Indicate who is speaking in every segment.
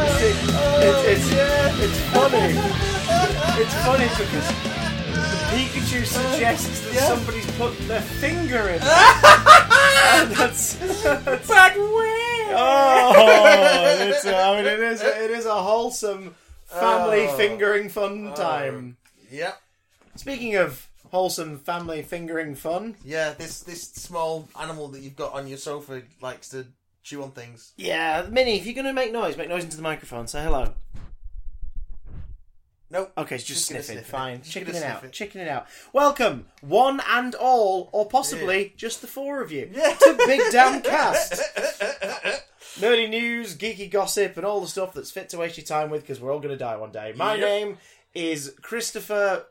Speaker 1: It's, it's, it's funny. It's funny because the Pikachu suggests that somebody's put their finger in. and that's, that's
Speaker 2: Back where?
Speaker 1: oh, it's, I mean, it is it is a wholesome family fingering fun time.
Speaker 3: Yeah,
Speaker 1: Speaking of wholesome family fingering fun,
Speaker 3: yeah. This this small animal that you've got on your sofa likes to chew on things.
Speaker 1: yeah, Minnie, if you're gonna make noise, make noise into the microphone. Say hello.
Speaker 3: Nope.
Speaker 1: Okay, it's just
Speaker 3: Just gonna
Speaker 1: sniffing.
Speaker 3: sniff it.
Speaker 1: Fine,
Speaker 3: Just
Speaker 1: chicken
Speaker 3: gonna
Speaker 1: it
Speaker 3: sniff
Speaker 1: out,
Speaker 3: it.
Speaker 1: chicken it out. Welcome, one and all, or possibly just the four of you,
Speaker 3: Yeah.
Speaker 1: to Big Damn Cast. Nerdy news, geeky gossip, and all the stuff that's fit to waste your time with because we're all going to die one day. My
Speaker 3: Yep.
Speaker 1: name is Christopher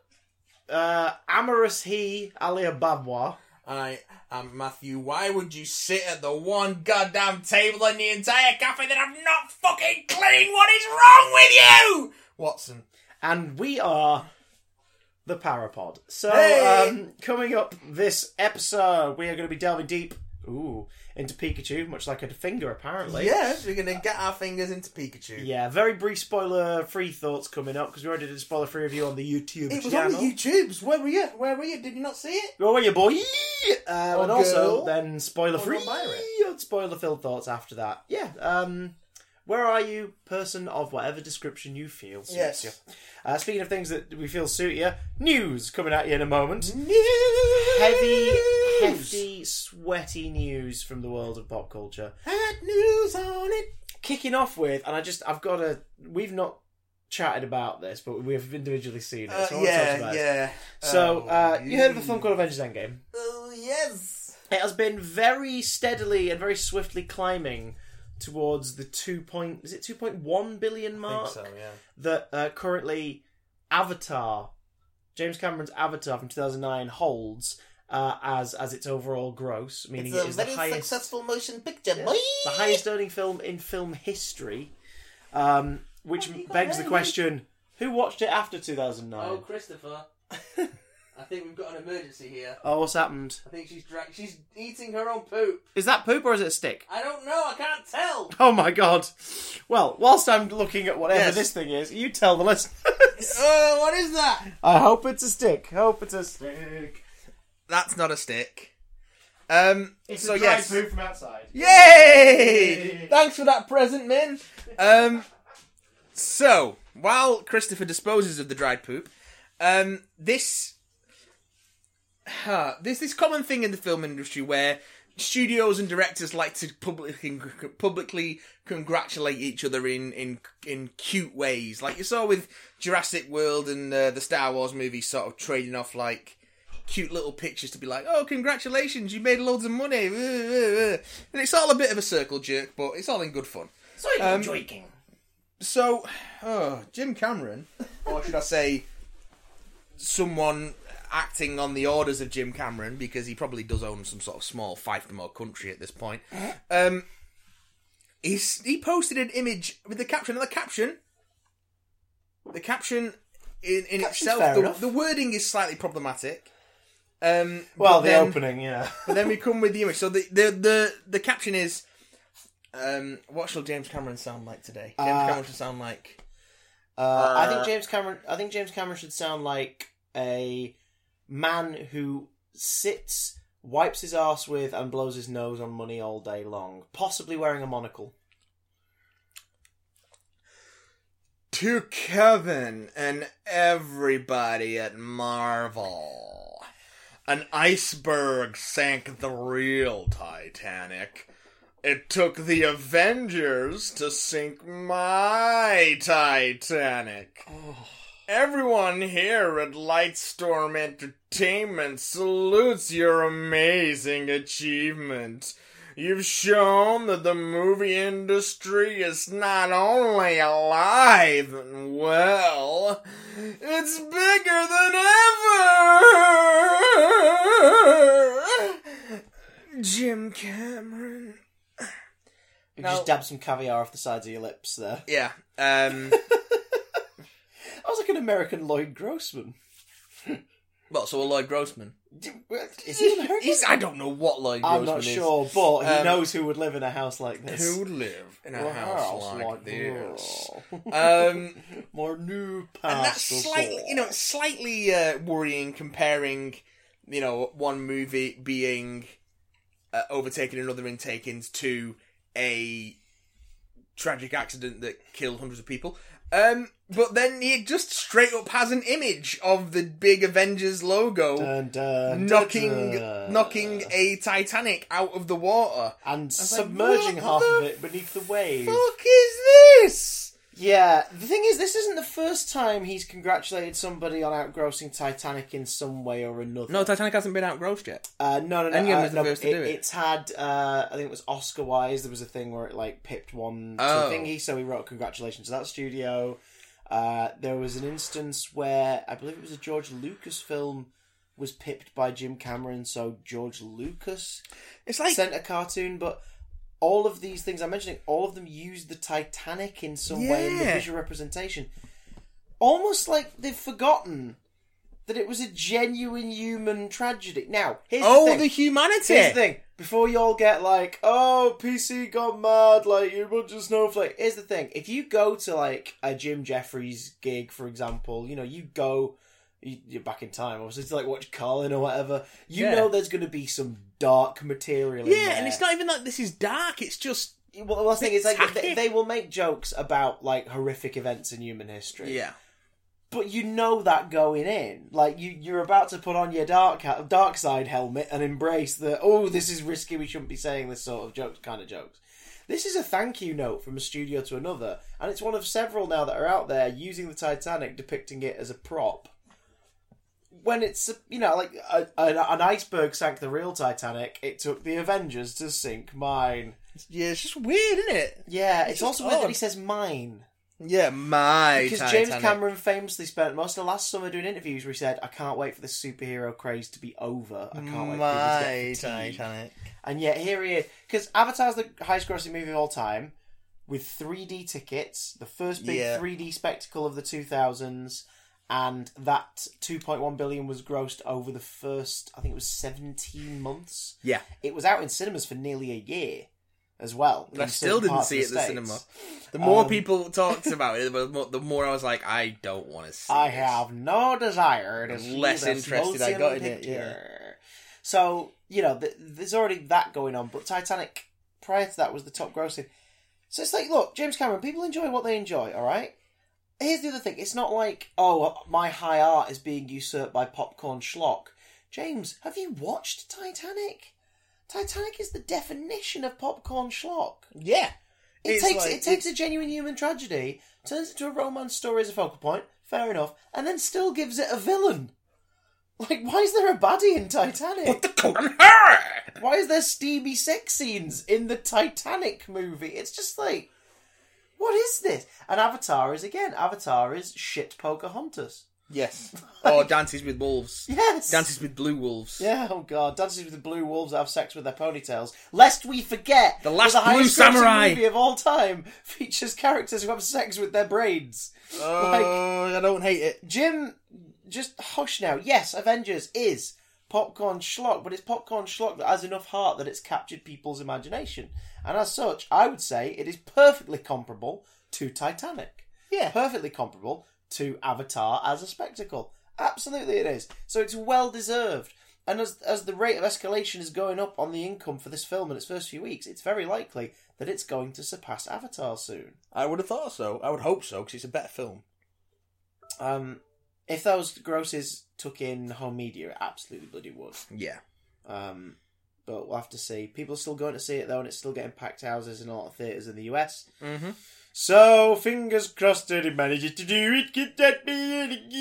Speaker 1: uh, Amorous He Alia Babwa.
Speaker 3: I am Matthew. Why would you sit at the one goddamn table in the entire cafe that I've not fucking cleaned? What is wrong with you, Watson?
Speaker 1: and we are the Parapod. So,
Speaker 3: Hey!
Speaker 1: um, coming up this episode, we are going to be delving deep ooh, into Pikachu, much like a finger, apparently.
Speaker 3: Yes, we're gonna get our fingers into Pikachu.
Speaker 1: Yeah, very brief spoiler free thoughts coming up because we already did a spoiler free review on the YouTube
Speaker 3: It was on
Speaker 1: channel.
Speaker 3: the YouTubes. Where were you? Where were you? Did you not see it?
Speaker 1: Where were you, boy? Um, and also,
Speaker 3: Oh, girl.
Speaker 1: then spoiler free,
Speaker 3: Or not pirate.
Speaker 1: spoiler filled thoughts after that. Yeah. Um, where are you, person of whatever description you feel suits
Speaker 3: Yes.
Speaker 1: you? Uh, speaking of things that we feel suit you, news coming at you in a moment. Heavy, hefty, sweaty news from the world of pop culture.
Speaker 3: Had news on it.
Speaker 1: Kicking off with, and I just, I've got to, we've not chatted about this, but we've individually seen it.
Speaker 3: Uh,
Speaker 1: so I want to talk
Speaker 3: yeah,
Speaker 1: about it.
Speaker 3: yeah.
Speaker 1: So,
Speaker 3: Oh,
Speaker 1: uh, you heard of a film called Avengers Endgame?
Speaker 3: Oh, yes.
Speaker 1: It has been very steadily and very swiftly climbing towards the two point is it two point one billion mark
Speaker 3: yeah.
Speaker 1: that uh, currently Avatar, James Cameron's Avatar from two thousand nine holds uh, as as its overall gross, meaning
Speaker 3: It's a
Speaker 1: it is the
Speaker 3: very
Speaker 1: highest
Speaker 3: successful motion picture, boy.
Speaker 1: the highest earning film in film history, um, which begs the question: Who watched it after two thousand
Speaker 2: Oh,
Speaker 1: nine?
Speaker 2: Christopher. I think we've got an emergency here.
Speaker 1: Oh, what's happened?
Speaker 2: I think she's dra- she's eating her own poop.
Speaker 1: Is that poop or is it a stick?
Speaker 2: I don't know. I can't tell.
Speaker 1: Oh my god. Well, whilst I'm looking at whatever
Speaker 3: Yes.
Speaker 1: this thing is, you tell the listeners.
Speaker 3: Oh, what is that?
Speaker 1: I hope it's a stick. Hope it's a stick.
Speaker 3: That's not a stick. Um. so yes.
Speaker 1: from outside.
Speaker 3: Yay! Thanks for that present, Min. Um, so while Christopher disposes of the dried poop, um, this huh, there's this common thing in the film industry where studios and directors like to publicly publicly congratulate each other in in in cute ways, like you saw with Jurassic World and uh, the Star Wars movies, sort of trading off like cute little pictures to be like, oh, congratulations, you made loads of money. And it's all a bit of a circle jerk, but it's all in good fun.
Speaker 1: So you're joking.
Speaker 3: So, oh, Jim Cameron, or should I say, someone acting on the orders of Jim Cameron, because he probably does own some sort of small fiefdom or country at this point. Um, he's, he posted an image with the caption, and the caption, the caption in, in
Speaker 1: Caption's
Speaker 3: itself,
Speaker 1: fair
Speaker 3: the,
Speaker 1: enough.
Speaker 3: the wording is slightly problematic. Um,
Speaker 1: Well,
Speaker 3: but
Speaker 1: the
Speaker 3: then-
Speaker 1: opening, yeah.
Speaker 3: but then we come with the image. So the the the, the caption is, um, "What shall James Cameron sound like today?" James
Speaker 1: Uh,
Speaker 3: Cameron should sound like
Speaker 1: Uh, I think James Cameron I think James Cameron should sound like a man who sits, wipes his ass with and blows his nose on money all day long, possibly wearing a monocle.
Speaker 3: to Kevin and everybody at Marvel. An iceberg sank the real Titanic. It took the Avengers to sink my Titanic. Everyone here at Lightstorm Entertainment salutes your amazing achievement. You've shown that the movie industry is not only alive and well, it's bigger than ever! Jim Cameron.
Speaker 1: You
Speaker 3: No.
Speaker 1: just dab some caviar off the sides of your lips there.
Speaker 3: Yeah, um.
Speaker 1: I was like an American Lloyd Grossman.
Speaker 3: Well, so a Lloyd Grossman.
Speaker 1: Is he American?
Speaker 3: He's, I don't know what Lloyd
Speaker 1: I'm
Speaker 3: Grossman
Speaker 1: not
Speaker 3: is.
Speaker 1: sure, but he
Speaker 3: Um,
Speaker 1: knows who would live in a house like this.
Speaker 3: Who would live in a
Speaker 1: Well,
Speaker 3: house, like, this? Um,
Speaker 1: More new
Speaker 3: and that's
Speaker 1: pasta
Speaker 3: slightly, you know, it's slightly uh, worrying comparing, you know, one movie being uh, overtaken another in takings to a tragic accident that killed hundreds of people. Um, but then he just straight up has an image of the big Avengers logo
Speaker 1: Dun, dun,
Speaker 3: knocking
Speaker 1: dun.
Speaker 3: knocking a Titanic out of the water.
Speaker 1: and
Speaker 3: like,
Speaker 1: submerging
Speaker 3: what
Speaker 1: half
Speaker 3: the
Speaker 1: of it beneath the waves.
Speaker 3: Fuck is this?
Speaker 1: Yeah, the thing is, this isn't the first time he's congratulated somebody on outgrossing Titanic in some way or another.
Speaker 3: No, Titanic hasn't been outgrossed yet.
Speaker 1: Uh, no, no, no.
Speaker 3: Endgame
Speaker 1: uh,
Speaker 3: was the
Speaker 1: no,
Speaker 3: first to do it.
Speaker 1: It's had, uh, I think it was Oscar wise. There was a thing where it like pipped one
Speaker 3: Oh.
Speaker 1: to a thingy, so he wrote congratulations to that studio. Uh, there was an instance where I believe it was a George Lucas film was pipped by Jim Cameron, so George Lucas
Speaker 3: It's like
Speaker 1: sent a cartoon, but. All of these things I'm mentioning, all of them use the Titanic in some way in the
Speaker 3: Yeah.
Speaker 1: visual representation. Almost like they've forgotten that it was a genuine human tragedy. Now, here's the
Speaker 3: oh
Speaker 1: thing.
Speaker 3: the humanity.
Speaker 1: Here's the thing. Before you all get like, oh, PC got mad, like you're a bunch of snowflake. Here's the thing. If you go to like a Jim Jeffries gig, for example, you know, you go, you- you're back in time, obviously, to like watch Colin or whatever. You
Speaker 3: Yeah.
Speaker 1: know, there's going to be some dark material. in
Speaker 3: Yeah,
Speaker 1: there.
Speaker 3: and it's not even like this is dark. It's just
Speaker 1: Well, the last thing is like
Speaker 3: tacky.
Speaker 1: they, they will make jokes about like horrific events in human history.
Speaker 3: yeah,
Speaker 1: but you know that going in, like you you're about to put on your dark ha- dark side helmet and embrace the oh this is risky, we shouldn't be saying this sort of jokes kind of jokes. This is a thank you note from a studio to another, and it's one of several now that are out there using the Titanic, depicting it as a prop. When it's you know like a, an, an iceberg sank the real Titanic, it took the Avengers to sink mine.
Speaker 3: yeah. It's just weird, isn't it?
Speaker 1: Yeah, it's,
Speaker 3: just
Speaker 1: also weird that
Speaker 3: odd.
Speaker 1: he says mine.
Speaker 3: Yeah, my
Speaker 1: Because James Cameron famously spent most of the last summer doing interviews where he said, "I can't wait for this superhero craze to be over. I can't wait for people
Speaker 3: Oh, my
Speaker 1: to get fatigued."
Speaker 3: Titanic.
Speaker 1: And yet here he is, because Avatar's the highest-grossing movie of all time with 3D tickets, the first big
Speaker 3: Yeah.
Speaker 1: 3D spectacle of the 2000s, and that 2.1 billion was grossed over the first, I think it was 17 months.
Speaker 3: Yeah,
Speaker 1: It was out in cinemas for nearly a year as well.
Speaker 3: I
Speaker 1: in certain
Speaker 3: still didn't
Speaker 1: parts of
Speaker 3: see it at the
Speaker 1: States.
Speaker 3: cinema. The more
Speaker 1: Um,
Speaker 3: people talked about it, the more, the more I was like, I don't want to see.
Speaker 1: I
Speaker 3: this.
Speaker 1: have no desire to
Speaker 3: I'm
Speaker 1: see
Speaker 3: less
Speaker 1: this
Speaker 3: interested I
Speaker 1: motion
Speaker 3: got in it,
Speaker 1: picture. So you know, th- there's already that going on. But Titanic, prior to that, was the top grossing. So it's like, look, James Cameron, people enjoy what they enjoy. All right. Here's the other thing: it's not like, oh, my high art is being usurped by popcorn schlock. James, have you watched Titanic? Titanic is the definition of popcorn schlock.
Speaker 3: Yeah,
Speaker 1: It
Speaker 3: It's
Speaker 1: takes
Speaker 3: like-
Speaker 1: it takes a genuine human tragedy, turns it into a romance story as a focal point, fair enough, and then still gives it a villain. Like, why is there a baddie in
Speaker 3: put
Speaker 1: Titanic?
Speaker 3: the coat on her.
Speaker 1: Why is there Stevie sex scenes in the Titanic movie? It's just like, what is this? And Avatar is again. Avatar is shit Pocahontas.
Speaker 3: Yes, or dances with wolves.
Speaker 1: Yes.
Speaker 3: Dances with blue wolves.
Speaker 1: Yeah, oh god, dances with the blue wolves that have sex with their ponytails. Lest we forget,
Speaker 3: The
Speaker 1: that
Speaker 3: Last
Speaker 1: the
Speaker 3: Blue
Speaker 1: highest grossing
Speaker 3: Samurai.
Speaker 1: movie of all time features characters who have sex with their braids.
Speaker 3: Oh, I don't hate it.
Speaker 1: Jim, just hush now. Yes, Avengers is popcorn schlock, but it's popcorn schlock that has enough heart that it's captured people's imagination. And as such, I would say it is perfectly comparable to Titanic.
Speaker 3: Yeah.
Speaker 1: Perfectly comparable to Avatar as a spectacle. Absolutely it is. So it's well deserved. And as as the rate of escalation is going up on the income for this film in its first few weeks, it's very likely that it's going to surpass Avatar soon.
Speaker 3: I would have thought so. I would hope so because it's a better film.
Speaker 1: Um, if those grosses took in home media, it absolutely bloody would.
Speaker 3: Yeah.
Speaker 1: Um, but we'll have to see. People are still going to see it though, and it's still getting packed houses in a lot of theatres in the US.
Speaker 3: Mm-hmm.
Speaker 1: So fingers crossed that it manages to do it. Get that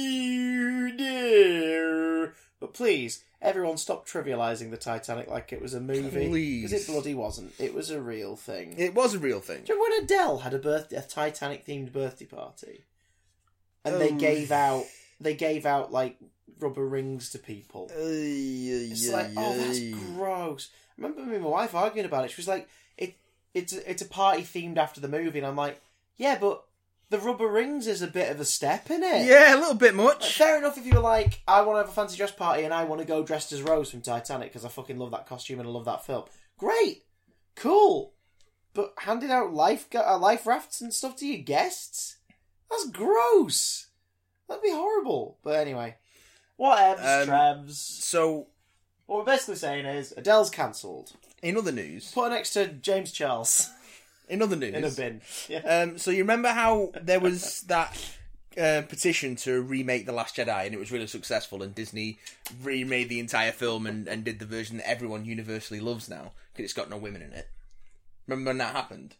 Speaker 1: be there. But please, everyone, stop trivialising the Titanic like it was a movie.
Speaker 3: Please.
Speaker 1: because it bloody wasn't. It was a real thing.
Speaker 3: It was a real thing.
Speaker 1: Do you remember when Adele had a birthday, a Titanic themed birthday party, and they
Speaker 3: Um.
Speaker 1: gave out they gave out like rubber rings to people? It's like, oh, that's gross. I remember me and my wife arguing about it. She was like, "It it's a- it's a party themed after the movie," and I'm like, "Yeah, but the rubber rings is a bit of a step in it.
Speaker 3: Yeah, a little bit
Speaker 1: Like,
Speaker 3: much.
Speaker 1: Fair enough if you were like, I want to have a fancy dress party and I want to go dressed as Rose from Titanic because I fucking love that costume and I love that film. Great, cool, but handing out life gu- uh, life rafts and stuff to your guests, that's gross. That'd be horrible. But anyway, whatever,
Speaker 3: Um,
Speaker 1: Trevs.
Speaker 3: So,
Speaker 1: What we're basically saying is Adele's cancelled.
Speaker 3: in other news,
Speaker 1: Put her next to James Charles
Speaker 3: in other news,
Speaker 1: in a bin. Yeah.
Speaker 3: Um, so you remember how there was that uh, petition to remake The Last Jedi, and it was really successful, and Disney remade the entire film and, and did the version that everyone universally loves now because it's got no women in it. Remember when that happened?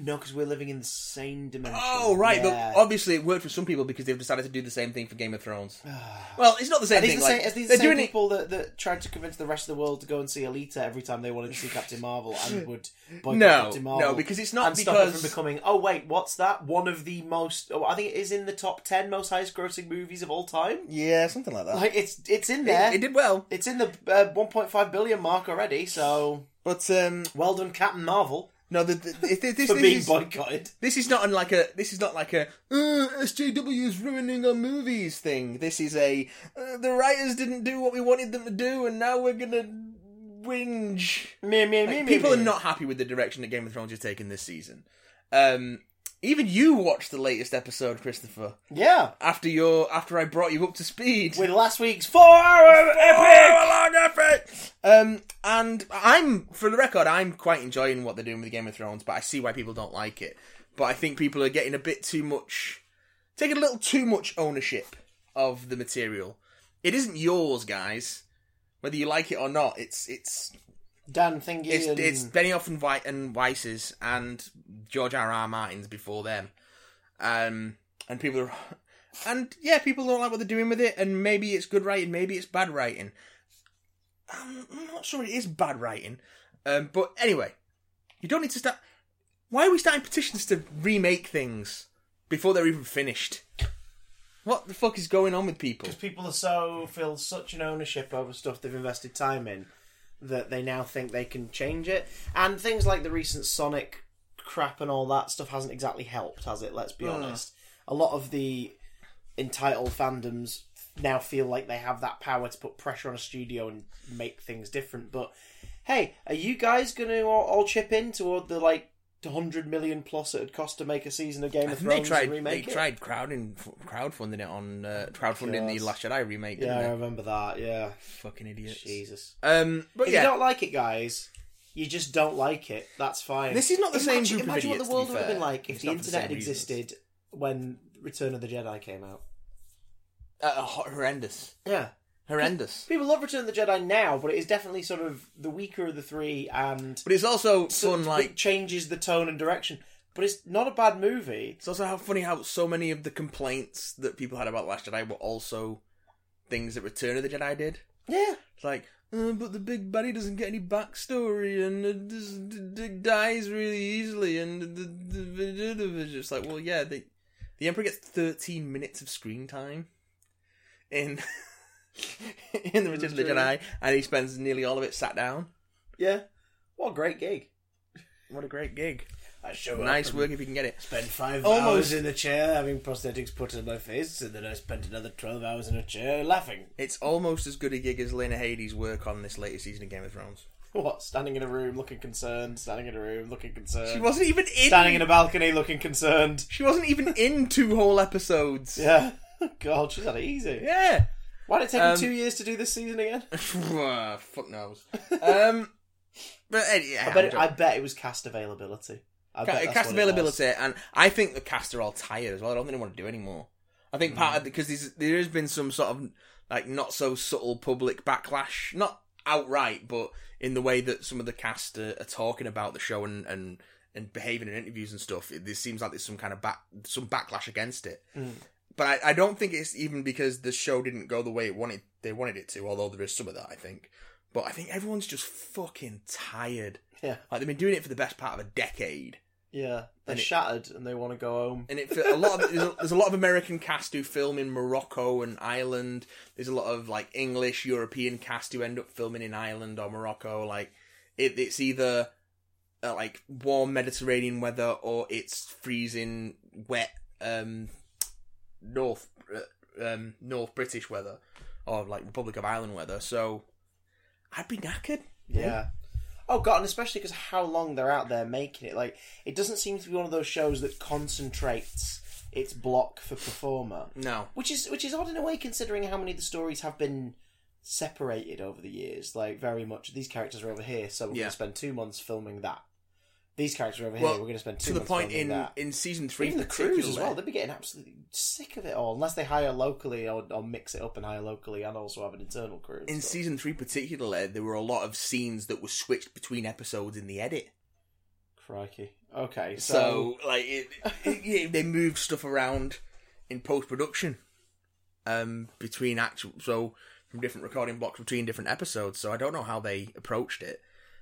Speaker 1: No, because we're living in the same dimension.
Speaker 3: Oh right,
Speaker 1: Yeah.
Speaker 3: but obviously it worked for some people because they've decided to do the same thing for Game of Thrones. well, it's not the same
Speaker 1: Are these
Speaker 3: thing.
Speaker 1: the
Speaker 3: like,
Speaker 1: same, are these the
Speaker 3: they're
Speaker 1: same
Speaker 3: doing it.
Speaker 1: people that, that tried to convince the rest of the world to go and see Alita every time they wanted to see Captain Marvel and would boycott
Speaker 3: No,
Speaker 1: Captain
Speaker 3: no,
Speaker 1: Marvel?
Speaker 3: because it's not
Speaker 1: and stop it
Speaker 3: because-
Speaker 1: from becoming. Oh wait, what's that? One of the most. Oh, I think it is in the top ten most highest grossing movies of all time.
Speaker 3: Yeah, something like that.
Speaker 1: Like it's it's in
Speaker 3: It-
Speaker 1: there.
Speaker 3: it, did well,
Speaker 1: It's in the uh, 1.5 billion mark already. So
Speaker 3: but um,
Speaker 1: well done, Captain Marvel,
Speaker 3: no, the, the, it- this, this,
Speaker 1: for being
Speaker 3: is,
Speaker 1: boycotted.
Speaker 3: This is not unlike a. This is not like a. Uh, SJW is ruining our movies thing. This is a. Uh, the writers didn't do what we wanted them to do, and now we're gonna whinge.
Speaker 1: Me, me,
Speaker 3: Like,
Speaker 1: me, me,
Speaker 3: people
Speaker 1: me.
Speaker 3: are not happy with the direction that Game of Thrones is taking this season. Um, even you watched the latest episode, Christopher.
Speaker 1: Yeah,
Speaker 3: After your, after I brought you up to speed.
Speaker 1: with last week's four-hour epic.
Speaker 3: Long effort. Um, and I'm, for the record, I'm quite enjoying what they're doing with Game of Thrones, but I see why people don't like it. But I think people are getting a bit too much, taking a little too much ownership of the material. It isn't yours, guys. Whether you like it or not, it's it's
Speaker 1: Dan Thingy
Speaker 3: it's,
Speaker 1: and
Speaker 3: it's Benioff and, White and Weiss's and George R. R. Martin's before them, um, and people are, and yeah, people don't like what they're doing with it, and maybe it's good writing, maybe it's bad writing. I'm not sure it is bad writing, um, but anyway, you don't need to start. Why are we starting petitions to remake things before they're even finished? What the fuck is going on with people?
Speaker 1: because people are so feel such an ownership over stuff they've invested time in that they now think they can change it and things like the recent sonic crap and all that stuff hasn't exactly helped has it let's be honest a lot of the entitled fandoms now feel like they have that power to put pressure on a studio and make things different but hey are you guys going to all, all chip in toward the like 100 million plus it would cost to make a season of game
Speaker 3: I
Speaker 1: of
Speaker 3: think they
Speaker 1: thrones
Speaker 3: tried.
Speaker 1: and
Speaker 3: They
Speaker 1: remake it
Speaker 3: tried crowding, crowdfunding it on uh, crowdfunding the
Speaker 1: Yes.
Speaker 3: Last Jedi remake. Didn't
Speaker 1: yeah i
Speaker 3: they?
Speaker 1: remember that yeah
Speaker 3: Fucking idiots.
Speaker 1: jesus
Speaker 3: Um, but
Speaker 1: If
Speaker 3: yeah,
Speaker 1: you don't like it, guys, you just don't like it. That's fine.
Speaker 3: this is not the
Speaker 1: imagine,
Speaker 3: same group of
Speaker 1: imagine what
Speaker 3: idiots,
Speaker 1: the world
Speaker 3: to be
Speaker 1: would have been
Speaker 3: fair.
Speaker 1: like if
Speaker 3: It's
Speaker 1: the
Speaker 3: not for
Speaker 1: internet
Speaker 3: same reasons.
Speaker 1: existed when Return of the Jedi came out.
Speaker 3: Uh, hor- horrendous,
Speaker 1: Yeah,
Speaker 3: horrendous.
Speaker 1: people love Return of the Jedi now, but it is definitely sort of the weaker of the three, and
Speaker 3: But it's also
Speaker 1: so-
Speaker 3: fun.
Speaker 1: it
Speaker 3: Like
Speaker 1: changes the tone and direction. But it's not a bad movie.
Speaker 3: it's also how funny how so many of the complaints that people had about Last Jedi were also things that Return of the Jedi did.
Speaker 1: Yeah,
Speaker 3: It's like, uh, but the big buddy doesn't get any backstory and it just d- d- dies really easily. And the, the, the, the- it's just like, well, yeah, the, the Emperor gets 13 minutes of screen time in in the Return of the
Speaker 1: True.
Speaker 3: Jedi, and he spends nearly all of it sat down.
Speaker 1: yeah. What a great gig!
Speaker 3: What a great gig!
Speaker 1: I show
Speaker 3: Nice work if you can get it.
Speaker 1: Spend five
Speaker 3: Almost.
Speaker 1: in a chair having prosthetics put on my face, and then I spent another twelve hours in a chair laughing.
Speaker 3: It's almost as good a gig as Lena Headey's work on this latest season of Game of Thrones.
Speaker 1: What? Standing in a room, looking concerned. Standing in a room, looking concerned.
Speaker 3: She wasn't even in.
Speaker 1: Uh, standing in a balcony, looking concerned.
Speaker 3: she wasn't even in two whole episodes.
Speaker 1: Yeah. God, she's had it easy.
Speaker 3: yeah.
Speaker 1: Why did it take him
Speaker 3: Um,
Speaker 1: two years to do this season again?
Speaker 3: Ah, Fuck knows. Um, but anyway,
Speaker 1: I bet. It, I bet it was cast availability. I bet that's
Speaker 3: cast
Speaker 1: what it was.
Speaker 3: availability, and I think the cast are all tired as well. I don't think they want to do anymore. I think part of because there's, there has been some sort of like not so subtle public backlash, not outright, but in the way that some of the cast are, are talking about the show and and and behaving in interviews and stuff. It, there seems like there's some kind of back some backlash against it.
Speaker 1: Mm.
Speaker 3: But I, I don't think it's even because the show didn't go the way it wanted they wanted it to. Although there is some of that, I think. But I think everyone's just fucking tired.
Speaker 1: Yeah.
Speaker 3: Like they've been doing it for the best part of a decade
Speaker 1: Yeah, they're
Speaker 3: And it-
Speaker 1: shattered and they want to go home.
Speaker 3: and it a lot of there's a, there's a lot of American cast who film in Morocco and Ireland. There's a lot of like English European cast who end up filming in Ireland or Morocco. Like it, it's either uh, like warm Mediterranean weather or it's freezing wet um, North uh, um, North British weather or like Republic of Ireland weather. So I'd be knackered.
Speaker 1: Yeah. Oh god, and especially because how long they're out there making it. Like, it doesn't seem to be one of those shows that concentrates its block for performer,
Speaker 3: No.
Speaker 1: which is which is odd in a way considering how many of the stories have been separated over the years. Like, very much these characters are over here, so we're
Speaker 3: Yeah.
Speaker 1: going to spend two months filming that. These characters are over
Speaker 3: Well,
Speaker 1: here, we're going to spend two
Speaker 3: To the
Speaker 1: months
Speaker 3: point
Speaker 1: filming
Speaker 3: in
Speaker 1: that.
Speaker 3: in season three,
Speaker 1: Even the crews as well,
Speaker 3: particularly,
Speaker 1: they'd be getting absolutely sick of it all, unless they hire locally or, or mix it up and hire locally and also have an internal crew. and
Speaker 3: In
Speaker 1: stuff.
Speaker 3: season three, particularly, there were a lot of scenes that were switched between episodes in the edit.
Speaker 1: Crikey. Okay, so,
Speaker 3: So, like, it, it- yeah, they moved stuff around in post production, um, between actual so from different recording blocks between different episodes. So I don't know how they approached it,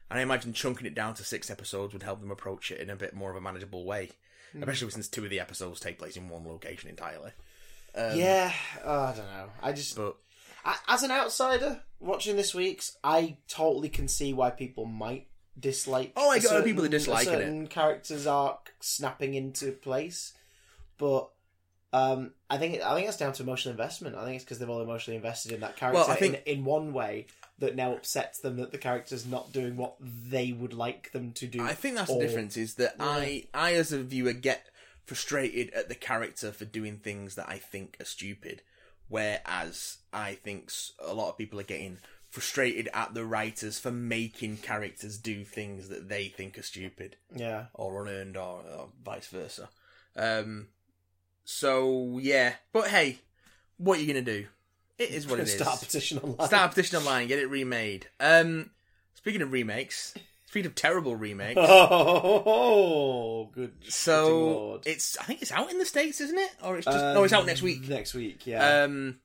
Speaker 3: and I imagine chunking it down to six episodes would help them approach it in a bit more of a manageable way, especially since two of the episodes take place in one location entirely. Um,
Speaker 1: yeah, oh, I don't know. I just
Speaker 3: but
Speaker 1: I, as an outsider watching this week's, I totally can see why people might dislike.
Speaker 3: Oh, I
Speaker 1: a
Speaker 3: got other people that
Speaker 1: certain-
Speaker 3: dislike it.
Speaker 1: a certain character's arc snapping into place, but um, I think I think that's down to emotional investment. I think it's because they've all emotionally invested in that character
Speaker 3: Well, I think-
Speaker 1: in, in one way that now upsets them that the character's not doing what they would like them to do.
Speaker 3: I think that's
Speaker 1: or-
Speaker 3: the difference is that I I as a viewer get frustrated at the character for doing things that I think are stupid, whereas I think s- a lot of people are getting frustrated at the writers for making characters do things that they think are stupid
Speaker 1: Yeah,
Speaker 3: or unearned or, or vice versa. Um, so yeah, but hey, what are you gonna do? It is what it is.
Speaker 1: Start a petition online.
Speaker 3: Start a petition online, get it remade. Um, speaking of remakes, speaking of terrible remakes.
Speaker 1: Oh, good. fitting
Speaker 3: So
Speaker 1: lord.
Speaker 3: it's I think it's out in the states, isn't it? Or it's just
Speaker 1: Um,
Speaker 3: no, it's out next week.
Speaker 1: Next week, yeah,
Speaker 3: Um,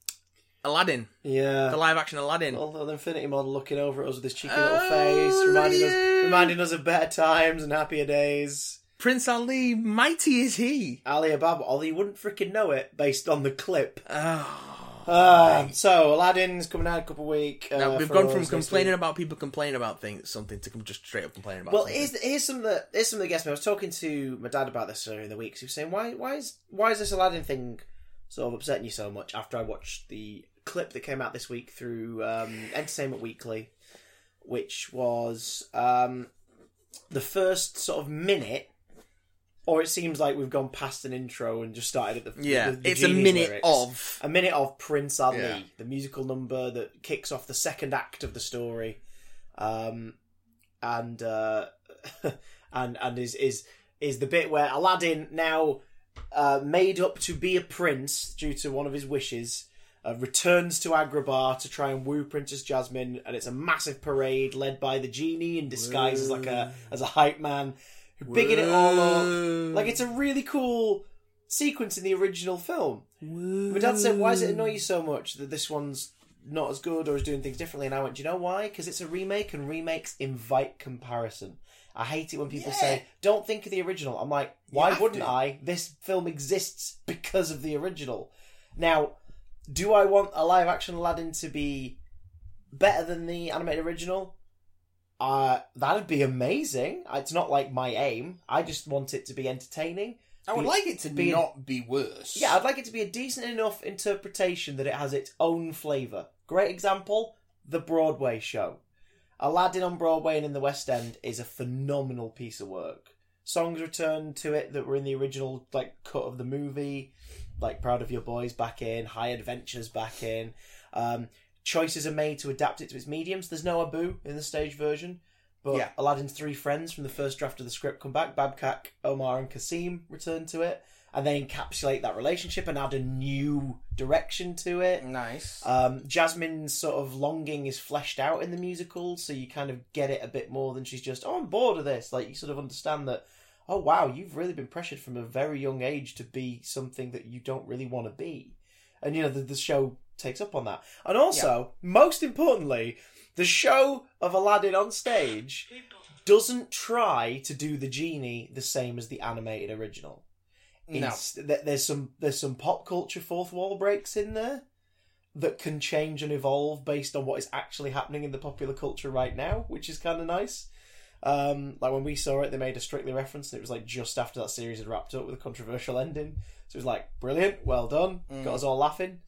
Speaker 3: Aladdin,
Speaker 1: yeah.
Speaker 3: the live action Aladdin.
Speaker 1: Although the Infinity Model looking over at us with his cheeky
Speaker 3: Oh,
Speaker 1: little face, reminding
Speaker 3: yeah.
Speaker 1: us reminding us of better times and happier days.
Speaker 3: Prince Ali, mighty is he?
Speaker 1: Ali Ababa, although you wouldn't freaking know it based on the clip.
Speaker 3: Oh.
Speaker 1: Uh, so Aladdin's coming out in a couple of weeks. Uh,
Speaker 3: now we've
Speaker 1: for
Speaker 3: gone
Speaker 1: us
Speaker 3: from
Speaker 1: next
Speaker 3: complaining
Speaker 1: week.
Speaker 3: about people complaining about things something to com- just straight up complaining about.
Speaker 1: Well,
Speaker 3: something.
Speaker 1: here's, here's some that here's some that gets me. I was talking to my dad about this earlier in the week. 'cause he was saying, "Why why is why is this Aladdin thing sort of upsetting you so much?" After I watched the clip that came out this week through um, Entertainment Weekly, which was um, the first sort of minute, or it seems like we've gone past an intro and just started at the
Speaker 3: yeah,
Speaker 1: the- the
Speaker 3: it's a
Speaker 1: Genie's
Speaker 3: minute
Speaker 1: lyrics.
Speaker 3: of
Speaker 1: a minute of Prince Ali,
Speaker 3: Yeah.
Speaker 1: the musical number that kicks off the second act of the story, um, and uh, and and is is is the bit where Aladdin now uh, made up to be a prince due to one of his wishes. Uh, returns to Agrabah to try and woo Princess Jasmine, and it's a massive parade led by the genie in disguise as like a as a hype man, who bigging it all up. Like it's a really cool sequence in the original film. My dad said, "Why does it annoy you so much that this one's not as good or is doing things differently?" And I went, "Do you know why? Because it's a remake, and remakes invite comparison. I hate it when people say, "Don't think of the original." I'm like, "Why
Speaker 3: have
Speaker 1: wouldn't
Speaker 3: to."
Speaker 1: I? This film exists because of the original." Now, do I want a live-action Aladdin to be better than the animated original? Uh, that'd be amazing. It's not like my aim. I just want it to be entertaining.
Speaker 3: I would like it to
Speaker 1: being-
Speaker 3: not be worse.
Speaker 1: Yeah, I'd like it to be a decent enough interpretation that it has its own flavour. Great example, the Broadway show. Aladdin on Broadway and in the West End is a phenomenal piece of work. Songs returned to it that were in the original like cut of the movie, like Proud of Your Boys back in, High Adventures back in. Um, choices are made to adapt it to its mediums. There's no Abu in the stage version, but
Speaker 3: Yeah.
Speaker 1: Aladdin's three friends from the first draft of the script come back. Babcock, Omar, and Kasim return to it, and then encapsulate that relationship and add a new direction to it.
Speaker 3: nice.
Speaker 1: Um, Jasmine's sort of longing is fleshed out in the musical, so you kind of get it a bit more than she's just, oh, I'm bored of this. Like, you sort of understand that, oh, wow, you've really been pressured from a very young age to be something that you don't really want to be. And, you know, the, the show takes up on that. And also, most importantly, the show of Aladdin on stage doesn't try to do the genie the same as the animated original.
Speaker 3: No.
Speaker 1: Inst- th- there's some there's some pop culture fourth wall breaks in there that can change and evolve based on what is actually happening in the popular culture right now, which is kind of nice. Um, like when we saw it, they made a strictly reference, and it was like just after that series had wrapped up with a controversial ending. So it was like brilliant, well done, got us all laughing,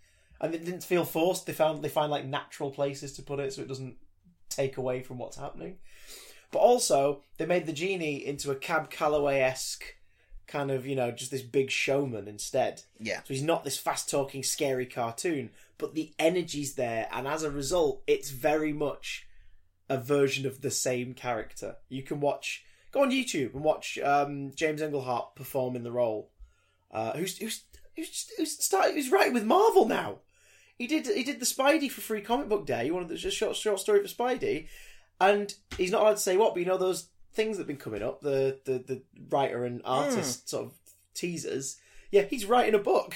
Speaker 1: and it didn't feel forced. They found they find like natural places to put it, so it doesn't take away from what's happening. But also, they made the genie into a Cab Calloway esque kind of you know just this big showman instead.
Speaker 3: Yeah.
Speaker 1: So he's not this fast talking, scary cartoon, but the energy's there, and as a result, it's very much a version of the same character. You can watch, go on YouTube and watch um, James Englehart perform in the role. Uh, who's who's who's, just, who's started? Who's writing with Marvel now? He did he did the Spidey for Free Comic Book Day. You wanted the just short short story for Spidey, and he's not allowed to say what, but you know those things that've been coming up, the the, the writer and artist sort of teasers. Yeah, he's writing a book.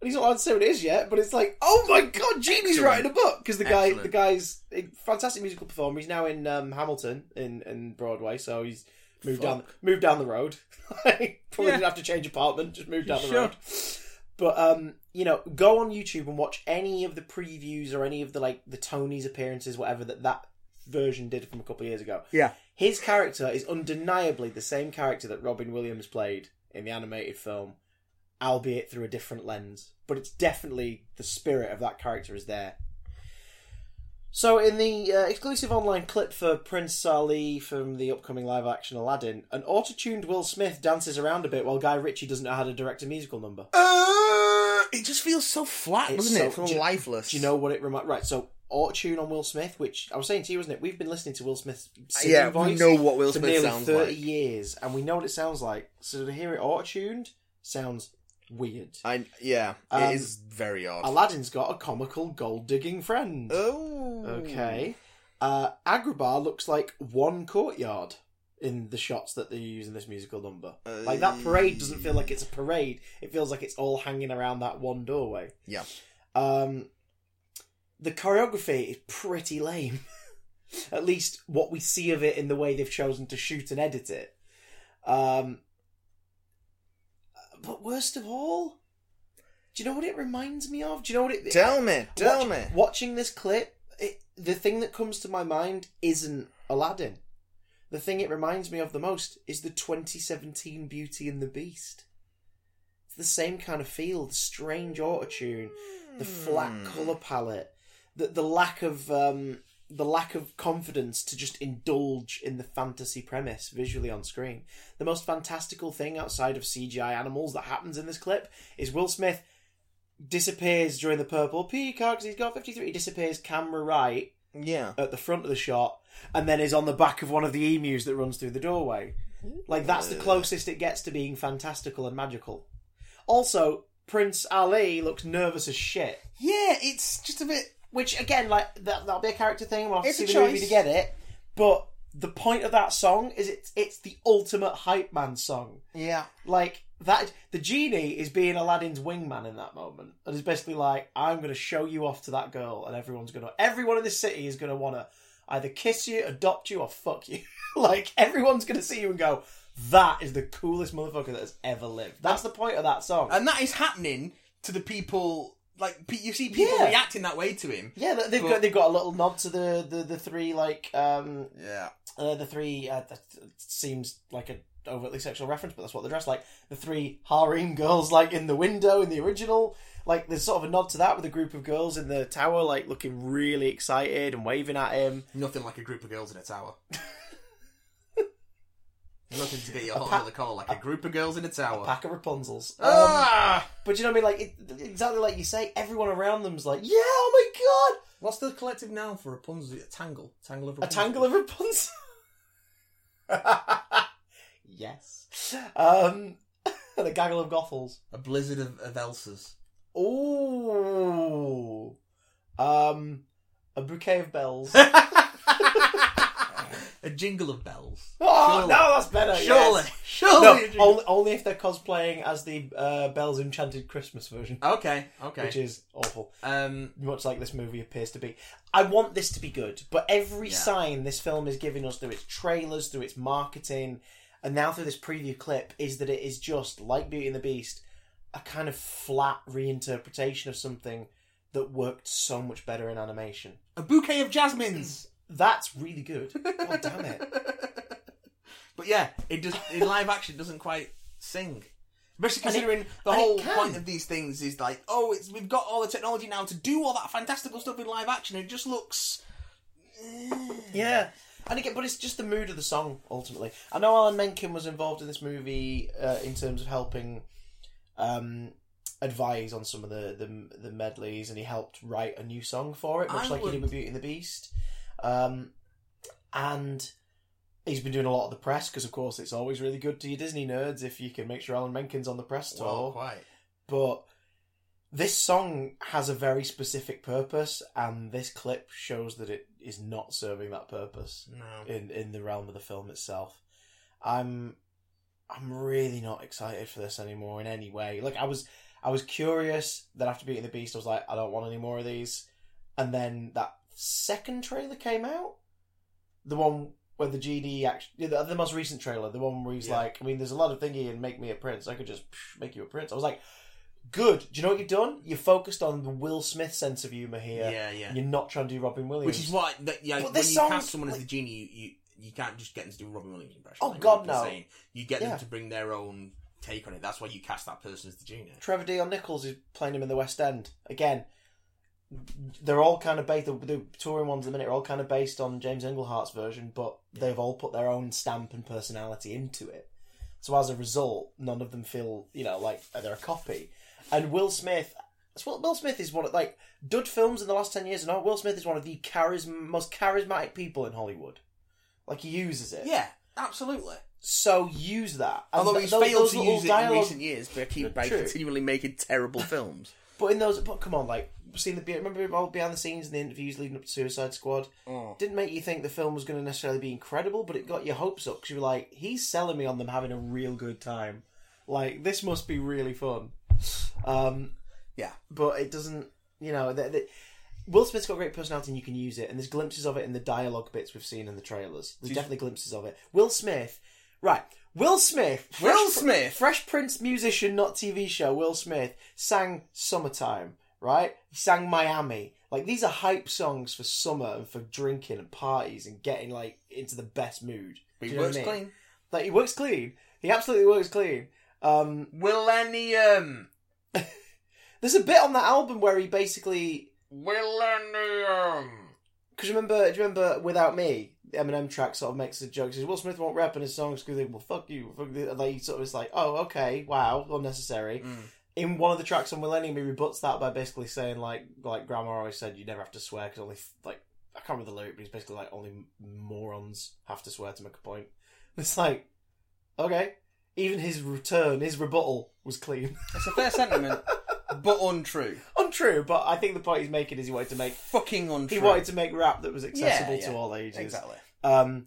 Speaker 1: And he's not allowed to say what it is yet, but it's like, oh my god, Genie's
Speaker 3: Excellent.
Speaker 1: writing a book because the guy,
Speaker 3: Excellent.
Speaker 1: the guy's a fantastic musical performer. He's now in um, Hamilton in, in Broadway, so he's moved down moved down the road. Probably
Speaker 3: Yeah.
Speaker 1: didn't have to change apartment, just moved down the
Speaker 3: Sure.
Speaker 1: road. But um, you know, go on YouTube and watch any of the previews or any of the like the Tony's appearances, whatever that that version did from a couple of years ago.
Speaker 3: Yeah.
Speaker 1: His character is undeniably the same character that Robin Williams played in the animated film, albeit through a different lens. But it's definitely the spirit of that character is there. So, in the uh, exclusive online clip for Prince Sali from the upcoming live action Aladdin, an auto tuned Will Smith dances around a bit while Guy Ritchie doesn't know how to direct a musical number.
Speaker 3: Uh, it just feels so flat,
Speaker 1: It's
Speaker 3: doesn't
Speaker 1: so-
Speaker 3: it? It feels
Speaker 1: do you-
Speaker 3: lifeless.
Speaker 1: Do you know what it reminds? Right, so auto tune on Will Smith, which I was saying to you, wasn't it? We've been listening to Will Smith's singing
Speaker 3: yeah,
Speaker 1: voice
Speaker 3: we know what Will
Speaker 1: for
Speaker 3: Smith
Speaker 1: nearly
Speaker 3: sounds
Speaker 1: thirty
Speaker 3: like.
Speaker 1: years, and we know what it sounds like. So to hear it auto tuned sounds weird.
Speaker 3: I yeah,
Speaker 1: Um,
Speaker 3: it is very odd.
Speaker 1: Aladdin's got a comical gold digging friend.
Speaker 3: oh,
Speaker 1: Okay. Uh, Agrabah looks like one courtyard in the shots that they use in this musical number.
Speaker 3: Uh,
Speaker 1: Like that parade doesn't feel like it's a parade. It feels like it's all hanging around that one doorway.
Speaker 3: Yeah.
Speaker 1: Um, the choreography is pretty lame. At least what we see of it in the way they've chosen to shoot and edit it. Um, but worst of all, do you know what it reminds me of? Do you know what it?
Speaker 3: Tell me, tell
Speaker 1: Watch-
Speaker 3: me.
Speaker 1: Watching this clip, it, the thing that comes to my mind isn't Aladdin. The thing it reminds me of the most is the 2017 Beauty and the Beast. It's the same kind of feel, the strange autotune, the
Speaker 3: Hmm.
Speaker 1: flat color palette, the the lack of um, the lack of confidence to just indulge in the fantasy premise visually on screen. The most fantastical thing outside of CGI animals that happens in this clip is Will Smith disappears during the purple peacock 'cause he's got 53 he disappears camera right
Speaker 3: Yeah,
Speaker 1: at the front of the shot and then is on the back of one of the emus that runs through the doorway like that's the closest it gets to being fantastical and magical also prince ali looks nervous as shit
Speaker 3: yeah, it's just a bit.
Speaker 1: which again like that, that'll be a character thing we'll have
Speaker 3: It's
Speaker 1: to
Speaker 3: a
Speaker 1: see the movie
Speaker 3: choice.
Speaker 1: to get it but the point of that song is it's it's the ultimate hype man song
Speaker 3: Yeah,
Speaker 1: like that the genie is being aladdin's wingman in that moment and is basically like i'm going to show you off to that girl and everyone's going to everyone in this city is going to want to either kiss you adopt you or fuck you like everyone's going to see you and go that is the coolest motherfucker that has ever lived that's the point of that song
Speaker 3: and that is happening to the people. Like pe- you see people
Speaker 1: Yeah.
Speaker 3: reacting that way to him.
Speaker 1: yeah they- they've
Speaker 3: But-
Speaker 1: got they've got a little nod to the the, the three like um
Speaker 3: Yeah,
Speaker 1: uh, the three uh, that seems like a overtly sexual reference, but that's what they're dressed like. The three harem girls, like in the window in the original, like there's sort of a nod to that with a group of girls in the tower, like looking really excited and waving at him.
Speaker 3: nothing like a group of girls in a tower. nothing to get your hot
Speaker 1: pa-
Speaker 3: under the collar like a group of girls in a tower.
Speaker 1: Pack of Rapunzels. Um,
Speaker 3: ah,
Speaker 1: but you know what I mean? Like it, exactly like you say, everyone around them's like, "Yeah, oh my
Speaker 3: what's the collective noun for Rapunzel? A tangle, tangle of
Speaker 1: god, a tangle of Rapunzel." yes, um, and a gaggle of Gothels.
Speaker 3: a blizzard of, of Elsas.
Speaker 1: Ooh. Um, a bouquet of bells.
Speaker 3: a jingle of bells.
Speaker 1: oh, no, that's better.
Speaker 3: Surely,
Speaker 1: yes.
Speaker 3: surely.
Speaker 1: No,
Speaker 3: a jingle-
Speaker 1: only, only if they're cosplaying as the uh, Bells Enchanted Christmas version,
Speaker 3: okay, okay.
Speaker 1: which is awful.
Speaker 3: um,
Speaker 1: Much like this movie appears to be. I want this to be good, but every
Speaker 3: Yeah.
Speaker 1: sign this film is giving us through its trailers, through its marketing, and now through this preview clip is that it is just, like Beauty and the Beast, a kind of flat reinterpretation of something that worked so much better in animation.
Speaker 3: a bouquet of jasmines.
Speaker 1: That's really good. God damn it.
Speaker 3: But yeah, it does. In live action, doesn't quite sing. Especially
Speaker 1: And it-
Speaker 3: considering the
Speaker 1: and it
Speaker 3: whole
Speaker 1: can.
Speaker 3: point of these things is like, oh, it's we've got all the technology now to do all that fantastical stuff in live action. It just looks.
Speaker 1: Yeah. And again, but it's just the mood of the song ultimately. I know Alan Menken was involved in this movie uh, in terms of helping um, advise on some of the, the the medleys, and he helped write a new song for it, much
Speaker 3: I
Speaker 1: like he did
Speaker 3: would-
Speaker 1: with Beauty and the Beast. Um, and he's been doing a lot of the press because, of course, it's always really good to your Disney nerds if you can make sure Alan Menken's on the press tour
Speaker 3: quite.
Speaker 1: but this song has a very specific purpose, and this clip shows that it is not serving that purpose
Speaker 3: No.
Speaker 1: in in the realm of the film itself. I'm I'm really not excited for this anymore in any way. Like I was I was curious that after beating the beast, I was like, I don't want any more of these. And then that second trailer came out, the one where the GD actually the, the most recent trailer, the one where he's
Speaker 3: Yeah.
Speaker 1: like, I mean, there's a lot of thingy and make me a prince. I could just psh, make you a prince. I was like, good. Do you know what you've done? You focused on the Will Smith sense of humour here.
Speaker 3: Yeah, yeah.
Speaker 1: You're not trying to do Robin Williams.
Speaker 3: Which is why, that, yeah,
Speaker 1: But
Speaker 3: when you
Speaker 1: this song-
Speaker 3: cast someone as the genie, you, you you can't just get them to do a Robin Williams impression.
Speaker 1: Oh,
Speaker 3: like
Speaker 1: God,
Speaker 3: we've been
Speaker 1: no.
Speaker 3: saying. You get
Speaker 1: Yeah.
Speaker 3: them to bring their own take on it. That's why you cast that person as the genie.
Speaker 1: Trevor Deal Nichols is playing him in the West End again. They're all kind of based. The, the touring ones at the minute are all kind of based on James Englehart's version, but they've all put their own stamp and personality into it. So as a result, none of them feel you know like they're a copy. And Will Smith, that's what- Will Smith is one of like dud films in the last ten years. And all, Will Smith is one of the charism, most charismatic people in Hollywood. Like he uses it.
Speaker 3: Yeah, absolutely.
Speaker 1: So use that. And
Speaker 3: Although
Speaker 1: th-
Speaker 3: he's
Speaker 1: those-
Speaker 3: failed
Speaker 1: those
Speaker 3: to
Speaker 1: little
Speaker 3: use it in
Speaker 1: dialogue
Speaker 3: recent years by, keep, by
Speaker 1: True.
Speaker 3: continually making terrible films.
Speaker 1: But in those, but come on, like seeing the be- remember all behind the scenes and the interviews leading up to Suicide Squad didn't make you think the film was going to necessarily be incredible, but it got your hopes up because you were like, he's selling me on them having a real good time. Like this must be really fun. Um,
Speaker 3: Yeah.
Speaker 1: but it doesn't. You know, the, the, Will Smith's got great personality and you can use it, and there's glimpses of it in the dialogue bits we've seen in the trailers. There's
Speaker 3: Do you-
Speaker 1: definitely glimpses of it. Will Smith, right? Will Smith,
Speaker 3: Will
Speaker 1: Fresh-
Speaker 3: Smith.
Speaker 1: Fresh Prince musician, not TV show, Will Smith sang Summertime, right? He sang Miami. Like, these are hype songs for summer and for drinking and parties and getting, like, into the best mood. Do
Speaker 3: But he
Speaker 1: you know what
Speaker 3: works
Speaker 1: I mean?
Speaker 3: clean.
Speaker 1: Like, he works clean. He absolutely works clean. Um,
Speaker 3: Millennium.
Speaker 1: there's a bit on that album where he basically.
Speaker 3: Millennium.
Speaker 1: Because remember, do you remember Without Me? The Eminem track sort of makes a joke. Says Will Smith won't rap in his songs because they well fuck you. Fuck you." Like he sort of is like, oh okay, wow, unnecessary.
Speaker 3: Mm.
Speaker 1: in one of the tracks on Millennium, he rebuts that by basically saying like like Grandma always said, you never have to swear because only f- like I can't remember the lyric, but it's basically like only m- morons have to swear to make a point. It's like okay, even his return, his rebuttal was clean,
Speaker 3: It's a fair sentiment, but untrue.
Speaker 1: untrue. But I think the point he's making is he wanted to make
Speaker 3: Fucking untrue.
Speaker 1: he wanted to make rap that was accessible
Speaker 3: yeah.
Speaker 1: to all ages.
Speaker 3: exactly.
Speaker 1: Um,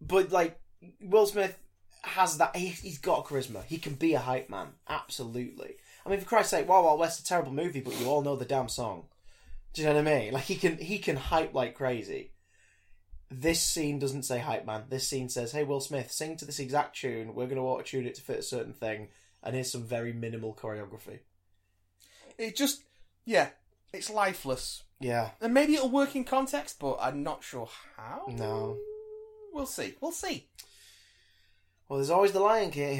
Speaker 1: but like Will Smith has that he, he's got charisma. He can be a hype man. Absolutely. I mean, for Christ's sake, Wild Wild West's a terrible movie, but you all know the damn song. Do you know what I mean? Like he can he can hype like crazy. This scene doesn't say hype man. This scene says, "Hey Will Smith, sing to this exact tune. We're going to auto tune it to fit a certain thing, and here's some very minimal choreography."
Speaker 3: It just, yeah, it's lifeless.
Speaker 1: Yeah,
Speaker 3: And maybe it'll work in context, but I'm not sure how.
Speaker 1: No.
Speaker 3: We'll see. We'll see.
Speaker 1: Well, there's always the Lion King.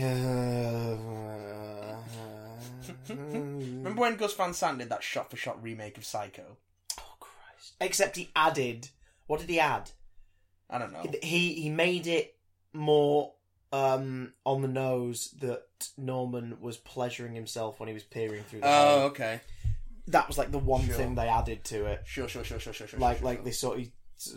Speaker 3: Remember when Gus Van Sant did that shot for shot remake of Psycho?
Speaker 1: Oh Christ! Except he added. What did he add?
Speaker 3: I don't know. Oh,
Speaker 1: He he made it more um on the nose that Norman was pleasuring himself when he was peering through the
Speaker 3: Oh,
Speaker 1: hole.
Speaker 3: okay.
Speaker 1: That was like the one
Speaker 3: Sure.
Speaker 1: thing they added to it.
Speaker 3: Sure, sure, sure, sure, sure, sure.
Speaker 1: Like
Speaker 3: sure,
Speaker 1: like
Speaker 3: sure.
Speaker 1: they sort of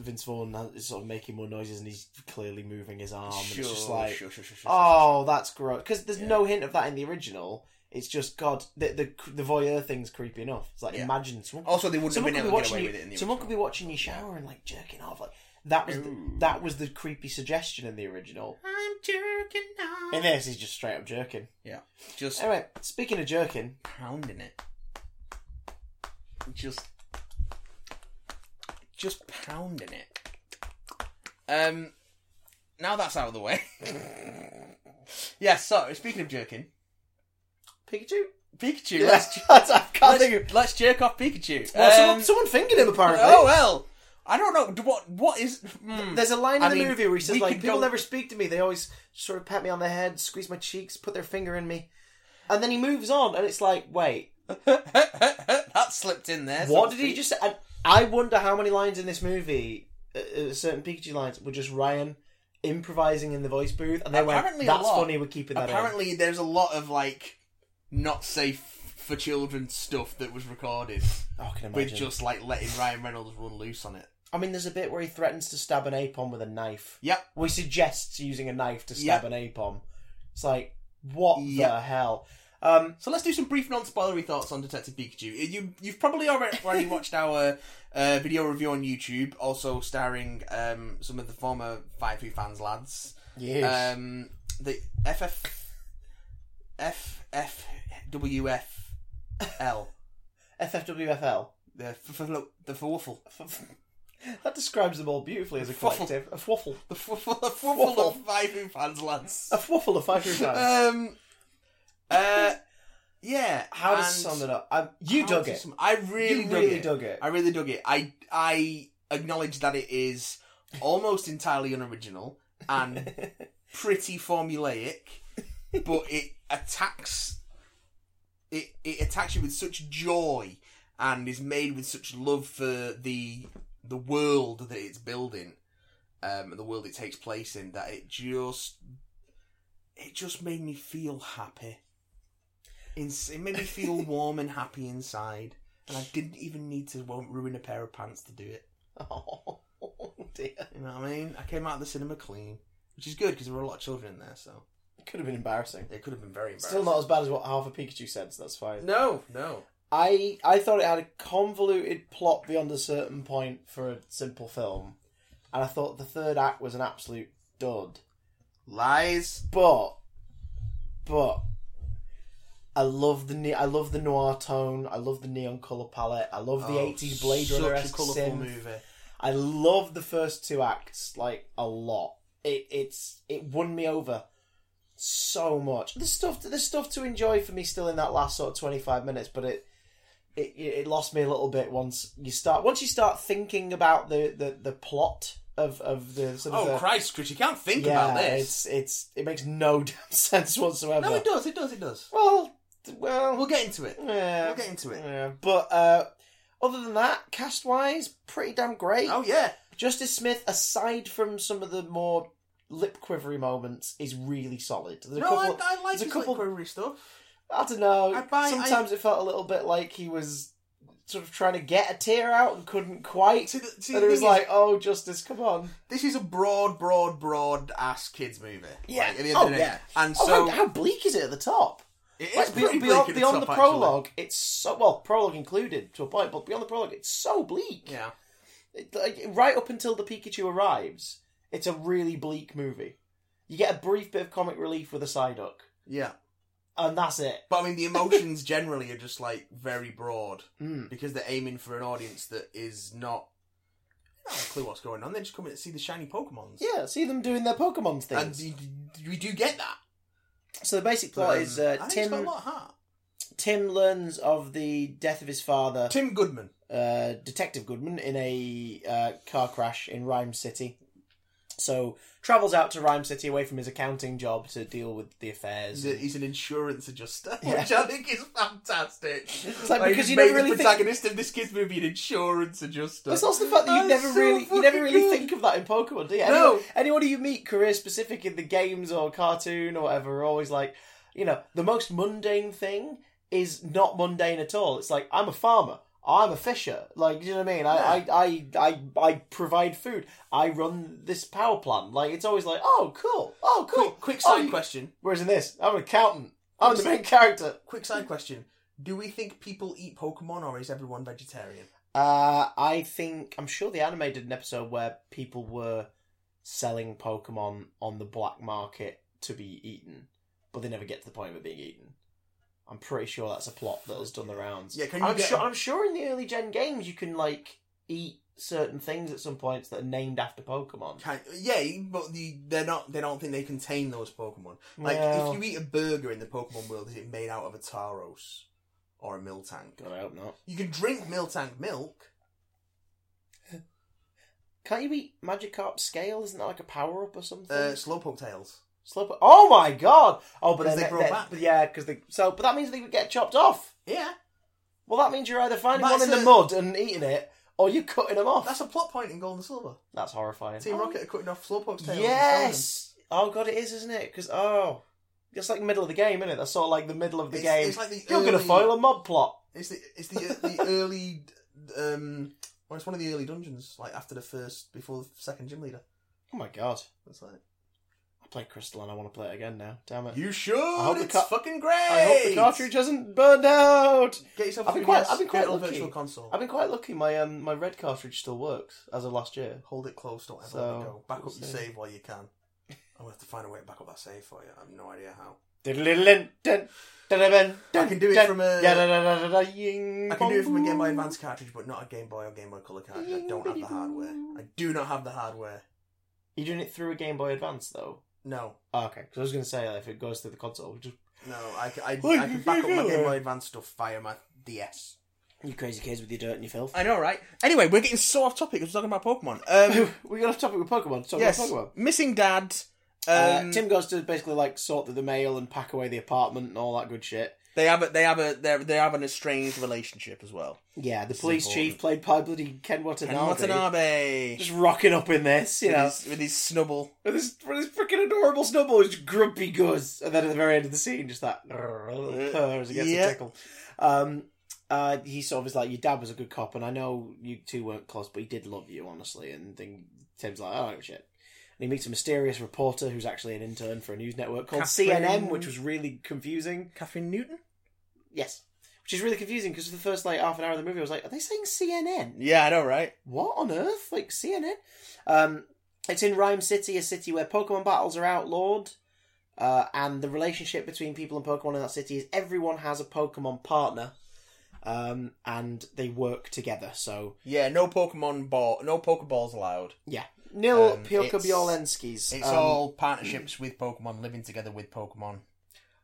Speaker 1: Vince Vaughn is sort of making more noises and he's clearly moving his arm. and
Speaker 3: Sure,
Speaker 1: it's just like
Speaker 3: sure, sure, sure, sure,
Speaker 1: Oh, that's gross. Because there's
Speaker 3: Yeah.
Speaker 1: no hint of that in the original. It's just God. The the, the voyeur thing's creepy enough. It's like
Speaker 3: Yeah. Oh,
Speaker 1: imagine someone.
Speaker 3: Also, they wouldn't
Speaker 1: someone
Speaker 3: have
Speaker 1: could be
Speaker 3: been able to get
Speaker 1: watching
Speaker 3: away
Speaker 1: you.
Speaker 3: with it in the
Speaker 1: someone
Speaker 3: original.
Speaker 1: could be watching you shower and like jerking off. Like that was the,
Speaker 3: Ooh.
Speaker 1: that was the creepy suggestion in the original.
Speaker 3: I'm jerking off.
Speaker 1: In this, he's just straight up jerking.
Speaker 3: Yeah, just
Speaker 1: Anyway, speaking of jerking,
Speaker 3: pounding it. Just, just pounding it. Um, now that's out of the way. yeah. So speaking of jerking,
Speaker 1: Pikachu.
Speaker 3: Pikachu.
Speaker 1: Yeah,
Speaker 3: Let's,
Speaker 1: I can't think of.
Speaker 3: let's, let's jerk off Pikachu.
Speaker 1: Well, someone,
Speaker 3: Um,
Speaker 1: someone fingered him apparently.
Speaker 3: Oh well. I don't know d- what what is. Mm.
Speaker 1: There's a line in
Speaker 3: I
Speaker 1: the
Speaker 3: mean,
Speaker 1: movie where he says,
Speaker 3: we
Speaker 1: like,
Speaker 3: could
Speaker 1: people
Speaker 3: go-
Speaker 1: never speak to me. They always sort of pat me on the head, squeeze my cheeks, put their finger in me. And then he moves on, and it's like, wait,
Speaker 3: that slipped in there. so
Speaker 1: what
Speaker 3: to
Speaker 1: did he
Speaker 3: speak.
Speaker 1: just say? And I wonder how many lines in this movie, uh, uh, certain Pikachu lines, were just Ryan improvising in the voice booth, and they
Speaker 3: Apparently a
Speaker 1: went, that's
Speaker 3: lot.
Speaker 1: funny, we're keeping that in.
Speaker 3: Apparently, there's a lot of like not safe for children stuff that was recorded
Speaker 1: Oh, I can
Speaker 3: with
Speaker 1: imagine.
Speaker 3: just like letting Ryan Reynolds run loose on it.
Speaker 1: I mean, there's a bit where he threatens to stab an ape on with a knife.
Speaker 3: Yep.
Speaker 1: We suggests using a knife to
Speaker 3: Yep.
Speaker 1: stab an ape on. It's like, what the
Speaker 3: Yep.
Speaker 1: hell? Um,
Speaker 3: So let's do some brief non-spoilery thoughts on Detective Pikachu. You you've probably already, already watched our uh, video review on YouTube, also starring um, some of the former Five Who fans lads.
Speaker 1: yes.
Speaker 3: Um, the FF FFWFL
Speaker 1: FFWFL.
Speaker 3: the f- f- the Fwuffle
Speaker 1: That describes them all beautifully as a
Speaker 3: Fwaffle.
Speaker 1: collective. A fwaffle.
Speaker 3: the Fwuffle the Fwuffle of Five Who fans lads.
Speaker 1: A fwaffle of five times.
Speaker 3: Um, uh, yeah.
Speaker 1: How to
Speaker 3: and-
Speaker 1: sum it up? I, you
Speaker 3: how
Speaker 1: dug
Speaker 3: to
Speaker 1: it.
Speaker 3: sum- I really
Speaker 1: you
Speaker 3: dug
Speaker 1: really
Speaker 3: it.
Speaker 1: dug it.
Speaker 3: I really dug it. I I acknowledge that it is almost entirely unoriginal and pretty formulaic, but it attacks it it attacks you with such joy and is made with such love for the the world that it's building, um, and the world it takes place in that it just it just made me feel happy. Ins- It made me feel warm and happy inside. And I didn't even need to won't ruin a pair of pants to do it.
Speaker 1: Oh, dear.
Speaker 3: You know what I mean? I came out of the cinema clean, which is good because there were a lot of children in there, so
Speaker 1: It could have been embarrassing.
Speaker 3: it could have been very embarrassing.
Speaker 1: Still not as bad as what half a Pikachu said, so that's fine.
Speaker 3: No, no.
Speaker 1: I I thought it had a convoluted plot beyond a certain point for a simple film, and I thought the third act was an absolute dud.
Speaker 3: Lies.
Speaker 1: But, but, I love the ne- I love the noir tone. I love the neon color palette. I love the
Speaker 3: Oh,
Speaker 1: eighties Blade Runner
Speaker 3: Such a colourful movie.
Speaker 1: I love the first two acts like a lot. It it's it won me over so much. There's stuff there's stuff to enjoy for me still in that last sort of 25 minutes, but it it it lost me a little bit once you start once you start thinking about the the, the plot of of the sort of
Speaker 3: Oh
Speaker 1: the,
Speaker 3: Christ, Chris! You can't think
Speaker 1: uh, yeah,
Speaker 3: about this.
Speaker 1: it's it's it makes no damn sense whatsoever.
Speaker 3: No, it does. It does. It does.
Speaker 1: Well, d- well,
Speaker 3: We'll get into it.
Speaker 1: yeah,
Speaker 3: We'll get into it.
Speaker 1: yeah. But uh, other than that, cast wise, pretty damn great.
Speaker 3: Oh yeah.
Speaker 1: Justice Smith, aside from some of the more lip quivery moments, is really solid. There's a
Speaker 3: no,
Speaker 1: couple.
Speaker 3: I, I like
Speaker 1: there's a
Speaker 3: his
Speaker 1: couple-
Speaker 3: couple... literary stuff.
Speaker 1: I, don't know.
Speaker 3: I buy-
Speaker 1: sometimes it felt a little bit like he was sort of trying to get a tear out and couldn't quite.
Speaker 3: See, the, see,
Speaker 1: and
Speaker 3: the
Speaker 1: it was
Speaker 3: thing is,
Speaker 1: like, oh, Justice, come on.
Speaker 3: this is a broad, broad, broad ass kids movie.
Speaker 1: Yeah.
Speaker 3: Like, at the end of
Speaker 1: Oh,
Speaker 3: the day.
Speaker 1: yeah.
Speaker 3: And
Speaker 1: Oh,
Speaker 3: so
Speaker 1: how, how bleak is it at the top?
Speaker 3: it is
Speaker 1: Like,
Speaker 3: pretty
Speaker 1: be-
Speaker 3: bleak at
Speaker 1: beyond
Speaker 3: the
Speaker 1: beyond
Speaker 3: top,
Speaker 1: the
Speaker 3: actually.
Speaker 1: prologue, it's so well prologue included to a point, but beyond the prologue, it's so bleak.
Speaker 3: Yeah.
Speaker 1: It- like, right up until the Pikachu arrives, it's a really bleak movie. You get a brief bit of comic relief with a Psyduck,
Speaker 3: Yeah.
Speaker 1: and that's it.
Speaker 3: But I mean, the emotions generally are just like very broad
Speaker 1: Mm.
Speaker 3: because they're aiming for an audience that is not, not a clue what's going on. They're just coming to see the shiny Pokemons.
Speaker 1: Yeah, see them doing their Pokemon
Speaker 3: And
Speaker 1: things.
Speaker 3: you, we do get that.
Speaker 1: So the basic plot
Speaker 3: Um,
Speaker 1: is uh,
Speaker 3: I think it's got a
Speaker 1: Tim.
Speaker 3: lot of heart.
Speaker 1: Tim learns of the death of his father,
Speaker 3: Tim Goodman.
Speaker 1: uh, Detective Goodman, in a uh, car crash in Rhyme City. So travels out to Rhyme City away from his accounting job to deal with the affairs.
Speaker 3: He's, a, he's an insurance adjuster,
Speaker 1: Yeah.
Speaker 3: which I think is fantastic.
Speaker 1: It's like, because
Speaker 3: he's
Speaker 1: you don't
Speaker 3: made
Speaker 1: really
Speaker 3: the
Speaker 1: think-
Speaker 3: protagonist of this kid's movie an insurance adjuster.
Speaker 1: That's also the fact that you
Speaker 3: Oh,
Speaker 1: never
Speaker 3: it's so
Speaker 1: really, you never
Speaker 3: fucking
Speaker 1: really
Speaker 3: good.
Speaker 1: think of that in Pokemon, do you?
Speaker 3: No.
Speaker 1: Anyone, anyone who you meet career specific in the games or cartoon or whatever are always like, you know, the most mundane thing is not mundane at all. It's like I'm a farmer, I'm a fisher. Like, you know what I mean? I, I, I, I, I provide food. I run this power plant. Like, it's always like, oh, cool, oh, cool.
Speaker 3: Quick, quick
Speaker 1: Oh,
Speaker 3: side
Speaker 1: you-
Speaker 3: question.
Speaker 1: Whereas in this, I'm an accountant. I'm the main character.
Speaker 3: Quick side question. Do we think people eat Pokemon, or is everyone vegetarian?
Speaker 1: Uh, I think I'm sure the anime did an episode where people were selling Pokemon on the black market to be eaten, but they never get to the point of it being eaten. I'm pretty sure that's a plot that has done the rounds.
Speaker 3: Yeah, can you
Speaker 1: I'm
Speaker 3: get
Speaker 1: sure.
Speaker 3: a-
Speaker 1: I'm sure in the early gen games you can like eat certain things at some points that are named after Pokemon.
Speaker 3: Kind yeah, but the, they're not. They don't think they contain those Pokemon. Like
Speaker 1: Well-
Speaker 3: if you eat a burger in the Pokemon world, is it made out of a Taros or a Miltank?
Speaker 1: God, I hope not.
Speaker 3: You can drink Miltank milk,
Speaker 1: Can't you eat Magikarp scale? Isn't that like a power up or something?
Speaker 4: Uh, Slowpoke tails.
Speaker 1: Slowpoke. Oh my god! Oh, but
Speaker 4: 'Cause
Speaker 1: then
Speaker 4: they
Speaker 1: they
Speaker 4: grow back.
Speaker 1: But yeah, because they. So, but that means they would get chopped off.
Speaker 4: Yeah,
Speaker 1: Well, that means you're either finding
Speaker 4: That's
Speaker 1: one in
Speaker 4: a-
Speaker 1: the mud and eating it, or you're cutting them off.
Speaker 4: that's a plot point in Gold and Silver.
Speaker 1: That's horrifying.
Speaker 4: Team Rocket are cutting off Slowpoke's tails. and
Speaker 1: Oh. Yes. Oh god, it is, isn't it? Because oh, it's like the middle of the game, isn't it? That's sort of like the middle of the
Speaker 4: It's-
Speaker 1: game.
Speaker 4: it's like the
Speaker 1: You're gonna
Speaker 4: early-
Speaker 1: foil a mob plot.
Speaker 4: selling them. It's the it's the the early um. Well, it's one of the early dungeons, like after the first, before the second gym leader.
Speaker 1: Oh my god,
Speaker 4: That's like
Speaker 1: I played Crystal and I want to play it again now. Damn it.
Speaker 4: you should.
Speaker 1: hope the
Speaker 4: it's
Speaker 1: ca-
Speaker 4: fucking great.
Speaker 1: I hope the cartridge hasn't burned out.
Speaker 4: Get yourself.
Speaker 1: I've
Speaker 4: a
Speaker 1: been quite-
Speaker 4: 3DS,
Speaker 1: I've been quite
Speaker 4: get a
Speaker 1: lucky.
Speaker 4: Virtual console.
Speaker 1: I've been quite lucky. My um my red cartridge still works as of last year.
Speaker 4: Hold it close. Don't ever
Speaker 1: So,
Speaker 4: let it go. Back up
Speaker 1: we'll
Speaker 4: your
Speaker 1: see.
Speaker 4: save while you can. I'm gonna have to find a way to back up that save for you. I have no idea how.
Speaker 1: I
Speaker 4: I can do it from a- I
Speaker 1: I
Speaker 4: can do it from a Game Boy Advance cartridge, but not a Game Boy or Game Boy Color cartridge. I don't have the hardware. I do not have the hardware.
Speaker 1: You're doing it through a Game Boy Advance though.
Speaker 4: No,
Speaker 1: Oh, okay, because I was going to say like, if it goes through the console, just
Speaker 4: no. I, c- I, I
Speaker 1: Well,
Speaker 4: can
Speaker 1: you
Speaker 4: back up my
Speaker 1: can
Speaker 4: Game
Speaker 1: do
Speaker 4: Boy
Speaker 1: it.
Speaker 4: Advance stuff via my DS.
Speaker 1: you crazy kids with your dirt and your filth.
Speaker 3: I know, right? Anyway, we're getting so off topic because we're talking about Pokemon. Um,
Speaker 1: we got off topic with Pokemon. Talking
Speaker 3: yes,
Speaker 1: about Pokemon.
Speaker 3: missing dad.
Speaker 1: Uh,
Speaker 3: Um,
Speaker 1: Tim goes to basically like sort through the mail and pack away the apartment and all that good shit.
Speaker 3: They have a they have a they're- they have an estranged relationship as well.
Speaker 1: Yeah, the police
Speaker 3: important.
Speaker 1: chief played by bloody Ken Watanabe,
Speaker 3: And Watanabe,
Speaker 1: just rocking up in this, you
Speaker 3: with
Speaker 1: know,
Speaker 3: his, with his snubble.
Speaker 1: with this, with this freaking adorable snowball, just grumpy goes, and then at the very end of the scene, just that as it gets
Speaker 3: Yeah.
Speaker 1: a tickle. Um, uh, he sort of is like, "Your dad was a good cop, and I know you two weren't close, but he did love you, honestly." And then Tim's like, "I don't give a shit." And he meets a mysterious reporter who's actually an intern for a news network called
Speaker 3: Catherine-
Speaker 1: CNN, which was really confusing.
Speaker 3: Catherine Newton.
Speaker 1: Yes. Which is really confusing because for the first like half an hour of the movie, I was like, are they saying CNN?
Speaker 3: Yeah, I know, right?
Speaker 1: What on earth? Like CNN? Um, it's in Rhyme City, a city where Pokemon battles are outlawed, uh, and the relationship between people and Pokemon in that city is everyone has a Pokemon partner, um, and they work together. So
Speaker 3: Yeah, no Pokemon ball, no Pokeballs allowed.
Speaker 1: yeah, Nil
Speaker 3: Um,
Speaker 1: um,
Speaker 3: it's-
Speaker 1: Bjolenskis.
Speaker 3: It's
Speaker 1: um,
Speaker 3: all partnerships with Pokemon, living together with Pokemon.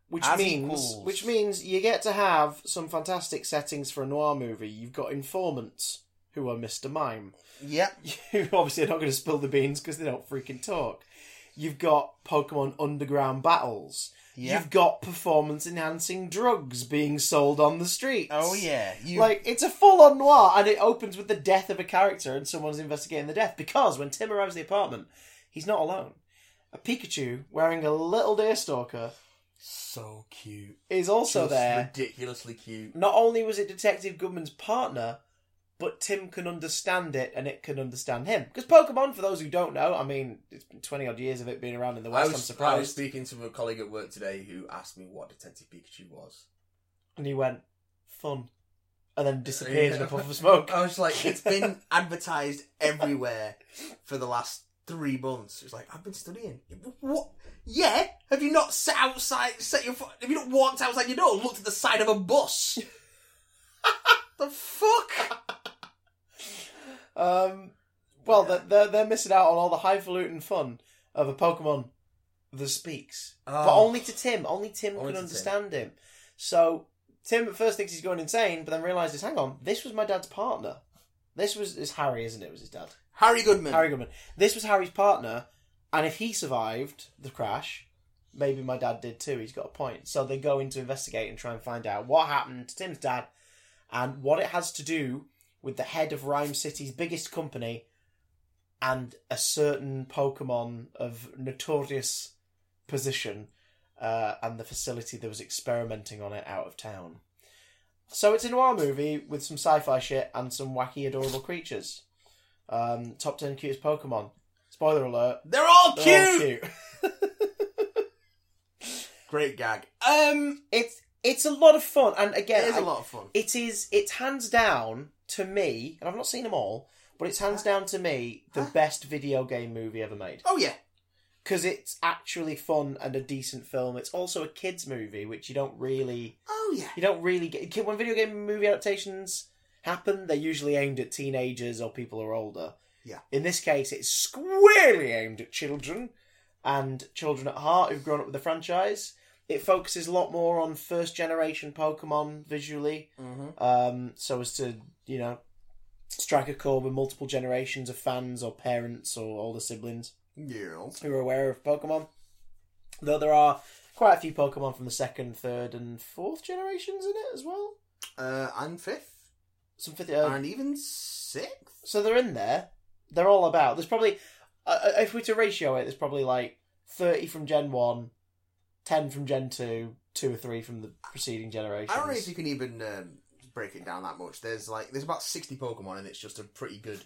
Speaker 1: which
Speaker 3: As
Speaker 1: means
Speaker 3: equals.
Speaker 1: which means you get to have some fantastic settings for a noir movie. You've got informants who are Mr. Mime.
Speaker 3: Yep.
Speaker 1: you obviously are not going to spill the beans because they don't freaking talk. You've got Pokemon Underground battles.
Speaker 3: Yeah.
Speaker 1: You've got performance enhancing drugs being sold on the streets.
Speaker 3: Oh yeah. You
Speaker 1: Like, it's a full on noir, and it opens with the death of a character and someone's investigating the death because when Tim arrives at the apartment, he's not alone. A Pikachu wearing a little deerstalker
Speaker 4: So cute.
Speaker 1: is also
Speaker 4: Just
Speaker 1: there.
Speaker 4: ridiculously cute.
Speaker 1: Not only was it Detective Goodman's partner, but Tim can understand it and it can understand him. Because Pokemon, for those who don't know, I mean, it's been 20 odd years of it being around in
Speaker 4: I
Speaker 1: the West, I'm
Speaker 4: was, I was
Speaker 1: surprised.
Speaker 4: speaking to a colleague at work today who asked me what Detective Pikachu was.
Speaker 1: And he went, fun. And then disappeared in a
Speaker 4: Yeah.
Speaker 1: puff of smoke.
Speaker 4: I was like, it's been advertised everywhere for the last three months. It was like, I've been studying. What? Yeah? Have you not sat outside, set your foot, have you not walked outside your door and looked at the side of a bus? the fuck?
Speaker 1: Um, well, they're, they're, they're missing out on all the highfalutin fun of a Pokemon that speaks. But
Speaker 4: Oh.
Speaker 1: only to Tim. Only Tim
Speaker 4: Only to
Speaker 1: can
Speaker 4: Tim.
Speaker 1: understand him. So Tim at first thinks he's going insane, but then realizes, hang on, this was my dad's partner. This was it's Harry, isn't it? It was his dad.
Speaker 4: Harry Goodman.
Speaker 1: Harry Goodman. This was Harry's partner, and if he survived the crash, maybe my dad did too. He's got a point. So they go in to investigate and try and find out what happened to Tim's dad and what it has to do with the head of Rhyme City's biggest company and a certain Pokemon of notorious position uh, and the facility that was experimenting on it out of town. So it's a noir movie with some sci-fi shit and some wacky, adorable creatures. Um, top ten cutest Pokemon. Spoiler alert.
Speaker 4: They're all cute!
Speaker 1: they're all cute.
Speaker 4: Great gag.
Speaker 3: um
Speaker 1: It's it's a lot of fun, and again,
Speaker 4: it is
Speaker 1: I-
Speaker 4: a lot of fun.
Speaker 1: it is it's hands down to me, and I've not seen them all, but it's hands down to me the
Speaker 4: Huh?
Speaker 1: best video game movie ever made.
Speaker 4: Oh, yeah.
Speaker 1: because it's actually fun and a decent film. It's also a kids movie, which you don't really
Speaker 4: Oh, yeah.
Speaker 1: you don't really get kid- when video game movie adaptations happen. They're usually aimed at teenagers or people who are older.
Speaker 4: Yeah.
Speaker 1: In this case, it's squarely aimed at children and children at heart who've grown up with the franchise. It focuses a lot more on first generation Pokemon visually,
Speaker 4: Mm-hmm.
Speaker 1: um, so as to you know strike a chord with multiple generations of fans or parents or older siblings
Speaker 4: Yeah.
Speaker 1: who are aware of Pokemon. Though there are quite a few Pokemon from the second, third, and fourth generations in it as well.
Speaker 4: Uh, and fifth,
Speaker 1: Some fifth. Uh,
Speaker 4: and even sixth.
Speaker 1: so they're in there. They're all about. There's probably, uh, uh, if we were to ratio it, there's probably like 30 from Gen 1, 10 from Gen 2, 2 or 3 from the preceding generation.
Speaker 4: I don't know if you can even um, break it down that much. There's like there's about sixty Pokemon, and it's just a pretty good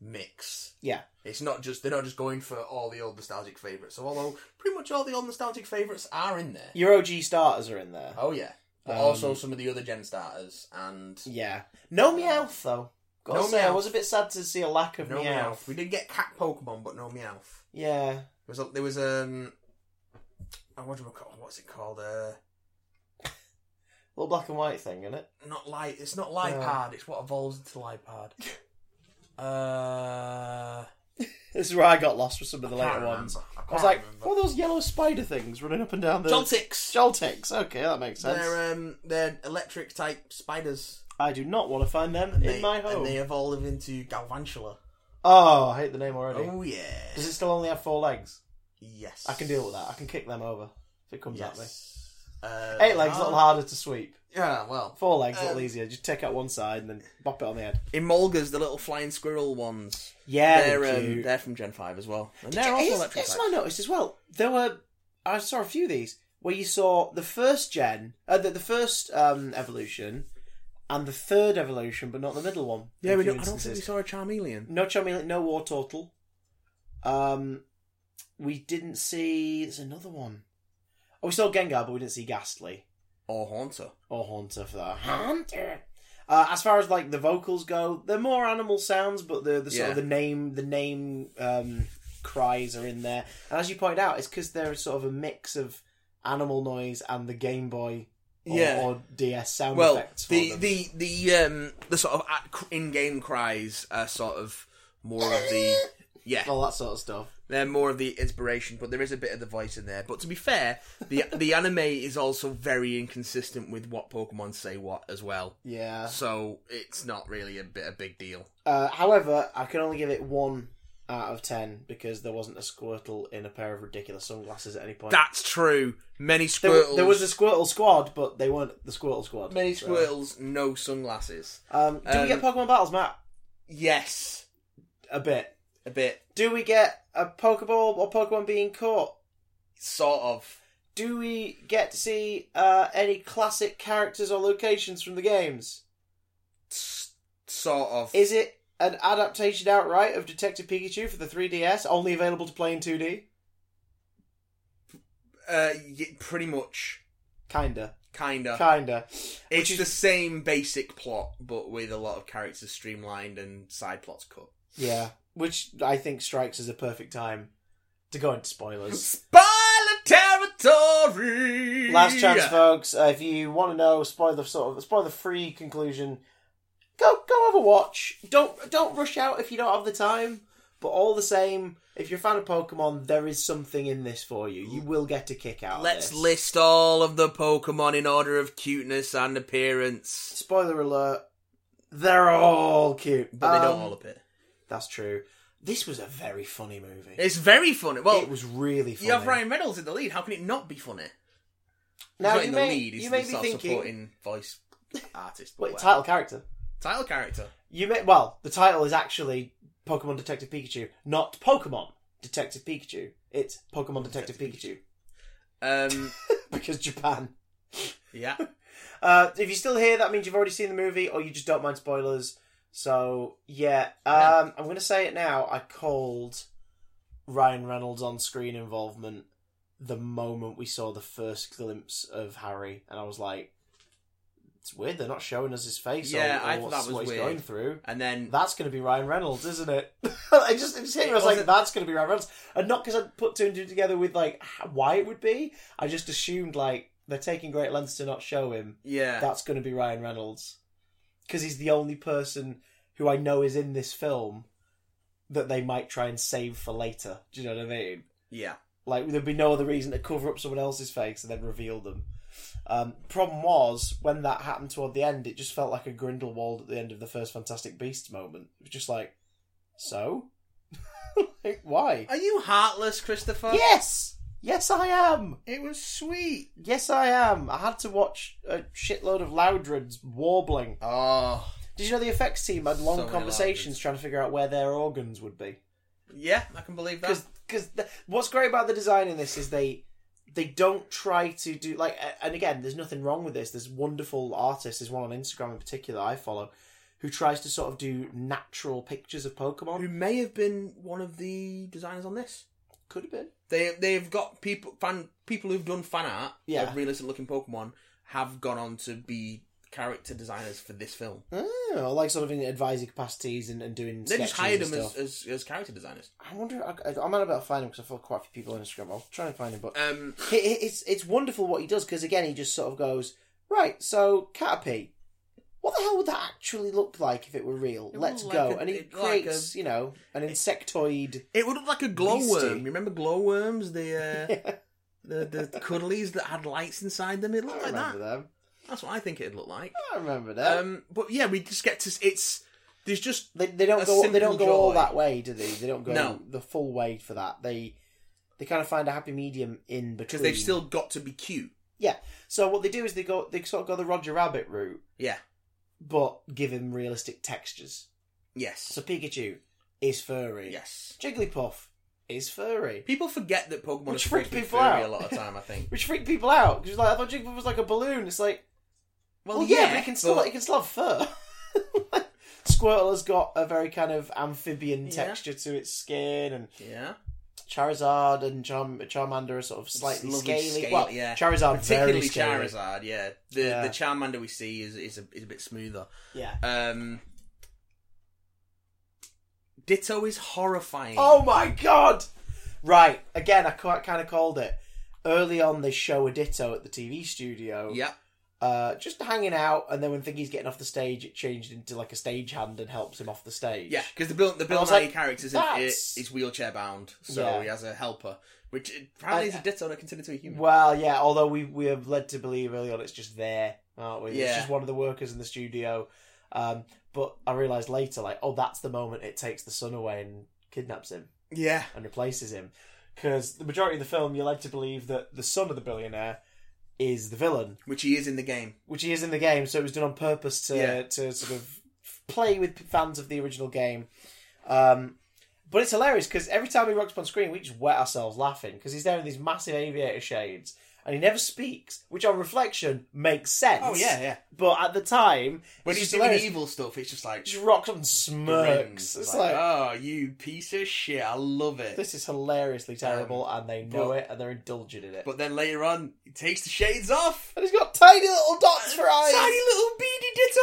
Speaker 4: mix.
Speaker 1: Yeah.
Speaker 4: It's not just they're not just going for all the old nostalgic favourites. So although pretty much all the old nostalgic favourites are in there.
Speaker 1: Your OG starters are in there.
Speaker 4: Oh yeah. But
Speaker 1: Um,
Speaker 4: also some of the other gen starters and
Speaker 1: Yeah. No Meowth, though. Gotta
Speaker 4: No
Speaker 1: say, I
Speaker 4: Meowth.
Speaker 1: was a bit sad to see a lack of
Speaker 4: no
Speaker 1: Meowth.
Speaker 4: Meowth. We did get cat Pokemon, but no Meowth.
Speaker 1: Yeah.
Speaker 4: There was a, there was um. I wonder what ca- what's it called? Uh,
Speaker 1: Little black and white thing, innit?
Speaker 4: not light. It's not
Speaker 1: Uh.
Speaker 4: Lipard. It's what evolves into Lipard. uh,
Speaker 1: This is where I got lost with some of the
Speaker 4: I can't
Speaker 1: later
Speaker 4: remember.
Speaker 1: ones.
Speaker 4: I,
Speaker 1: I was
Speaker 4: can't
Speaker 1: like,
Speaker 4: remember.
Speaker 1: what are those yellow spider things running up and down the
Speaker 4: Joltix.
Speaker 1: Joltix? Okay, that makes sense.
Speaker 4: They're um, they're electric type spiders.
Speaker 1: I do not want to find them in
Speaker 4: And they-
Speaker 1: my home.
Speaker 4: and they evolve into Galvantula.
Speaker 1: Oh, I hate the name already.
Speaker 4: Oh yeah.
Speaker 1: Does it still only have four legs?
Speaker 4: Yes.
Speaker 1: I can deal with that. I can kick them over if it comes at me.
Speaker 4: Yes. Uh,
Speaker 1: Eight legs, a little
Speaker 4: hard.
Speaker 1: harder to sweep.
Speaker 4: Yeah. Well,
Speaker 1: Four legs, a little
Speaker 4: Um,
Speaker 1: easier. Just take out one side and then bop it on the head.
Speaker 3: Emolgas, the little flying squirrel ones.
Speaker 1: Yeah,
Speaker 3: they're
Speaker 1: they're
Speaker 3: um,
Speaker 1: cute.
Speaker 3: they're from Gen Five as well, and
Speaker 1: Did
Speaker 3: they're
Speaker 1: you-
Speaker 3: also
Speaker 1: here's-
Speaker 3: electric.
Speaker 1: here's
Speaker 3: type.
Speaker 1: what I noticed as well. There were I saw a few of these where you saw the first gen, uh, the, the first um, evolution, and the third evolution, but not the middle one. in
Speaker 3: Yeah,
Speaker 1: a
Speaker 3: we
Speaker 1: few
Speaker 3: don't, I don't think we
Speaker 1: instances.
Speaker 3: saw a Charmeleon.
Speaker 1: No Charmeleon, no War Turtle. Um, we didn't see. There's another one. Oh, we saw Gengar, but we didn't see Ghastly
Speaker 3: Or Haunter.
Speaker 1: or Haunter for that. Haunter. Uh, as far as like the vocals go, they're more animal sounds, but the the sort of
Speaker 3: Yeah.
Speaker 1: the name the name um, cries are in there. And as you point out, it's because they're sort of a mix of animal noise and the Game Boy or,
Speaker 3: Yeah.
Speaker 1: or DS sound
Speaker 3: Well,
Speaker 1: effects. for
Speaker 3: the
Speaker 1: them.
Speaker 3: the the um the sort of at- in-game cries are sort of more of the yeah
Speaker 1: all that sort of stuff.
Speaker 3: They're more of the inspiration, but there is a bit of the voice in there. But to be fair, the the anime is also very inconsistent with what Pokemon say what as well.
Speaker 1: Yeah.
Speaker 3: So it's not really a bit a big deal.
Speaker 1: Uh, however, I can only give it one out of ten because there wasn't a Squirtle in a pair of ridiculous sunglasses at any point.
Speaker 3: That's true. Many
Speaker 1: there,
Speaker 3: Squirtles.
Speaker 1: there was a Squirtle squad, but they weren't the Squirtle squad.
Speaker 3: many
Speaker 1: so-
Speaker 3: Squirtles, no sunglasses.
Speaker 1: Um, do we
Speaker 3: Um,
Speaker 1: get Pokemon battles, Matt?
Speaker 3: Yes,
Speaker 1: A bit.
Speaker 3: a bit,
Speaker 1: Do we get a Pokeball or Pokemon being caught?
Speaker 3: sort of.
Speaker 1: Do we get to see uh, any classic characters or locations from the games?
Speaker 3: S- Sort of.
Speaker 1: Is it an adaptation outright of Detective Pikachu for the 3DS, only available to play in 2D?
Speaker 3: uh, y- pretty much,
Speaker 1: Kinda.
Speaker 3: kinda.
Speaker 1: Kinda.
Speaker 3: it's
Speaker 1: which is-
Speaker 3: the same basic plot, but with a lot of characters streamlined and side plots cut.
Speaker 1: Yeah. Which I think strikes as a perfect time to go into spoilers.
Speaker 3: Spoiler territory.
Speaker 1: Last chance, folks. Uh, if you want to know, spoil the sort of spoil the free conclusion. Go go have a watch. Don't don't rush out if you don't have the time. But all the same, if you're a fan of Pokemon, there is something in this for you. You will get a kick out. of
Speaker 3: Let's
Speaker 1: this.
Speaker 3: list all of the Pokemon in order of cuteness and appearance.
Speaker 1: Spoiler alert. They're all cute,
Speaker 3: But they don't
Speaker 1: Um,
Speaker 3: all appear.
Speaker 1: That's true. This was a very funny movie.
Speaker 3: It's very funny. Well,
Speaker 1: it was really funny.
Speaker 3: you have Ryan Reynolds in the lead. How can it not be funny? He's
Speaker 1: Now
Speaker 3: not
Speaker 1: you
Speaker 3: in
Speaker 1: may
Speaker 3: the lead. He's
Speaker 1: you may
Speaker 3: the
Speaker 1: be
Speaker 3: sort of
Speaker 1: thinking,
Speaker 3: supporting voice artist. but
Speaker 1: wait,
Speaker 3: whatever.
Speaker 1: title character.
Speaker 3: title character.
Speaker 1: You may well. The title is actually Pokemon Detective Pikachu, not Pokemon Detective Pikachu. It's Pokemon Detective Pikachu
Speaker 3: Um,
Speaker 1: because Japan.
Speaker 3: yeah.
Speaker 1: Uh, if you're still here, that means you've already seen the movie, or you just don't mind spoilers. So yeah, um, I'm going to say it now. I called Ryan Reynolds on screen involvement the moment we saw the first glimpse of Harry, and I was like, "It's weird. They're not showing us his face. or-
Speaker 3: Yeah,
Speaker 1: or,
Speaker 3: I thought
Speaker 1: what's-
Speaker 3: that was
Speaker 1: what he's
Speaker 3: weird.
Speaker 1: going through."
Speaker 3: And then
Speaker 1: that's going to be Ryan Reynolds, isn't it? I just it just hit me. I was like,
Speaker 3: Wasn't-
Speaker 1: that's going to be Ryan Reynolds, and not because I put two and two together with like h- why it would be. I just assumed like they're taking great lengths to not show him.
Speaker 3: yeah,
Speaker 1: That's going to be Ryan Reynolds because he's the only person who I know is in this film that they might try and save for later. Do you know what I mean?
Speaker 3: yeah.
Speaker 1: Like there'd be no other reason to cover up someone else's face and then reveal them. Um, problem was when that happened toward the end, it just felt like a Grindelwald at the end of the first Fantastic Beasts moment. It was just like, so, like, why?
Speaker 3: Are you heartless, Christopher?
Speaker 1: Yes, yes, I am.
Speaker 3: It was sweet.
Speaker 1: Yes, I am. I had to watch a shitload of Loudrons warbling.
Speaker 3: Oh.
Speaker 1: Did you know the effects team had long
Speaker 3: So many
Speaker 1: conversations
Speaker 3: Loudrons.
Speaker 1: trying to figure out where their organs would be?
Speaker 3: Yeah, I can believe that.
Speaker 1: Because th- what's great about the design in this is they they don't try to do like a- and again there's nothing wrong with this. There's wonderful artists. There's one on Instagram in particular I follow who tries to sort of do natural pictures of Pokemon.
Speaker 3: Who may have been one of the designers on this.
Speaker 1: Could have been.
Speaker 3: They they've got people fan people who've done fan art
Speaker 1: Yeah.
Speaker 3: of realistic looking Pokemon have gone on to be character designers for this film.
Speaker 1: Oh, like sort of in advising capacities and, and doing.
Speaker 3: Ah. They just
Speaker 1: sketches
Speaker 3: hired
Speaker 1: and
Speaker 3: them as,
Speaker 1: stuff.
Speaker 3: as, as character designers.
Speaker 1: I wonder. I, I, I'm not about to find him because I follow quite a few people on Instagram. I'll try and find him, but
Speaker 3: Um,
Speaker 1: He- he- it's it's wonderful what he does because again he just sort of goes right. So Caterpie, what the hell would that actually look like if it were real?
Speaker 3: It
Speaker 1: Let's
Speaker 3: would
Speaker 1: go,
Speaker 3: like a-
Speaker 1: and he
Speaker 3: it like
Speaker 1: creates you know an insectoid.
Speaker 3: it would look like a glowworm.
Speaker 1: Beastie.
Speaker 3: You remember glowworms? The uh, the the cuddlies that had lights inside them. It
Speaker 1: I
Speaker 3: looked like that.
Speaker 1: remember them.
Speaker 3: That's what I think it'd look like.
Speaker 1: I remember them.
Speaker 3: Um, but yeah, we just get to s- it's there's just
Speaker 1: they they don't
Speaker 3: a
Speaker 1: go they don't
Speaker 3: simple
Speaker 1: go all
Speaker 3: joy.
Speaker 1: that way, do they? They don't go
Speaker 3: No.
Speaker 1: the full way for that. They they kind of find a happy medium in between.
Speaker 3: because they've still got to be cute.
Speaker 1: yeah. So what they do is they go they sort of go the Roger Rabbit route,
Speaker 3: Yeah.
Speaker 1: but give him realistic textures.
Speaker 3: Yes.
Speaker 1: So Pikachu is furry.
Speaker 3: Yes.
Speaker 1: Jigglypuff is furry.
Speaker 3: People forget that Pokemon
Speaker 1: Which
Speaker 3: are supposed
Speaker 1: freak
Speaker 3: to be
Speaker 1: people
Speaker 3: furry
Speaker 1: out.
Speaker 3: a lot of time. I think.
Speaker 1: which freaked people out because like I thought Jigglypuff was like a balloon. It's like, well, yeah, but it can still
Speaker 3: but-
Speaker 1: it can still have fur. Squirtle has got a very kind of amphibian
Speaker 3: Yeah.
Speaker 1: texture to its skin, and
Speaker 3: yeah.
Speaker 1: Charizard and Charm- Charmander are sort of slightly
Speaker 3: lovely
Speaker 1: scaly.
Speaker 3: scale,
Speaker 1: well,
Speaker 3: yeah.
Speaker 1: Charizard
Speaker 3: Particularly
Speaker 1: very scaly.
Speaker 3: Charizard, yeah. The
Speaker 1: Yeah.
Speaker 3: the Charmander we see is is a, is a bit smoother.
Speaker 1: Yeah.
Speaker 3: Um, Ditto is horrifying.
Speaker 1: Oh my god! Right again, I quite kind of called it early on. They show a Ditto at the TV studio.
Speaker 3: Yep.
Speaker 1: uh, just hanging out, and then when Thingy's getting off the stage, it changed into like a stagehand and helps him off the stage.
Speaker 3: Yeah, because the Bill the
Speaker 1: I
Speaker 3: Bill
Speaker 1: was
Speaker 3: Nye
Speaker 1: like,
Speaker 3: character is,
Speaker 1: that's-
Speaker 3: is wheelchair bound, so
Speaker 1: Yeah.
Speaker 3: he has a helper, which uh, apparently is a Ditto not considered to be human.
Speaker 1: Well, yeah. Although we we have led to believe early on it's just there, aren't we? It's
Speaker 3: Yeah.
Speaker 1: just one of the workers in the studio. Um, but I realised later, like, oh, that's the moment it takes the son away and kidnaps him
Speaker 3: yeah.
Speaker 1: and replaces him, because the majority of the film you're led to believe that the son of the billionaire is the villain,
Speaker 3: Which he is in the game.
Speaker 1: which he is in the game. So it was done on purpose to
Speaker 3: Yeah.
Speaker 1: to sort of play with fans of the original game. Um, but it's hilarious because every time he rocks up on screen, we just wet ourselves laughing because he's there in these massive aviator shades and he never speaks, which on reflection makes sense.
Speaker 3: Oh, yeah.
Speaker 1: But at the time,
Speaker 3: When
Speaker 1: it's just
Speaker 3: he's doing
Speaker 1: hilarious.
Speaker 3: evil stuff, it's just like
Speaker 1: He just rocks up and
Speaker 3: grins.
Speaker 1: smirks. It's like,
Speaker 3: like, oh, you piece of shit. I love it.
Speaker 1: this is hilariously terrible, and they know
Speaker 3: Um, but-
Speaker 1: it, and they're indulging in it.
Speaker 3: But then later on, he takes the shades off.
Speaker 1: and he's got tiny little dots for eyes,
Speaker 3: Tiny little beady ditto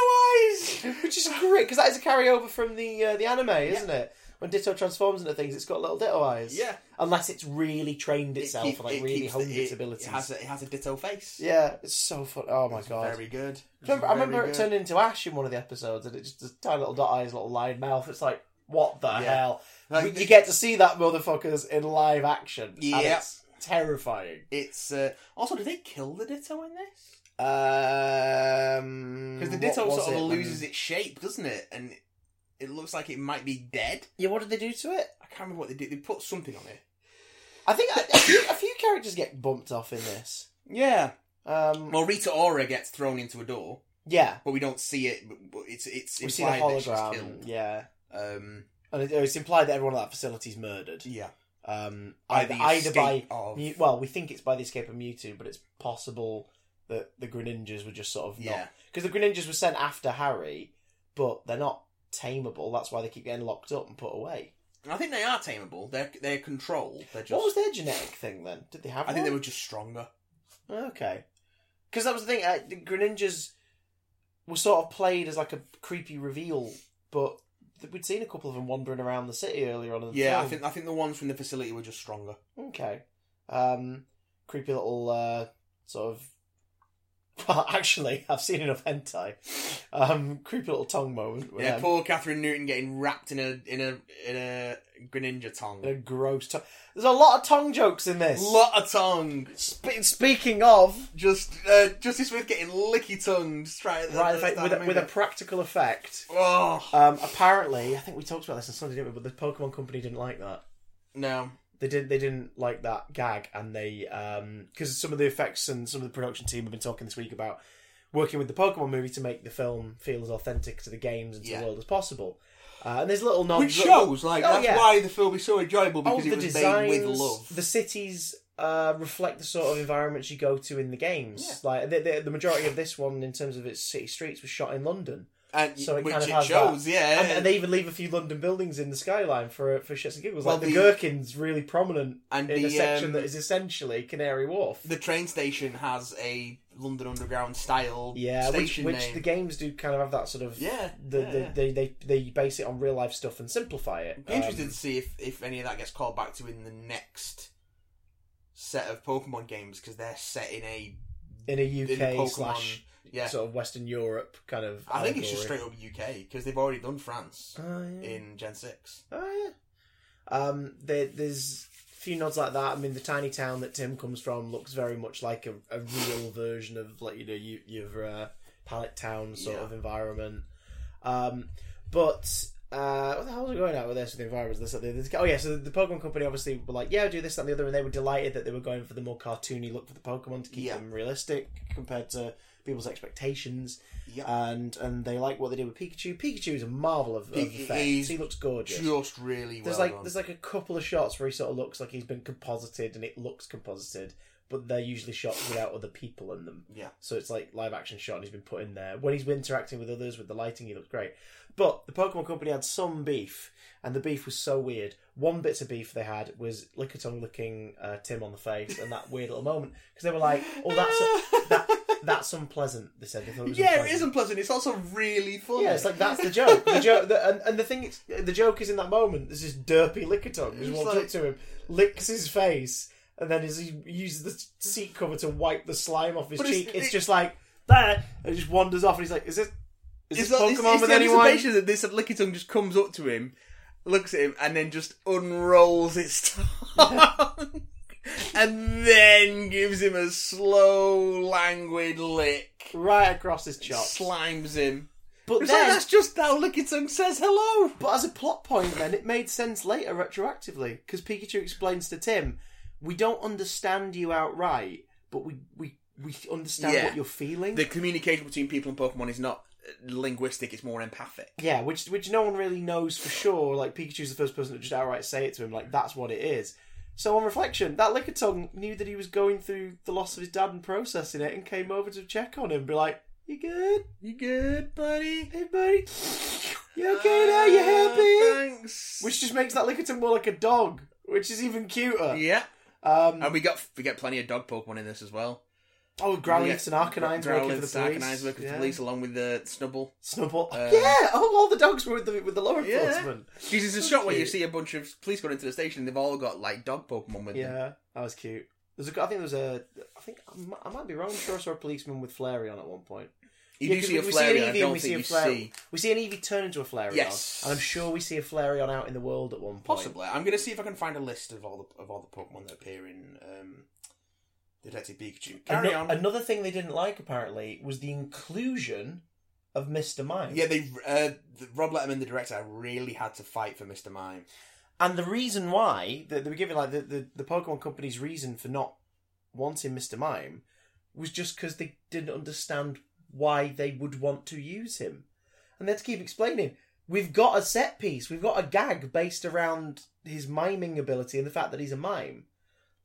Speaker 3: eyes.
Speaker 1: which is great because that is a carryover from the uh, the anime, isn't it? When Ditto transforms into things, it's got little Ditto eyes.
Speaker 3: Yeah.
Speaker 1: unless it's really trained
Speaker 3: It
Speaker 1: itself
Speaker 3: keep-
Speaker 1: and like
Speaker 3: it
Speaker 1: really
Speaker 3: keeps
Speaker 1: honed
Speaker 3: the-
Speaker 1: its
Speaker 3: it-
Speaker 1: abilities.
Speaker 3: It has, a, it has a ditto face.
Speaker 1: Yeah, it's so fun. Oh my
Speaker 3: It's
Speaker 1: god!
Speaker 3: Very good.
Speaker 1: remember, I
Speaker 3: Very
Speaker 1: remember it
Speaker 3: good.
Speaker 1: turning into Ash in one of the episodes, and it just this tiny little dot eyes, little lion mouth. It's like, what the
Speaker 3: Yeah.
Speaker 1: hell?
Speaker 3: Like,
Speaker 1: you get to see that motherfuckers in live action. and
Speaker 3: Yeah.
Speaker 1: it's terrifying.
Speaker 3: It's uh, also did they kill the ditto in this?
Speaker 1: Um,
Speaker 3: Because the ditto sort of loses its shape, doesn't it? And it looks like it might be dead.
Speaker 1: Yeah, what did they do to it?
Speaker 3: I can't remember what they did. They put something on it.
Speaker 1: I think a, a, few, a few characters get bumped off in this.
Speaker 3: Yeah.
Speaker 1: Um,
Speaker 3: Well, Rita Ora gets thrown into a door,
Speaker 1: yeah,
Speaker 3: but we don't see it. but- but It's it's
Speaker 1: we see the
Speaker 3: implied that she's
Speaker 1: hologram.
Speaker 3: killed.
Speaker 1: Yeah,
Speaker 3: Um,
Speaker 1: and it, it's implied that everyone at that facility is murdered.
Speaker 3: yeah.
Speaker 1: Um,
Speaker 3: By
Speaker 1: either,
Speaker 3: the
Speaker 1: either
Speaker 3: escape
Speaker 1: by
Speaker 3: of-
Speaker 1: Mu- well, we think it's by the escape of Mewtwo, but it's possible that the Greninjas were just sort of
Speaker 3: Yeah.
Speaker 1: not because the Greninjas were sent after Harry, but they're not tameable. That's why they keep getting locked up and put away.
Speaker 3: And I think they are tameable. They're they're controlled. They're just.
Speaker 1: What was their genetic thing then? Did they have?
Speaker 3: I think they
Speaker 1: one?
Speaker 3: were just stronger.
Speaker 1: okay, because that was the thing. Uh, the Greninjas were sort of played as like a creepy reveal, but th- we'd seen a couple of them wandering around the city earlier on. In the
Speaker 3: Yeah, I
Speaker 1: film.
Speaker 3: think I think the ones from the facility were just stronger.
Speaker 1: Okay. Um, creepy little uh, sort of But actually, I've seen enough hentai. Um, creepy little tongue moment. with
Speaker 3: Yeah,
Speaker 1: them.
Speaker 3: poor Catherine Newton getting wrapped in a in a in a greninja
Speaker 1: A
Speaker 3: tongue.
Speaker 1: gross tongue. There's a lot of tongue jokes in this.
Speaker 3: Lot of tongue.
Speaker 1: Spe- speaking of,
Speaker 3: Just uh, Justice Smith getting licky tongued straight at the,
Speaker 1: right,
Speaker 3: the
Speaker 1: effect,
Speaker 3: start
Speaker 1: with,
Speaker 3: of
Speaker 1: a,
Speaker 3: the
Speaker 1: with a
Speaker 3: movie.
Speaker 1: practical effect.
Speaker 3: Oh
Speaker 1: Um, apparently, I think we talked about this on Sunday, didn't we? But the Pokemon Company didn't like that.
Speaker 3: no.
Speaker 1: They didn't. They didn't like that gag, and they because some of the effects and some of the production team have been talking this week about working with the Pokemon movie to make the film feel as authentic to the games and to
Speaker 3: Yeah.
Speaker 1: the world as possible. Uh, and there's little non.
Speaker 3: Which shows like
Speaker 1: Oh,
Speaker 3: that's
Speaker 1: yeah.
Speaker 3: why the film is so enjoyable
Speaker 1: Oh,
Speaker 3: because
Speaker 1: the
Speaker 3: it was made with
Speaker 1: designs,
Speaker 3: love.
Speaker 1: the cities uh, reflect the sort of environments you go to in the games. Like the, the, the majority of this one, in terms of its city streets, was shot in London,
Speaker 3: and
Speaker 1: so it
Speaker 3: which
Speaker 1: kind of
Speaker 3: it
Speaker 1: has
Speaker 3: shows, yeah.
Speaker 1: and, and they even leave a few London buildings in the skyline for for shits and giggles.
Speaker 3: Well,
Speaker 1: like the,
Speaker 3: the-
Speaker 1: Gherkins, really prominent
Speaker 3: And
Speaker 1: in
Speaker 3: the,
Speaker 1: a section
Speaker 3: um,
Speaker 1: that is essentially Canary Wharf.
Speaker 3: the train station has a London Underground style
Speaker 1: yeah, which,
Speaker 3: station
Speaker 1: which
Speaker 3: name.
Speaker 1: the games do kind of have that sort of
Speaker 3: yeah,
Speaker 1: The,
Speaker 3: yeah,
Speaker 1: the,
Speaker 3: yeah.
Speaker 1: They, they they base it on real life stuff and simplify it.
Speaker 3: Be interested
Speaker 1: Um,
Speaker 3: to see if, if any of that gets called back to in the next set of Pokemon games because they're set in a
Speaker 1: in a
Speaker 3: in
Speaker 1: UK
Speaker 3: Pokemon.
Speaker 1: slash
Speaker 3: yeah,
Speaker 1: sort of Western Europe kind of.
Speaker 3: I think it's just
Speaker 1: allegory.
Speaker 3: straight up UK because they've already done France
Speaker 1: Oh, yeah.
Speaker 3: in Gen Six.
Speaker 1: Oh yeah. Um, there, there's a few nods like that. I mean, the tiny town that Tim comes from looks very much like a, a real version of like you know you, your uh, pallet town sort
Speaker 3: Yeah.
Speaker 1: of environment. Um, but uh, what the hell was I going at with this with the environments? This, that, the other? this, oh yeah, so the, the Pokemon company obviously were like, yeah, do this, that, and the other, and they were delighted that they were going for the more cartoony look for the Pokemon to keep
Speaker 3: Yeah.
Speaker 1: them realistic compared to people's expectations.
Speaker 3: Yeah.
Speaker 1: And and they like what they did with Pikachu. Pikachu is a marvel of, of
Speaker 3: Pikachu
Speaker 1: effects.
Speaker 3: is
Speaker 1: He looks gorgeous.
Speaker 3: Just really well
Speaker 1: There's like
Speaker 3: done.
Speaker 1: there's like a couple of shots where he sort of looks like he's been composited and it looks composited, but they're usually shots without other people in them.
Speaker 3: Yeah.
Speaker 1: So it's like live action shot and he's been put in there. When he's interacting with others with the lighting, he looks great. But the Pokemon Company had some beef, and the beef was so weird. One bit of beef they had was Lickitung licking uh, Tim on the face, and that weird little moment because they were like, "Oh, that's that that's unpleasant." They said they thought it was
Speaker 3: yeah, it
Speaker 1: unpleasant.
Speaker 3: is unpleasant. It's also really funny.
Speaker 1: Yeah, it's like that's the joke. The joke, the, and, and the thing, is, the joke is in that moment. There's this derpy lickitung who
Speaker 3: It's
Speaker 1: walks
Speaker 3: like-
Speaker 1: up to him, licks his face, and then as he uses the seat cover to wipe the slime off his
Speaker 3: But it's-
Speaker 1: cheek, it's
Speaker 3: it-
Speaker 1: just like there, and he just wanders off, and he's like, "Is this is
Speaker 3: it's,
Speaker 1: this
Speaker 3: not-
Speaker 1: Pokemon
Speaker 3: it's- it's
Speaker 1: with
Speaker 3: the
Speaker 1: anyone?"
Speaker 3: anticipation that this Lickitung just comes up to him, looks at him, and then just unrolls its tongue, and then gives him a slow, languid lick,
Speaker 1: Right across his chops.
Speaker 3: slimes him.
Speaker 1: But
Speaker 3: It's like,
Speaker 1: then,
Speaker 3: that's just how Lickitung says hello.
Speaker 1: but as a plot point, then it made sense later retroactively because Pikachu explains to Tim, "We don't understand you outright, but we we." We understand
Speaker 3: Yeah.
Speaker 1: what you're feeling.
Speaker 3: The communication between people and Pokemon is not uh, linguistic; it's more empathic.
Speaker 1: Yeah, which which no one really knows for sure. Like Pikachu's the first person to just outright say it to him, like that's what it is. So on reflection, that Lickitung knew that he was going through the loss of his dad and processing it, and came over to check on him, and be like, "You good?
Speaker 3: You good, buddy?
Speaker 1: Hey, buddy, you okay now? You happy?"
Speaker 3: Uh, Thanks.
Speaker 1: Which just makes that Lickitung more like a dog, which is even cuter.
Speaker 3: yeah,
Speaker 1: Um,
Speaker 3: and we got we get plenty of dog Pokemon in this as well.
Speaker 1: oh, Growlithe and Arcanine's
Speaker 3: Growlithe
Speaker 1: working for the
Speaker 3: and
Speaker 1: police.
Speaker 3: Arcanine's working for
Speaker 1: Yeah.
Speaker 3: the police along with the Snubble.
Speaker 1: Snubble.
Speaker 3: Um,
Speaker 1: yeah. Oh, all the dogs were with the with the law
Speaker 3: Yeah.
Speaker 1: enforcement.
Speaker 3: Because it's a shot where you
Speaker 1: Cute.
Speaker 3: see a bunch of police going into the station and they've all got like dog Pokemon with them.
Speaker 1: Yeah, that was cute. There's a, I think there was a. I think I might, I might be wrong. I'm sure I saw a policeman with Flareon at one point.
Speaker 3: You
Speaker 1: Yeah,
Speaker 3: do
Speaker 1: 'cause
Speaker 3: see a
Speaker 1: we- we see an
Speaker 3: Flareon, I
Speaker 1: Eevee and
Speaker 3: don't
Speaker 1: we
Speaker 3: think
Speaker 1: see a
Speaker 3: you
Speaker 1: Flare-
Speaker 3: see.
Speaker 1: We see an Eevee turn into a Flareon.
Speaker 3: Yes.
Speaker 1: and I'm sure we see a Flareon out in the world at one point.
Speaker 3: Possibly. I'm going to see if I can find a list of all the of all the Pokemon that appear in um, Detective Pikachu. Carry
Speaker 1: Ano-
Speaker 3: on.
Speaker 1: Another thing they didn't like apparently was the inclusion of Mr. Mime.
Speaker 3: yeah, they uh, the- Rob Letterman, the director, really had to fight for Mr. Mime.
Speaker 1: And the reason why they, they were giving like the, the, the Pokemon company's reason for not wanting Mr. Mime was just because they didn't understand why they would want to use him. And they had to keep explaining. We've got a set piece, we've got a gag based around his miming ability and the fact that he's a mime.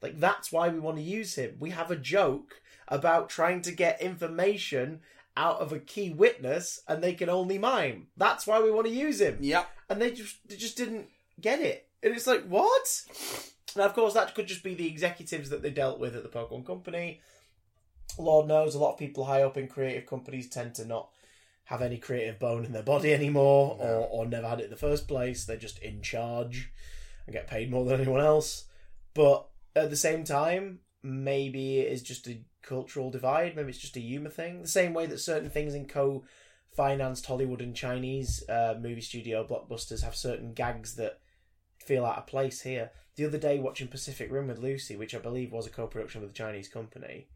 Speaker 1: Like that's why we want to use him. We have a joke about trying to get information out of a key witness and they can only mime. That's why we want to use him
Speaker 3: Yep.
Speaker 1: and they just they just didn't get it. And it's like what? And of course, that could just be the executives that they dealt with at the Pokemon Company. Lord knows, a lot of people high up in creative companies tend to not have any creative bone in their body anymore,
Speaker 3: No.
Speaker 1: or, or never had it in the first place. They're just in charge and get paid more than anyone else. But at the same time, maybe it is just a cultural divide. Maybe it's just a humor thing. The same way that certain things in co-financed Hollywood and Chinese uh, movie studio blockbusters have certain gags that feel out of place here. The other day, watching Pacific Rim with Lucy, which I believe was a co-production with a Chinese company.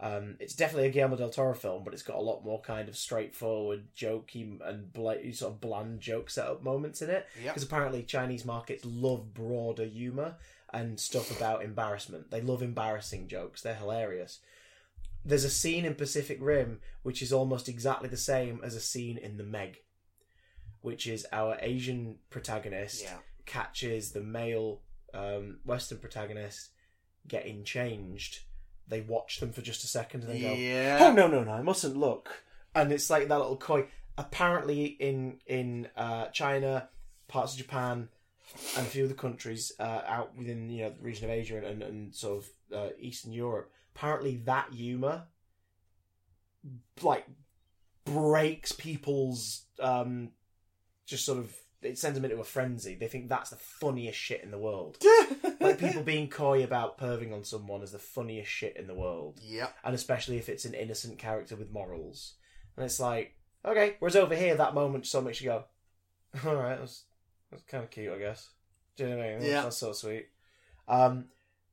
Speaker 1: Um, it's definitely a Guillermo del Toro film, but it's got a lot more kind of straightforward, jokey, and bla- sort of bland joke setup moments in it.
Speaker 3: Yep.
Speaker 1: Because apparently Chinese markets love broader humour and stuff about embarrassment. They love embarrassing jokes. They're hilarious. There's a scene in Pacific Rim which is almost exactly the same as a scene in The Meg, which is our Asian protagonist
Speaker 3: Yeah.
Speaker 1: catches the male um, Western protagonist getting changed. They watch them for just a second and then go,
Speaker 3: Yeah.
Speaker 1: oh no no no i mustn't look and it's like that little coy apparently in in uh china parts of japan and a few other countries uh, out within you know the region of asia and, and, and sort of uh, eastern europe apparently that humor like breaks people's um just sort of it sends them into a frenzy they think that's the funniest shit in the world like people being coy about perving on someone is the funniest shit in the world
Speaker 3: Yep.
Speaker 1: and especially if it's an innocent character with morals. And it's like, okay. Whereas over here, that moment so makes you go, all right, that's that's kind of cute, I guess. Do you know what I mean? That's-
Speaker 3: Yeah.
Speaker 1: that's so sweet. Um,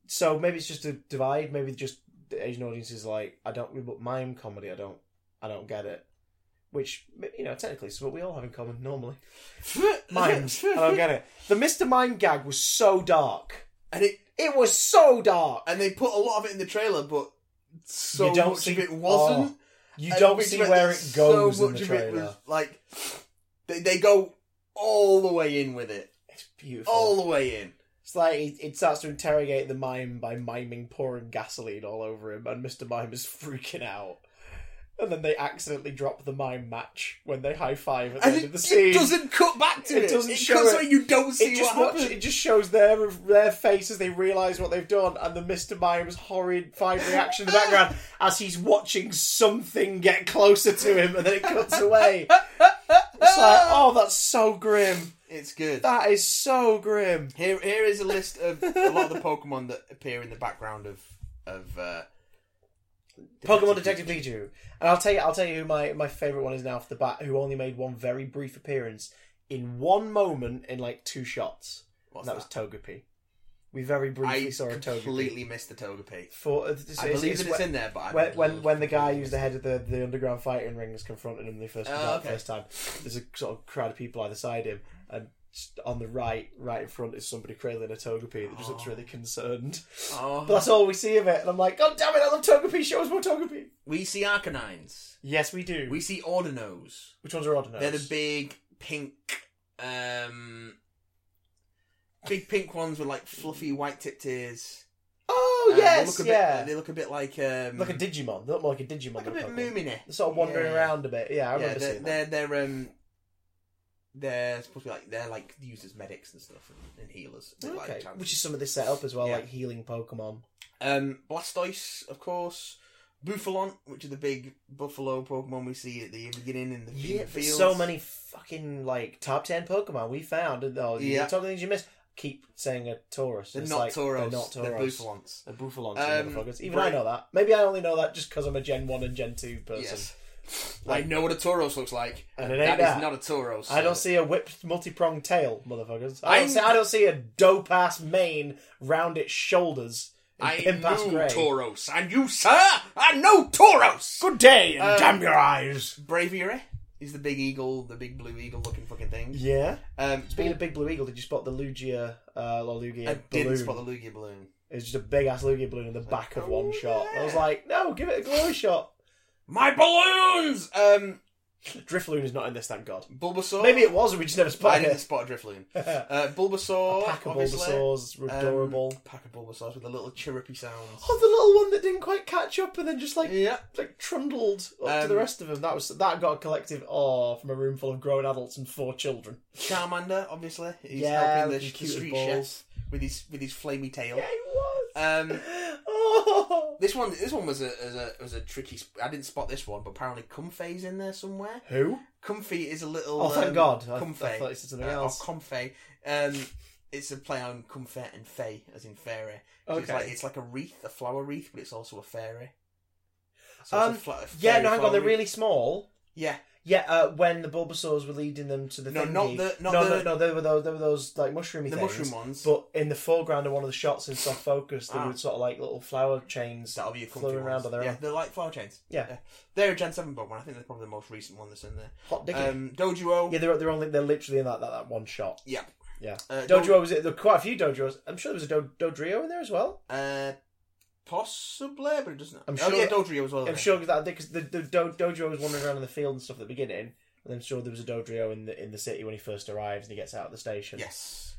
Speaker 1: so maybe it's just a divide. Maybe just the Asian audience is like, I don't, but mime comedy, I don't, I don't get it. Which you know, technically, it's what we all have in common normally. Mimes, I don't get it. The Mister Mime gag was so dark.
Speaker 3: And it
Speaker 1: It was so dark.
Speaker 3: and they put a lot of it in the trailer, but so
Speaker 1: You don't
Speaker 3: much
Speaker 1: see- oh,
Speaker 3: of it wasn't.
Speaker 1: You
Speaker 3: And
Speaker 1: don't
Speaker 3: which
Speaker 1: see
Speaker 3: meant
Speaker 1: where
Speaker 3: that
Speaker 1: it goes
Speaker 3: So
Speaker 1: in
Speaker 3: much
Speaker 1: the
Speaker 3: of
Speaker 1: trailer.
Speaker 3: it was like they they go all the way in with it,
Speaker 1: It's beautiful.
Speaker 3: all the way in.
Speaker 1: It's like it, it starts to interrogate the mime by miming pouring gasoline all over him, and Mr. Mime is freaking out. And then they accidentally drop the mime match when they high five at the
Speaker 3: And
Speaker 1: end
Speaker 3: it,
Speaker 1: of the
Speaker 3: it
Speaker 1: scene.
Speaker 3: doesn't cut back to
Speaker 1: It
Speaker 3: it.
Speaker 1: doesn't
Speaker 3: it
Speaker 1: show
Speaker 3: cuts
Speaker 1: it.
Speaker 3: away, You don't see
Speaker 1: It just
Speaker 3: what
Speaker 1: watch-
Speaker 3: happened.
Speaker 1: it just shows their their faces. They realise what they've done, and the Mister Mime's horrid five reaction in the background as he's watching something get closer to him, and then it cuts away. It's like, oh, that's so grim.
Speaker 3: It's good.
Speaker 1: That is so grim.
Speaker 3: Here, here is a list of a lot of the Pokemon that appear in the background of of uh,
Speaker 1: Pokemon Detective Pikachu. And I'll tell you, I'll tell you who my, my favorite one is now off the bat. Who only made one very brief appearance in one moment in like two shots.
Speaker 3: What's
Speaker 1: and that, was Togepi. We very briefly
Speaker 3: I
Speaker 1: saw a Togepi.
Speaker 3: completely missed the Togepi.
Speaker 1: For uh, it's-
Speaker 3: I
Speaker 1: it's-
Speaker 3: believe
Speaker 1: it's
Speaker 3: that it's
Speaker 1: when-
Speaker 3: in there, but I
Speaker 1: When, when when the guy
Speaker 3: completely
Speaker 1: who's the head of the, the underground fighting ring is confronting him the first
Speaker 3: Oh,
Speaker 1: the
Speaker 3: okay.
Speaker 1: first time, there's a sort of crowd of people either side him, and on the right, right in front, is somebody cradling a Togepi that just looks
Speaker 3: Oh.
Speaker 1: really concerned.
Speaker 3: missed- Oh.
Speaker 1: But that's all we see of it, and I'm like, God damn it! I love Togepi. Show us more Togepi.
Speaker 3: we see Arcanines.
Speaker 1: Yes, we do.
Speaker 3: We see Ordinos.
Speaker 1: Which ones are odd enough?
Speaker 3: They're the big pink, um, big pink ones with like fluffy white tipped ears.
Speaker 1: Oh
Speaker 3: Um,
Speaker 1: yes,
Speaker 3: they look a
Speaker 1: yeah.
Speaker 3: Bit, they look a bit like um,
Speaker 1: like a Digimon. They look more like a Digimon.
Speaker 3: like a
Speaker 1: than
Speaker 3: bit
Speaker 1: Pokemon.
Speaker 3: Moomine.
Speaker 1: They're sort of wandering
Speaker 3: Yeah.
Speaker 1: around a bit. Yeah, I
Speaker 3: yeah,
Speaker 1: remember
Speaker 3: they're,
Speaker 1: seeing that.
Speaker 3: they're they're um they're supposed to be like they're like used as medics and stuff and, and healers. They're, like,
Speaker 1: Okay,
Speaker 3: champions.
Speaker 1: which is some of this set up as well,
Speaker 3: Yeah.
Speaker 1: like healing Pokemon.
Speaker 3: um Blastoise, of course. Buffalon, which are the big buffalo Pokemon we see at the beginning in the, in the
Speaker 1: Yeah,
Speaker 3: fields.
Speaker 1: so many fucking like top ten Pokemon we found. And, oh, yeah,
Speaker 3: Yeah.
Speaker 1: talking things you missed. Keep saying a Taurus.
Speaker 3: They're
Speaker 1: It's
Speaker 3: not
Speaker 1: like,
Speaker 3: Tauros.
Speaker 1: They're not
Speaker 3: They're
Speaker 1: Tauros.
Speaker 3: Buffalons.
Speaker 1: They're Buffalons,
Speaker 3: Um,
Speaker 1: motherfuckers. Even I
Speaker 3: right.
Speaker 1: know that. Maybe I only know that just because I'm a Gen One and Gen Two person.
Speaker 3: Yes.
Speaker 1: Like-
Speaker 3: I know what a Tauros looks like.
Speaker 1: And
Speaker 3: And,
Speaker 1: it ain't
Speaker 3: that
Speaker 1: that.
Speaker 3: is not a Tauros.
Speaker 1: I don't
Speaker 3: so-
Speaker 1: see a whipped multi-pronged tail, motherfuckers. I don't,
Speaker 3: I'm-
Speaker 1: see, I don't see a dope-ass mane round its shoulders. and
Speaker 3: I
Speaker 1: pimp-ass
Speaker 3: knew
Speaker 1: grey.
Speaker 3: Tauros, and you, sir, I know Tauros.
Speaker 1: Good day, and
Speaker 3: Um,
Speaker 1: damn your eyes.
Speaker 3: Braviary is the big eagle, the big blue eagle looking fucking thing.
Speaker 1: Yeah.
Speaker 3: Um,
Speaker 1: Speaking of big blue eagle, did you spot the Lugia, uh, La Lugia
Speaker 3: I
Speaker 1: balloon?
Speaker 3: didn't spot the Lugia balloon.
Speaker 1: It was just a big ass Lugia balloon in the back of one
Speaker 3: "Oh,
Speaker 1: shot. I was
Speaker 3: yeah."
Speaker 1: like, no, give it a glory shot.
Speaker 3: My balloons. Um,
Speaker 1: Drifloon is not in this, thank God.
Speaker 3: Bulbasaur.
Speaker 1: Maybe it was, and we just never
Speaker 3: Oh. I
Speaker 1: spotted
Speaker 3: didn't
Speaker 1: it.
Speaker 3: spot a Drifloon.
Speaker 1: a
Speaker 3: Uh, Bulbasaur.
Speaker 1: pack of
Speaker 3: obviously.
Speaker 1: Bulbasaurs were
Speaker 3: Um,
Speaker 1: adorable.
Speaker 3: pack of Bulbasaurs with a little chirrupy sound.
Speaker 1: Oh, the little one that didn't quite catch up and then just like
Speaker 3: Yeah.
Speaker 1: like trundled up to the
Speaker 3: Um,
Speaker 1: rest of them. That was that got a collective awe from a room full of grown adults and four children.
Speaker 3: Charmander, obviously. He's
Speaker 1: Yeah,
Speaker 3: helping the,
Speaker 1: looking
Speaker 3: the
Speaker 1: cute as
Speaker 3: street
Speaker 1: balls.
Speaker 3: chef with his with his flamey tail.
Speaker 1: Yeah, it was.
Speaker 3: Um,
Speaker 1: oh.
Speaker 3: this one, this one was a was a was a tricky. Sp- I didn't spot this one, but apparently Comfey's in there somewhere.
Speaker 1: Who?
Speaker 3: Comfey is a little.
Speaker 1: Oh, thank
Speaker 3: um,
Speaker 1: God. I, I
Speaker 3: Comfey.
Speaker 1: thought you said something
Speaker 3: Uh, or
Speaker 1: else.
Speaker 3: Comfey. Um, It's a play on comfort and fey, as in fairy. 'Cause It's
Speaker 1: Okay.
Speaker 3: like, it's like a wreath, a flower wreath, but it's also a fairy. So it's a
Speaker 1: Um,
Speaker 3: fla- a
Speaker 1: Yeah,
Speaker 3: fairy
Speaker 1: no, hang on.
Speaker 3: flower
Speaker 1: They're
Speaker 3: wreath.
Speaker 1: really small.
Speaker 3: Yeah,
Speaker 1: Yeah, uh, when the Bulbasaur's were leading them to the
Speaker 3: No,
Speaker 1: thingy.
Speaker 3: not the- not
Speaker 1: no,
Speaker 3: the-
Speaker 1: no, no, they were those, they were those like mushroomy
Speaker 3: the
Speaker 1: things.
Speaker 3: mushroom ones.
Speaker 1: But in the foreground of one of the shots in soft focus, there
Speaker 3: Ah.
Speaker 1: were sort of like little flower chains
Speaker 3: that'll be a comfy
Speaker 1: flowing around
Speaker 3: ones.
Speaker 1: on their
Speaker 3: Yeah,
Speaker 1: own.
Speaker 3: they're like flower chains.
Speaker 1: Yeah.
Speaker 3: They're a Gen 7 book one. I think they're probably the most recent one that's in there.
Speaker 1: Hot diggity.
Speaker 3: Um, Dojuo.
Speaker 1: yeah, they're they're only they're literally in that that, that one shot.
Speaker 3: Yeah.
Speaker 1: Yeah.
Speaker 3: Uh, Dod-
Speaker 1: Dojo was it? There were quite a few Dojos. I'm sure there was a Do- Dodrio in there as well.
Speaker 3: Uh, possibly, but it doesn't.
Speaker 1: I'm
Speaker 3: oh,
Speaker 1: sure-
Speaker 3: yeah, Dodrio as well.
Speaker 1: I'm sure that because the, the Do- Dojo was wandering around in the field and stuff at the beginning, and I'm sure there was a Dodrio in the in the city when he first arrives and he gets out of the station.
Speaker 3: Yes.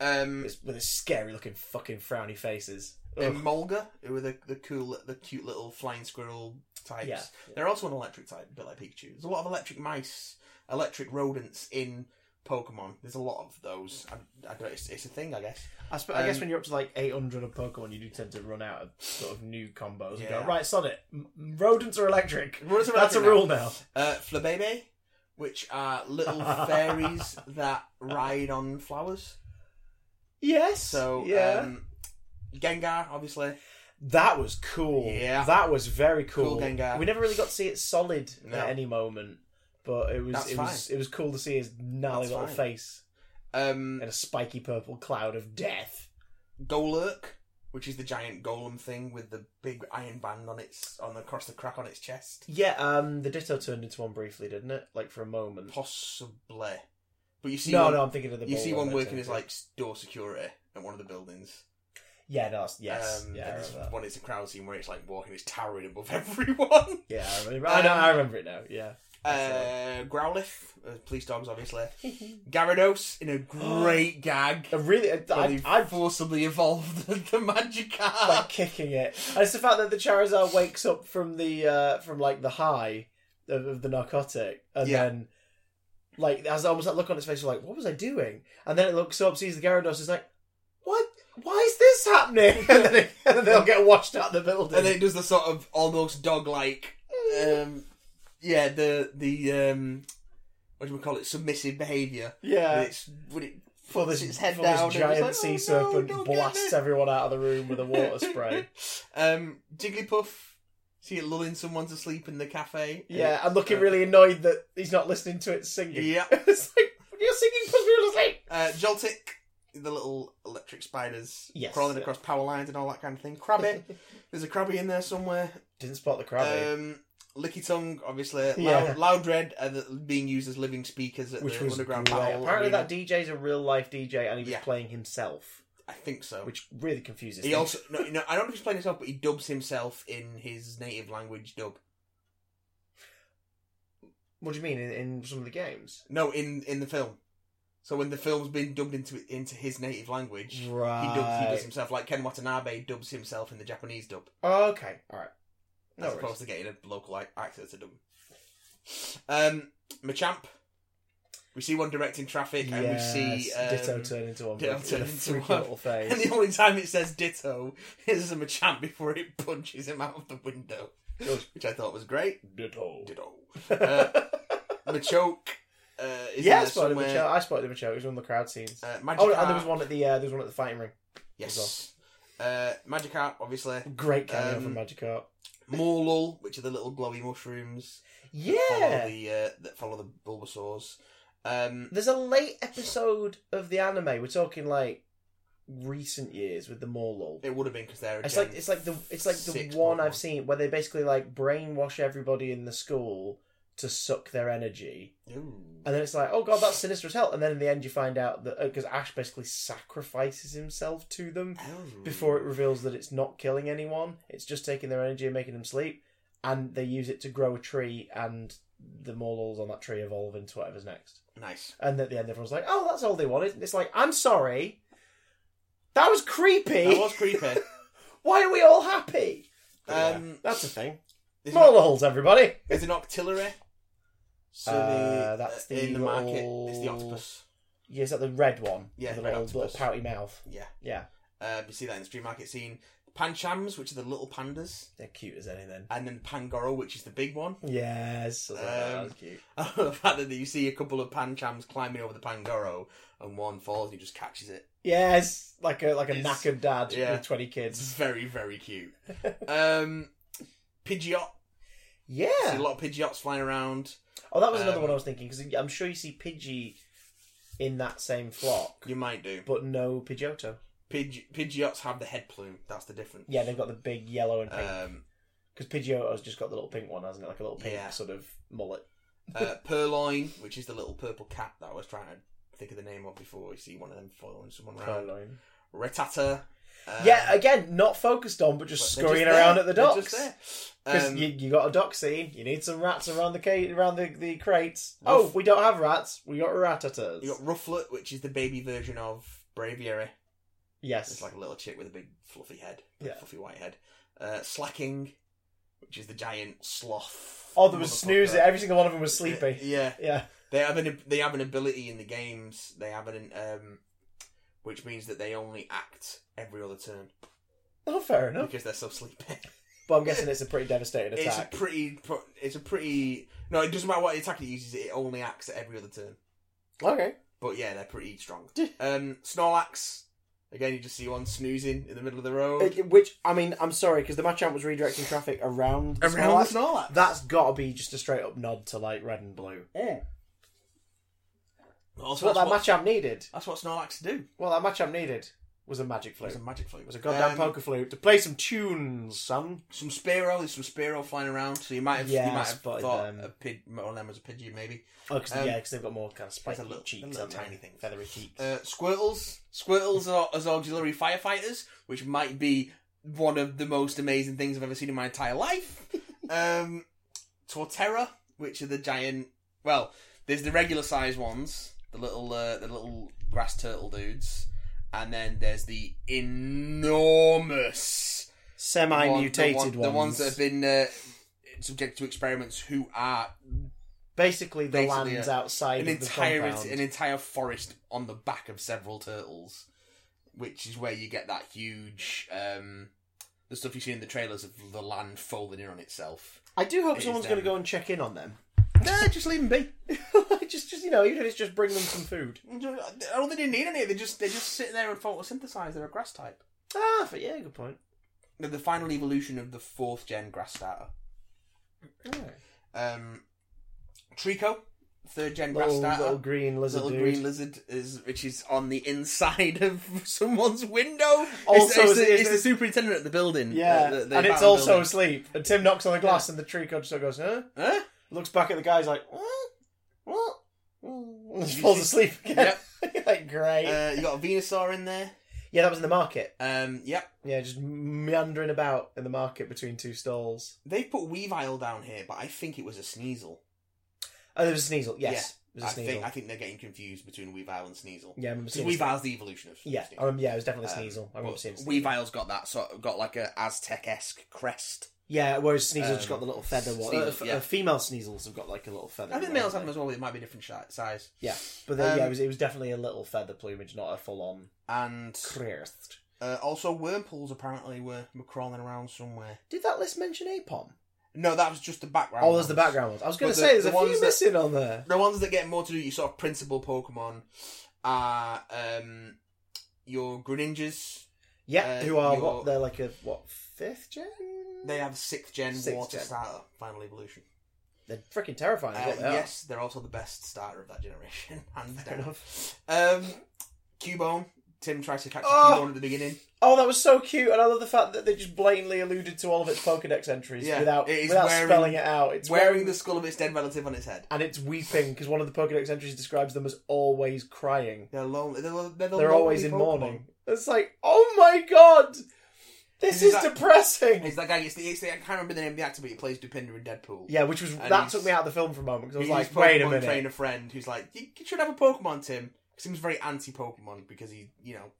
Speaker 3: Um,
Speaker 1: It's- with his scary looking fucking frowny faces. Ugh.
Speaker 3: and Mulga, who are the, the cool, the cute little flying squirrel types.
Speaker 1: Yeah.
Speaker 3: They're also an electric type, a bit like Pikachu. There's a lot of electric mice, electric rodents in Pokemon. There's a lot of those. I, I don't, it's, it's a thing, I guess.
Speaker 1: I, sp- I guess
Speaker 3: Um,
Speaker 1: when you're up to like 800 of Pokemon, you do tend to run out of sort of new combos. And go,
Speaker 3: Yeah.
Speaker 1: right, sod it. M- m- rodents are electric.
Speaker 3: Rodents are
Speaker 1: That's a
Speaker 3: electric now.
Speaker 1: rule now.
Speaker 3: Uh, Flabébé, which are little fairies that ride on flowers.
Speaker 1: Yes.
Speaker 3: So,
Speaker 1: yeah,
Speaker 3: um, Gengar, obviously.
Speaker 1: that was cool.
Speaker 3: Yeah.
Speaker 1: that was very cool.
Speaker 3: Cool Gengar.
Speaker 1: We never really got to see it solid
Speaker 3: No.
Speaker 1: at any moment, but it was
Speaker 3: That's
Speaker 1: it was it was cool to see his gnarly
Speaker 3: That's
Speaker 1: little
Speaker 3: fine.
Speaker 1: face
Speaker 3: Um,
Speaker 1: and a spiky purple cloud of death.
Speaker 3: Golurk, which is the giant golem thing with the big iron band on its on the, across the crack on its chest.
Speaker 1: Yeah, um, the Ditto turned into one briefly, didn't it? Like for a moment.
Speaker 3: Possibly, but you see,
Speaker 1: no,
Speaker 3: one,
Speaker 1: no, I'm thinking of the.
Speaker 3: you
Speaker 1: ball
Speaker 3: see
Speaker 1: one
Speaker 3: one
Speaker 1: that
Speaker 3: working
Speaker 1: turned
Speaker 3: as
Speaker 1: into-
Speaker 3: like door security in one of the buildings.
Speaker 1: Yeah, no, that's, yes,
Speaker 3: um,
Speaker 1: yeah, I
Speaker 3: and this
Speaker 1: remember that.
Speaker 3: one is a crowd scene where it's like walking, it's towering above everyone.
Speaker 1: Yeah, I remember. I, know,
Speaker 3: Um,
Speaker 1: I remember it now. Yeah.
Speaker 3: Uh, Growlith, uh, police dogs, obviously. Gyarados in a great gag.
Speaker 1: I really,
Speaker 3: where
Speaker 1: I,
Speaker 3: they
Speaker 1: I,
Speaker 3: forcibly evolved the, the Magikarp.
Speaker 1: like kicking it. And it's the fact that the Charizard wakes up from the uh, from like the high of, of the narcotic, and
Speaker 3: Yeah.
Speaker 1: then like has almost that look on its face, like what was I doing? And then it looks up, sees the Gyarados, is like, what? Why is this happening? And then, it, and then they'll get washed out of the building.
Speaker 3: and then it does the sort of almost dog-like, um, yeah, the the um, what do we call it? Submissive behaviour.
Speaker 1: yeah,
Speaker 3: It's when it
Speaker 1: for this,
Speaker 3: puts its uh, head
Speaker 1: for
Speaker 3: down.
Speaker 1: this
Speaker 3: and it's
Speaker 1: giant
Speaker 3: like,
Speaker 1: sea
Speaker 3: "Oh, no,
Speaker 1: serpent
Speaker 3: don't get
Speaker 1: blasts
Speaker 3: me."
Speaker 1: everyone out of the room with a water spray.
Speaker 3: um, Jigglypuff. See it lulling someone to sleep in the cafe. And
Speaker 1: Yeah,
Speaker 3: it-
Speaker 1: I'm looking
Speaker 3: uh,
Speaker 1: really annoyed that he's not listening to it singing.
Speaker 3: Yeah.
Speaker 1: it's like you're singing because we were asleep.
Speaker 3: Uh, Joltik, the little electric spiders
Speaker 1: Yes.
Speaker 3: crawling across power lines and all that kind of thing. Krabby, there's a Krabby in there somewhere.
Speaker 1: Didn't spot the eh? crowd.
Speaker 3: Um, Licky Tongue, obviously. Loud,
Speaker 1: Yeah.
Speaker 3: Loud Red are the, being used as living speakers at
Speaker 1: which
Speaker 3: the
Speaker 1: was
Speaker 3: underground
Speaker 1: great.
Speaker 3: battle.
Speaker 1: Apparently,
Speaker 3: arena.
Speaker 1: that DJ's a real life DJ, and he was
Speaker 3: Yeah.
Speaker 1: playing himself,
Speaker 3: I think so.
Speaker 1: which really confuses.
Speaker 3: he
Speaker 1: me.
Speaker 3: also no, no, I don't know if he's playing himself, but he dubs himself in his native language dub.
Speaker 1: What do you mean in, in some of the games?
Speaker 3: No, in in the film. So when the film's been dubbed into into his native language, he dubs he does himself like Ken Watanabe dubs himself in the Japanese dub.
Speaker 1: Oh, okay, all right. No
Speaker 3: as
Speaker 1: worries.
Speaker 3: opposed to getting a local ac- actor to do. Um, Machamp. We see one directing traffic, and we see um,
Speaker 1: Yes, Ditto turn into one.
Speaker 3: Ditto
Speaker 1: with
Speaker 3: turn
Speaker 1: a
Speaker 3: into
Speaker 1: freaky
Speaker 3: one.
Speaker 1: little
Speaker 3: And
Speaker 1: face.
Speaker 3: the only time it says Ditto is a Machamp before it punches him out of the window,
Speaker 1: Good.
Speaker 3: which I thought was great.
Speaker 1: Ditto.
Speaker 3: Ditto. Uh, Machoke. Uh, is
Speaker 1: yeah, I
Speaker 3: there
Speaker 1: spotted him.
Speaker 3: somewhere.
Speaker 1: in Cho- I spotted him. in Cho- It was one of the crowd scenes.
Speaker 3: Uh, Magikarp.
Speaker 1: Oh, and there was one at the uh, there was one at the fighting ring.
Speaker 3: Yes. Uh, Magikarp, obviously.
Speaker 1: Great cameo
Speaker 3: Um,
Speaker 1: from Magikarp.
Speaker 3: Morlul, which are the little glowy mushrooms that follow
Speaker 1: Yeah,
Speaker 3: the uh, that follow the Bulbasaur's. Um,
Speaker 1: there's a late episode of the anime. We're talking like recent years with the Morlul.
Speaker 3: It would have been because they're. a
Speaker 1: It's
Speaker 3: Gen
Speaker 1: like it's like the it's like the
Speaker 3: six
Speaker 1: one
Speaker 3: Pokemon.
Speaker 1: I've seen where they basically like brainwash everybody in the school to suck their energy,
Speaker 3: Ooh.
Speaker 1: and then it's like, oh god, that's sinister as hell. And then in the end, you find out that because Ash basically sacrifices himself to them Oh. before it reveals that it's not killing anyone; it's just taking their energy and making them sleep, and they use it to grow a tree, and the Morlulls on that tree evolve into whatever's next.
Speaker 3: Nice.
Speaker 1: And at the end, everyone's like, oh, that's all they wanted. It's like, I'm sorry, that was creepy.
Speaker 3: That was creepy.
Speaker 1: Why are we all happy?
Speaker 3: um,
Speaker 1: That's a thing.
Speaker 3: there's, an,
Speaker 1: Moleholes, everybody.
Speaker 3: there's an octillery. So
Speaker 1: Uh, that's the
Speaker 3: in the market.
Speaker 1: little-
Speaker 3: It's the octopus.
Speaker 1: Yeah, is that the red one?
Speaker 3: Yeah,
Speaker 1: the
Speaker 3: red
Speaker 1: little,
Speaker 3: octopus.
Speaker 1: little pouty mouth.
Speaker 3: Yeah.
Speaker 1: Yeah,
Speaker 3: Um, you see that in the street market scene. Panchams, which are the little pandas,
Speaker 1: They're cute as any then.
Speaker 3: and then Pangoro, which is the big one. Um,
Speaker 1: Yes. I was like, oh, that was cute.
Speaker 3: I love the fact that you see a couple of Panchams climbing over the Pangoro, and one falls and he just catches it.
Speaker 1: Yes, like a like a
Speaker 3: It's-
Speaker 1: knackered dad
Speaker 3: yeah.
Speaker 1: with twenty
Speaker 3: It's
Speaker 1: kids.
Speaker 3: very, very cute. um, Pidgeot.
Speaker 1: Yeah.
Speaker 3: See a lot of Pidgeots flying around.
Speaker 1: Oh, that was another
Speaker 3: Um,
Speaker 1: one I was thinking because I'm sure you see Pidgey in that same flock,
Speaker 3: You might do.
Speaker 1: but no Pidgeotto.
Speaker 3: Pidge- Pidgeots have the head plume. That's the difference.
Speaker 1: Yeah, they've got the big yellow and pink
Speaker 3: Um,
Speaker 1: because Pidgeotto's just got the little pink one, hasn't it? Like a little pink
Speaker 3: Yeah.
Speaker 1: sort of mullet.
Speaker 3: uh, Purloin, which is the little purple cat that I was trying to think of the name of before. You see one of them following someone around.
Speaker 1: Purloin.
Speaker 3: Ratata. Uh,
Speaker 1: yeah, again, not focused on, but just
Speaker 3: but they're
Speaker 1: scurrying
Speaker 3: just there.
Speaker 1: around at the
Speaker 3: They're
Speaker 1: docks.
Speaker 3: just there.
Speaker 1: Because
Speaker 3: Um,
Speaker 1: you, you got a dock scene, you need some rats around the ca- around the, the crates. Oh,
Speaker 3: Ruff-
Speaker 1: we don't have rats. We got ratatas.
Speaker 3: you got Rufflet, which is the baby version of Braviary. It's
Speaker 1: yes,
Speaker 3: like a little chick with a big fluffy head, big
Speaker 1: Yeah.
Speaker 3: fluffy white head. Uh, slacking, which is the giant sloth.
Speaker 1: Oh, there was
Speaker 3: motherfucker.
Speaker 1: snoozer. Every single one of them was sleepy.
Speaker 3: Yeah,
Speaker 1: Yeah.
Speaker 3: they have an they have an ability in the games. They have an um, which means that they only act every other turn
Speaker 1: Oh, fair enough.
Speaker 3: because they're so sleepy.
Speaker 1: But I'm guessing it's a pretty devastating
Speaker 3: it's a
Speaker 1: attack.
Speaker 3: pretty. pro- It's a pretty. No, it doesn't matter what attack it uses. It only acts at every other turn.
Speaker 1: Okay.
Speaker 3: But yeah, they're pretty strong. um, Snorlax. Again, you just see one snoozing in the middle of the road.
Speaker 1: It- Uh, Which I mean, I'm sorry because the Machamp was redirecting traffic around the Snorlax.
Speaker 3: Snorlax.
Speaker 1: That's got to be just a straight up nod to like red and blue. That's
Speaker 3: Also,
Speaker 1: what that
Speaker 3: that's, what,
Speaker 1: Machamp needed.
Speaker 3: that's what Snorlax do.
Speaker 1: Well, that Machamp needed was a magic
Speaker 3: It
Speaker 1: flute.
Speaker 3: was a
Speaker 1: It
Speaker 3: magic flute. It
Speaker 1: was a goddamn poker flute to play some tunes, son.
Speaker 3: Um, Some Spearow, there's some Spearow flying around, so you might have,
Speaker 1: Yeah,
Speaker 3: you might
Speaker 1: I
Speaker 3: have
Speaker 1: spotted
Speaker 3: thought
Speaker 1: them.
Speaker 3: a pig, one of them was a Pidgey maybe.
Speaker 1: Oh, cause,
Speaker 3: Um,
Speaker 1: yeah, because they've got more kind of spiky
Speaker 3: a little-
Speaker 1: cheeks,
Speaker 3: a little
Speaker 1: haven't they?
Speaker 3: tiny thing.
Speaker 1: feathery cheeks.
Speaker 3: Uh, Squirtles. Squirtles are as auxiliary firefighters, which might be one of the most amazing things I've ever seen in my entire life. um, Torterra, which are the giant. Well, there's the regular size ones, the little uh, the little grass turtle dudes, and then there's the enormous
Speaker 1: Semi-mutated
Speaker 3: one- the one-
Speaker 1: ones.
Speaker 3: The ones that have been uh, subjected to experiments who are
Speaker 1: basically the
Speaker 3: basically
Speaker 1: lands
Speaker 3: a-
Speaker 1: outside
Speaker 3: an
Speaker 1: of the
Speaker 3: entire
Speaker 1: compound.
Speaker 3: an entire forest on the back of several turtles, which is where you get that huge um, the stuff you see in the trailers of the land folding in on itself.
Speaker 1: I do hope
Speaker 3: It is
Speaker 1: someone's going to
Speaker 3: them.
Speaker 1: go and check in on them.
Speaker 3: no, just leave them be.
Speaker 1: just, just you know, even if it's just bring them some food.
Speaker 3: I don't think they need any. They just they just sit there and photosynthesize. They're a grass type.
Speaker 1: Ah, but yeah, good point.
Speaker 3: They're the final evolution of the fourth gen grass starter. Um, Trico, third gen grass
Speaker 1: Little,
Speaker 3: starter.
Speaker 1: little green lizard
Speaker 3: little
Speaker 1: dude.
Speaker 3: green lizard is which is on the inside of someone's window.
Speaker 1: Also,
Speaker 3: it's,
Speaker 1: is
Speaker 3: the-
Speaker 1: it- is
Speaker 3: it's the
Speaker 1: it-
Speaker 3: superintendent of the building.
Speaker 1: yeah,
Speaker 3: uh, the- the
Speaker 1: and it's
Speaker 3: apartment
Speaker 1: also
Speaker 3: building.
Speaker 1: asleep. And Tim knocks on the glass, and the tree god still goes, "Huh?"
Speaker 3: Huh?
Speaker 1: Looks back at the guy, he's like, "What? What?" And just falls asleep again. like great.
Speaker 3: Uh, you got a Venusaur in there.
Speaker 1: yeah, that was in the market.
Speaker 3: Um, yep.
Speaker 1: Yeah, just meandering about in the market between two stalls.
Speaker 3: They put Weavile down here, but I think it was a Sneasel.
Speaker 1: Oh, there was a Sneasel. Yes, there
Speaker 3: I
Speaker 1: was a Sneasel.
Speaker 3: think I think they're getting confused between Weavile and Sneasel.
Speaker 1: yeah, I remember
Speaker 3: So
Speaker 1: seeing. a Sne-
Speaker 3: Weavile's the evolution of
Speaker 1: Yeah,
Speaker 3: Sneasel.
Speaker 1: I remember, yeah, it was definitely
Speaker 3: Um,
Speaker 1: a Sneasel. I remember
Speaker 3: But
Speaker 1: seeing. Sneasel.
Speaker 3: Weavile's got that sort of got like a Aztec esque crest.
Speaker 1: Yeah, whereas Sneasel's
Speaker 3: Um,
Speaker 1: just got the little feather one.
Speaker 3: Sneasel,
Speaker 1: Uh, f-
Speaker 3: yeah.
Speaker 1: uh, female Sneasels have got like a little feather.
Speaker 3: I think
Speaker 1: one,
Speaker 3: males have
Speaker 1: haven't
Speaker 3: them as well. but It might be different shi- size.
Speaker 1: they? Yeah, but then, yeah,
Speaker 3: Um,
Speaker 1: it was, it was definitely a little feather plumage, not a full on
Speaker 3: And
Speaker 1: crest.
Speaker 3: uh, also, wormholes apparently were, were crawling around somewhere.
Speaker 1: Did that list mention Apom?
Speaker 3: No, that was just the background.
Speaker 1: Oh, there's the
Speaker 3: ones.
Speaker 1: background ones. I was going
Speaker 3: But
Speaker 1: to
Speaker 3: the-
Speaker 1: say there's
Speaker 3: the
Speaker 1: a few
Speaker 3: ones that-
Speaker 1: missing on there.
Speaker 3: The ones that get more to do with your sort of principal Pokemon are um, your Greninjas.
Speaker 1: Yeah,
Speaker 3: Uh,
Speaker 1: who are
Speaker 3: your-
Speaker 1: what? They're like a what fifth gen?
Speaker 3: They have sixth gen
Speaker 1: Sixth
Speaker 3: water
Speaker 1: gen.
Speaker 3: starter, final evolution.
Speaker 1: They're freaking terrifying. is
Speaker 3: Uh,
Speaker 1: what they are.
Speaker 3: yes, they're also the best starter of that generation, hands
Speaker 1: Fair
Speaker 3: down.
Speaker 1: enough.
Speaker 3: Um, Cubone. Tim tries to catch
Speaker 1: Oh!
Speaker 3: Cubone at the beginning.
Speaker 1: Oh, that was so cute, and I love the fact that they just blatantly alluded to all of its Pokedex entries
Speaker 3: Yeah,
Speaker 1: without
Speaker 3: it is
Speaker 1: without
Speaker 3: wearing-
Speaker 1: spelling it out. It's
Speaker 3: wearing, the skull of its dead relative on its head.
Speaker 1: and it's weeping because one of the Pokedex entries describes them as always crying.
Speaker 3: They're lonely. They're, lo- they're, the
Speaker 1: They're
Speaker 3: lonely
Speaker 1: always in
Speaker 3: Pokemon.
Speaker 1: mourning. It's like, oh my god, this
Speaker 3: Is
Speaker 1: is
Speaker 3: that-
Speaker 1: depressing.
Speaker 3: It's that guy. It's the, it's the, I can't remember the name of the actor, but he plays Dupinder in Deadpool.
Speaker 1: Yeah, which was
Speaker 3: And
Speaker 1: that
Speaker 3: he's-
Speaker 1: took me out of the film for a moment because I was
Speaker 3: He's
Speaker 1: like,
Speaker 3: Pokemon
Speaker 1: wait a minute.
Speaker 3: Train a friend who's like, you, you should have a Pokemon, Tim. Seems very anti-Pokemon because he, you know,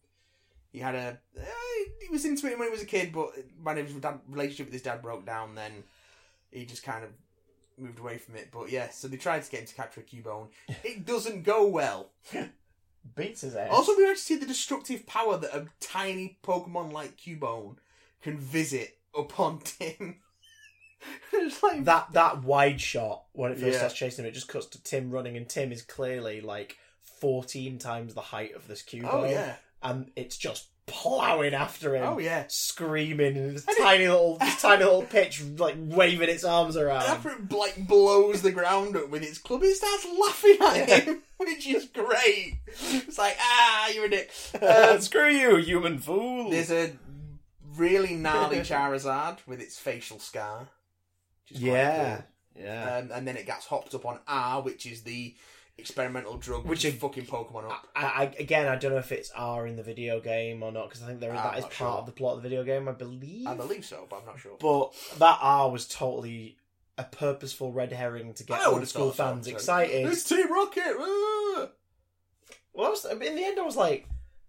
Speaker 3: he had a eh, he was into it when he was a kid, but my his dad, relationship with his dad broke down. Then he just kind of moved away from it. But yeah, so they tried to get him to capture a Cubone. It doesn't go well.
Speaker 1: Beats his ass.
Speaker 3: Also, we actually see the destructive power that a tiny Pokemon like Cubone can visit upon Tim. it's like
Speaker 1: That that wide shot when it first
Speaker 3: Yeah.
Speaker 1: starts chasing him, it just cuts to Tim running, and Tim is clearly like fourteen times the height of this cue
Speaker 3: Oh
Speaker 1: ball,
Speaker 3: yeah.
Speaker 1: and it's just plowing after him.
Speaker 3: Oh yeah.
Speaker 1: Screaming and this
Speaker 3: And it-
Speaker 1: tiny little this tiny little pitch like waving its arms
Speaker 3: And
Speaker 1: around.
Speaker 3: after it like blows the ground up with its club, it starts laughing at him, which is great. It's like ah, you're a dick. Um,
Speaker 1: Screw you, human fool!
Speaker 3: There's a really gnarly Charizard with its facial scar. Which is quite
Speaker 1: yeah,
Speaker 3: cool.
Speaker 1: yeah.
Speaker 3: Um, and then it gets hopped up on R, which is the experimental drug
Speaker 1: Which
Speaker 3: which
Speaker 1: is-
Speaker 3: is fucking Pokemon up.
Speaker 1: I, I, again, I don't know if it's R in the video game or not because I think there,
Speaker 3: I'm
Speaker 1: that is part
Speaker 3: not sure.
Speaker 1: of the plot of the video game, I believe.
Speaker 3: I believe so, but I'm not sure.
Speaker 1: But that R was totally a purposeful red herring to get
Speaker 3: I would've
Speaker 1: old school
Speaker 3: thought so,
Speaker 1: fans
Speaker 3: so.
Speaker 1: excited.
Speaker 3: it's Team Rocket! ah!
Speaker 1: Well, I was, in the end, I was like,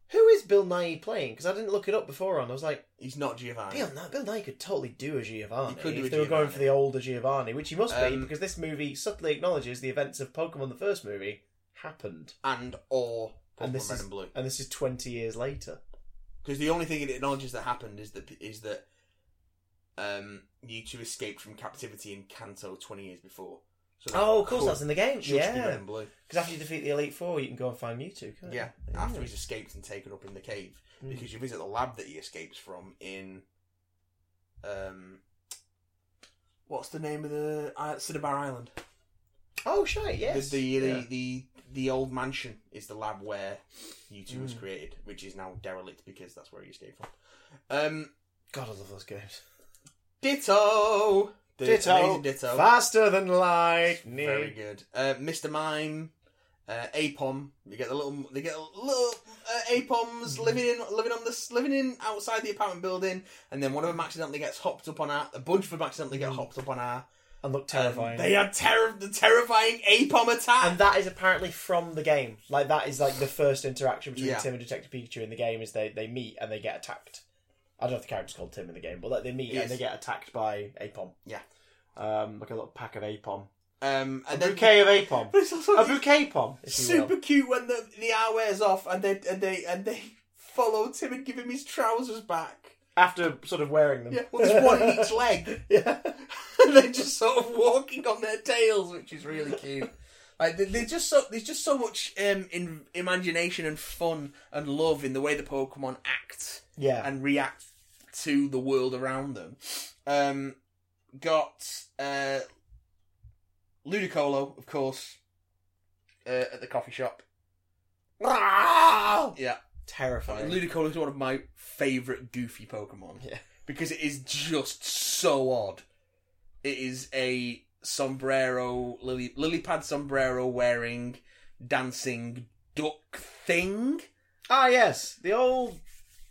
Speaker 1: "Who is Bill Nye playing?" Because I didn't look it up before, and I was like,
Speaker 3: He's not Giovanni.
Speaker 1: "Bill Nye, Bill Nye could totally do a Giovanni
Speaker 3: He could do
Speaker 1: if
Speaker 3: a
Speaker 1: they were going
Speaker 3: Giovanni.
Speaker 1: for the older Giovanni, which he must be
Speaker 3: Um,
Speaker 1: because this movie subtly acknowledges the events of Pokemon the first movie happened,
Speaker 3: And or Pokemon
Speaker 1: and this
Speaker 3: Red
Speaker 1: is
Speaker 3: and Blue.
Speaker 1: and this is twenty years later."
Speaker 3: Because the only thing it acknowledges that happened is that is that um, you two escaped from captivity in Kanto 20 years before. So that
Speaker 1: Oh, of course,
Speaker 3: could
Speaker 1: that's in the game.
Speaker 3: just be
Speaker 1: Yeah,
Speaker 3: Red and Blue.
Speaker 1: Because after you defeat the Elite Four, you can go and find Mewtwo, can't
Speaker 3: Yeah,
Speaker 1: you?
Speaker 3: after he's escaped and taken up in the cave,
Speaker 1: Mm.
Speaker 3: because you visit the lab that he escapes from in, um, what's the name of the uh, Cinnabar Island?
Speaker 1: Oh, shite, yes.
Speaker 3: The the, uh,
Speaker 1: Yeah.
Speaker 3: the the the old mansion is the lab where U two was
Speaker 1: Mm.
Speaker 3: created, which is now derelict because that's where he escaped from. Um,
Speaker 1: God, I love those games.
Speaker 3: Ditto, the
Speaker 1: Ditto.
Speaker 3: amazing Ditto,
Speaker 1: Faster than lightning.
Speaker 3: very good. Uh, Mr Mime. Uh, Apom, you get the little, they get a little uh, Apoms
Speaker 1: Mm-hmm.
Speaker 3: living in, living on this, living in outside the apartment building, and then one of them accidentally gets hopped up on her. A bunch of them accidentally get hopped up on her.
Speaker 1: And look
Speaker 3: Um,
Speaker 1: Mm. terrifying.
Speaker 3: they are terri the terrifying Apom attack.
Speaker 1: And that is apparently from the game. Like, that is like the first interaction between
Speaker 3: Yeah.
Speaker 1: Tim and Detective Pikachu in the game is they, they meet and they get attacked. I don't know if the character's called Tim in the game, but like, they meet
Speaker 3: Yes.
Speaker 1: and they get attacked by Apom.
Speaker 3: Yeah.
Speaker 1: Um, like a little pack of Apom.
Speaker 3: um,
Speaker 1: A
Speaker 3: and then
Speaker 1: bouquet of Apom.
Speaker 3: but it's also
Speaker 1: A bouquet pom, if you
Speaker 3: super
Speaker 1: will.
Speaker 3: cute when the the hour wears off, and they and they and they follow Tim and give him his trousers back.
Speaker 1: After sort of wearing them.
Speaker 3: Yeah, well, there's one in each leg,
Speaker 1: yeah.
Speaker 3: and they're just sort of walking on their tails, which is really cute. Like there- there's just so there's just so much um, in imagination and fun and love in the way the Pokemon act
Speaker 1: Yeah.
Speaker 3: and react to the world around them. Um, got uh, Ludicolo, of course, uh, at the coffee shop. Yeah,
Speaker 1: Terrifying.
Speaker 3: Ludicolo is one of my favourite goofy Pokemon.
Speaker 1: Yeah.
Speaker 3: because it is just so odd. It is a sombrero lily lily pad sombrero wearing dancing duck thing.
Speaker 1: Ah, yes, the old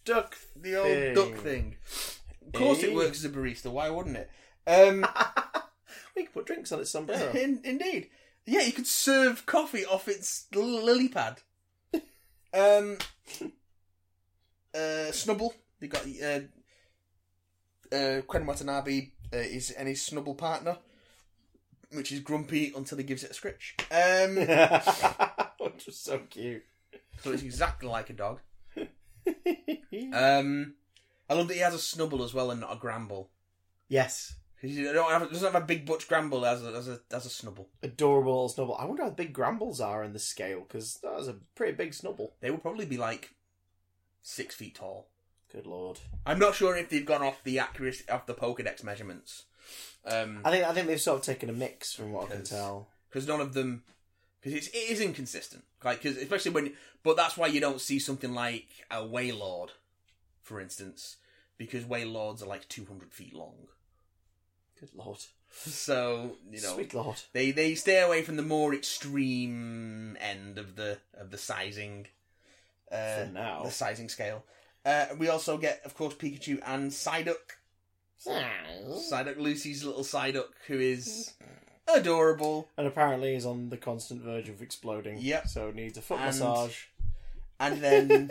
Speaker 1: duck.
Speaker 3: The old
Speaker 1: Thing.
Speaker 3: duck thing. Of course,
Speaker 1: Eh?
Speaker 3: it works as a barista. Why wouldn't it? Um,
Speaker 1: We could put drinks on its sombrero.
Speaker 3: in, indeed. Yeah, you could serve coffee off its l- lily pad. Um, uh, Snubble. They got uh, uh, Quen Watanabe uh, is and his Snubble partner, which is grumpy until he gives it a scritch. Um,
Speaker 1: Which was so cute.
Speaker 3: so it's exactly like a dog. Um, I love that he has a Snubble as well and not a Gramble.
Speaker 1: yes,
Speaker 3: 'Cause He don't have, doesn't have a big butch Gramble as a, as a, as a Snubble.
Speaker 1: adorable little snubble. I wonder how big grambles are in the scale because that was a pretty big snubble.
Speaker 3: They would probably be like six feet tall.
Speaker 1: Good lord.
Speaker 3: I'm not sure if they've gone off the accuracy of the Pokedex measurements, um,
Speaker 1: I
Speaker 3: because
Speaker 1: think I think they've sort of taken a mix from what I can
Speaker 3: Because-
Speaker 1: tell.
Speaker 3: none of them, because it's it is inconsistent. Like, 'cause especially when, but that's why you don't see something like a Waylord, for instance, because Waylords are like 200 feet long.
Speaker 1: Good lord.
Speaker 3: So you know
Speaker 1: Sweet lord.
Speaker 3: they they stay away from the more extreme end of the of the sizing. Uh,
Speaker 1: For now.
Speaker 3: the sizing scale. Uh, we also get, of course, Pikachu and Psyduck. Psyduck Lucy's little Psyduck, who is adorable,
Speaker 1: And apparently is on the constant verge of exploding.
Speaker 3: Yep.
Speaker 1: So it needs a foot
Speaker 3: And-
Speaker 1: massage.
Speaker 3: and then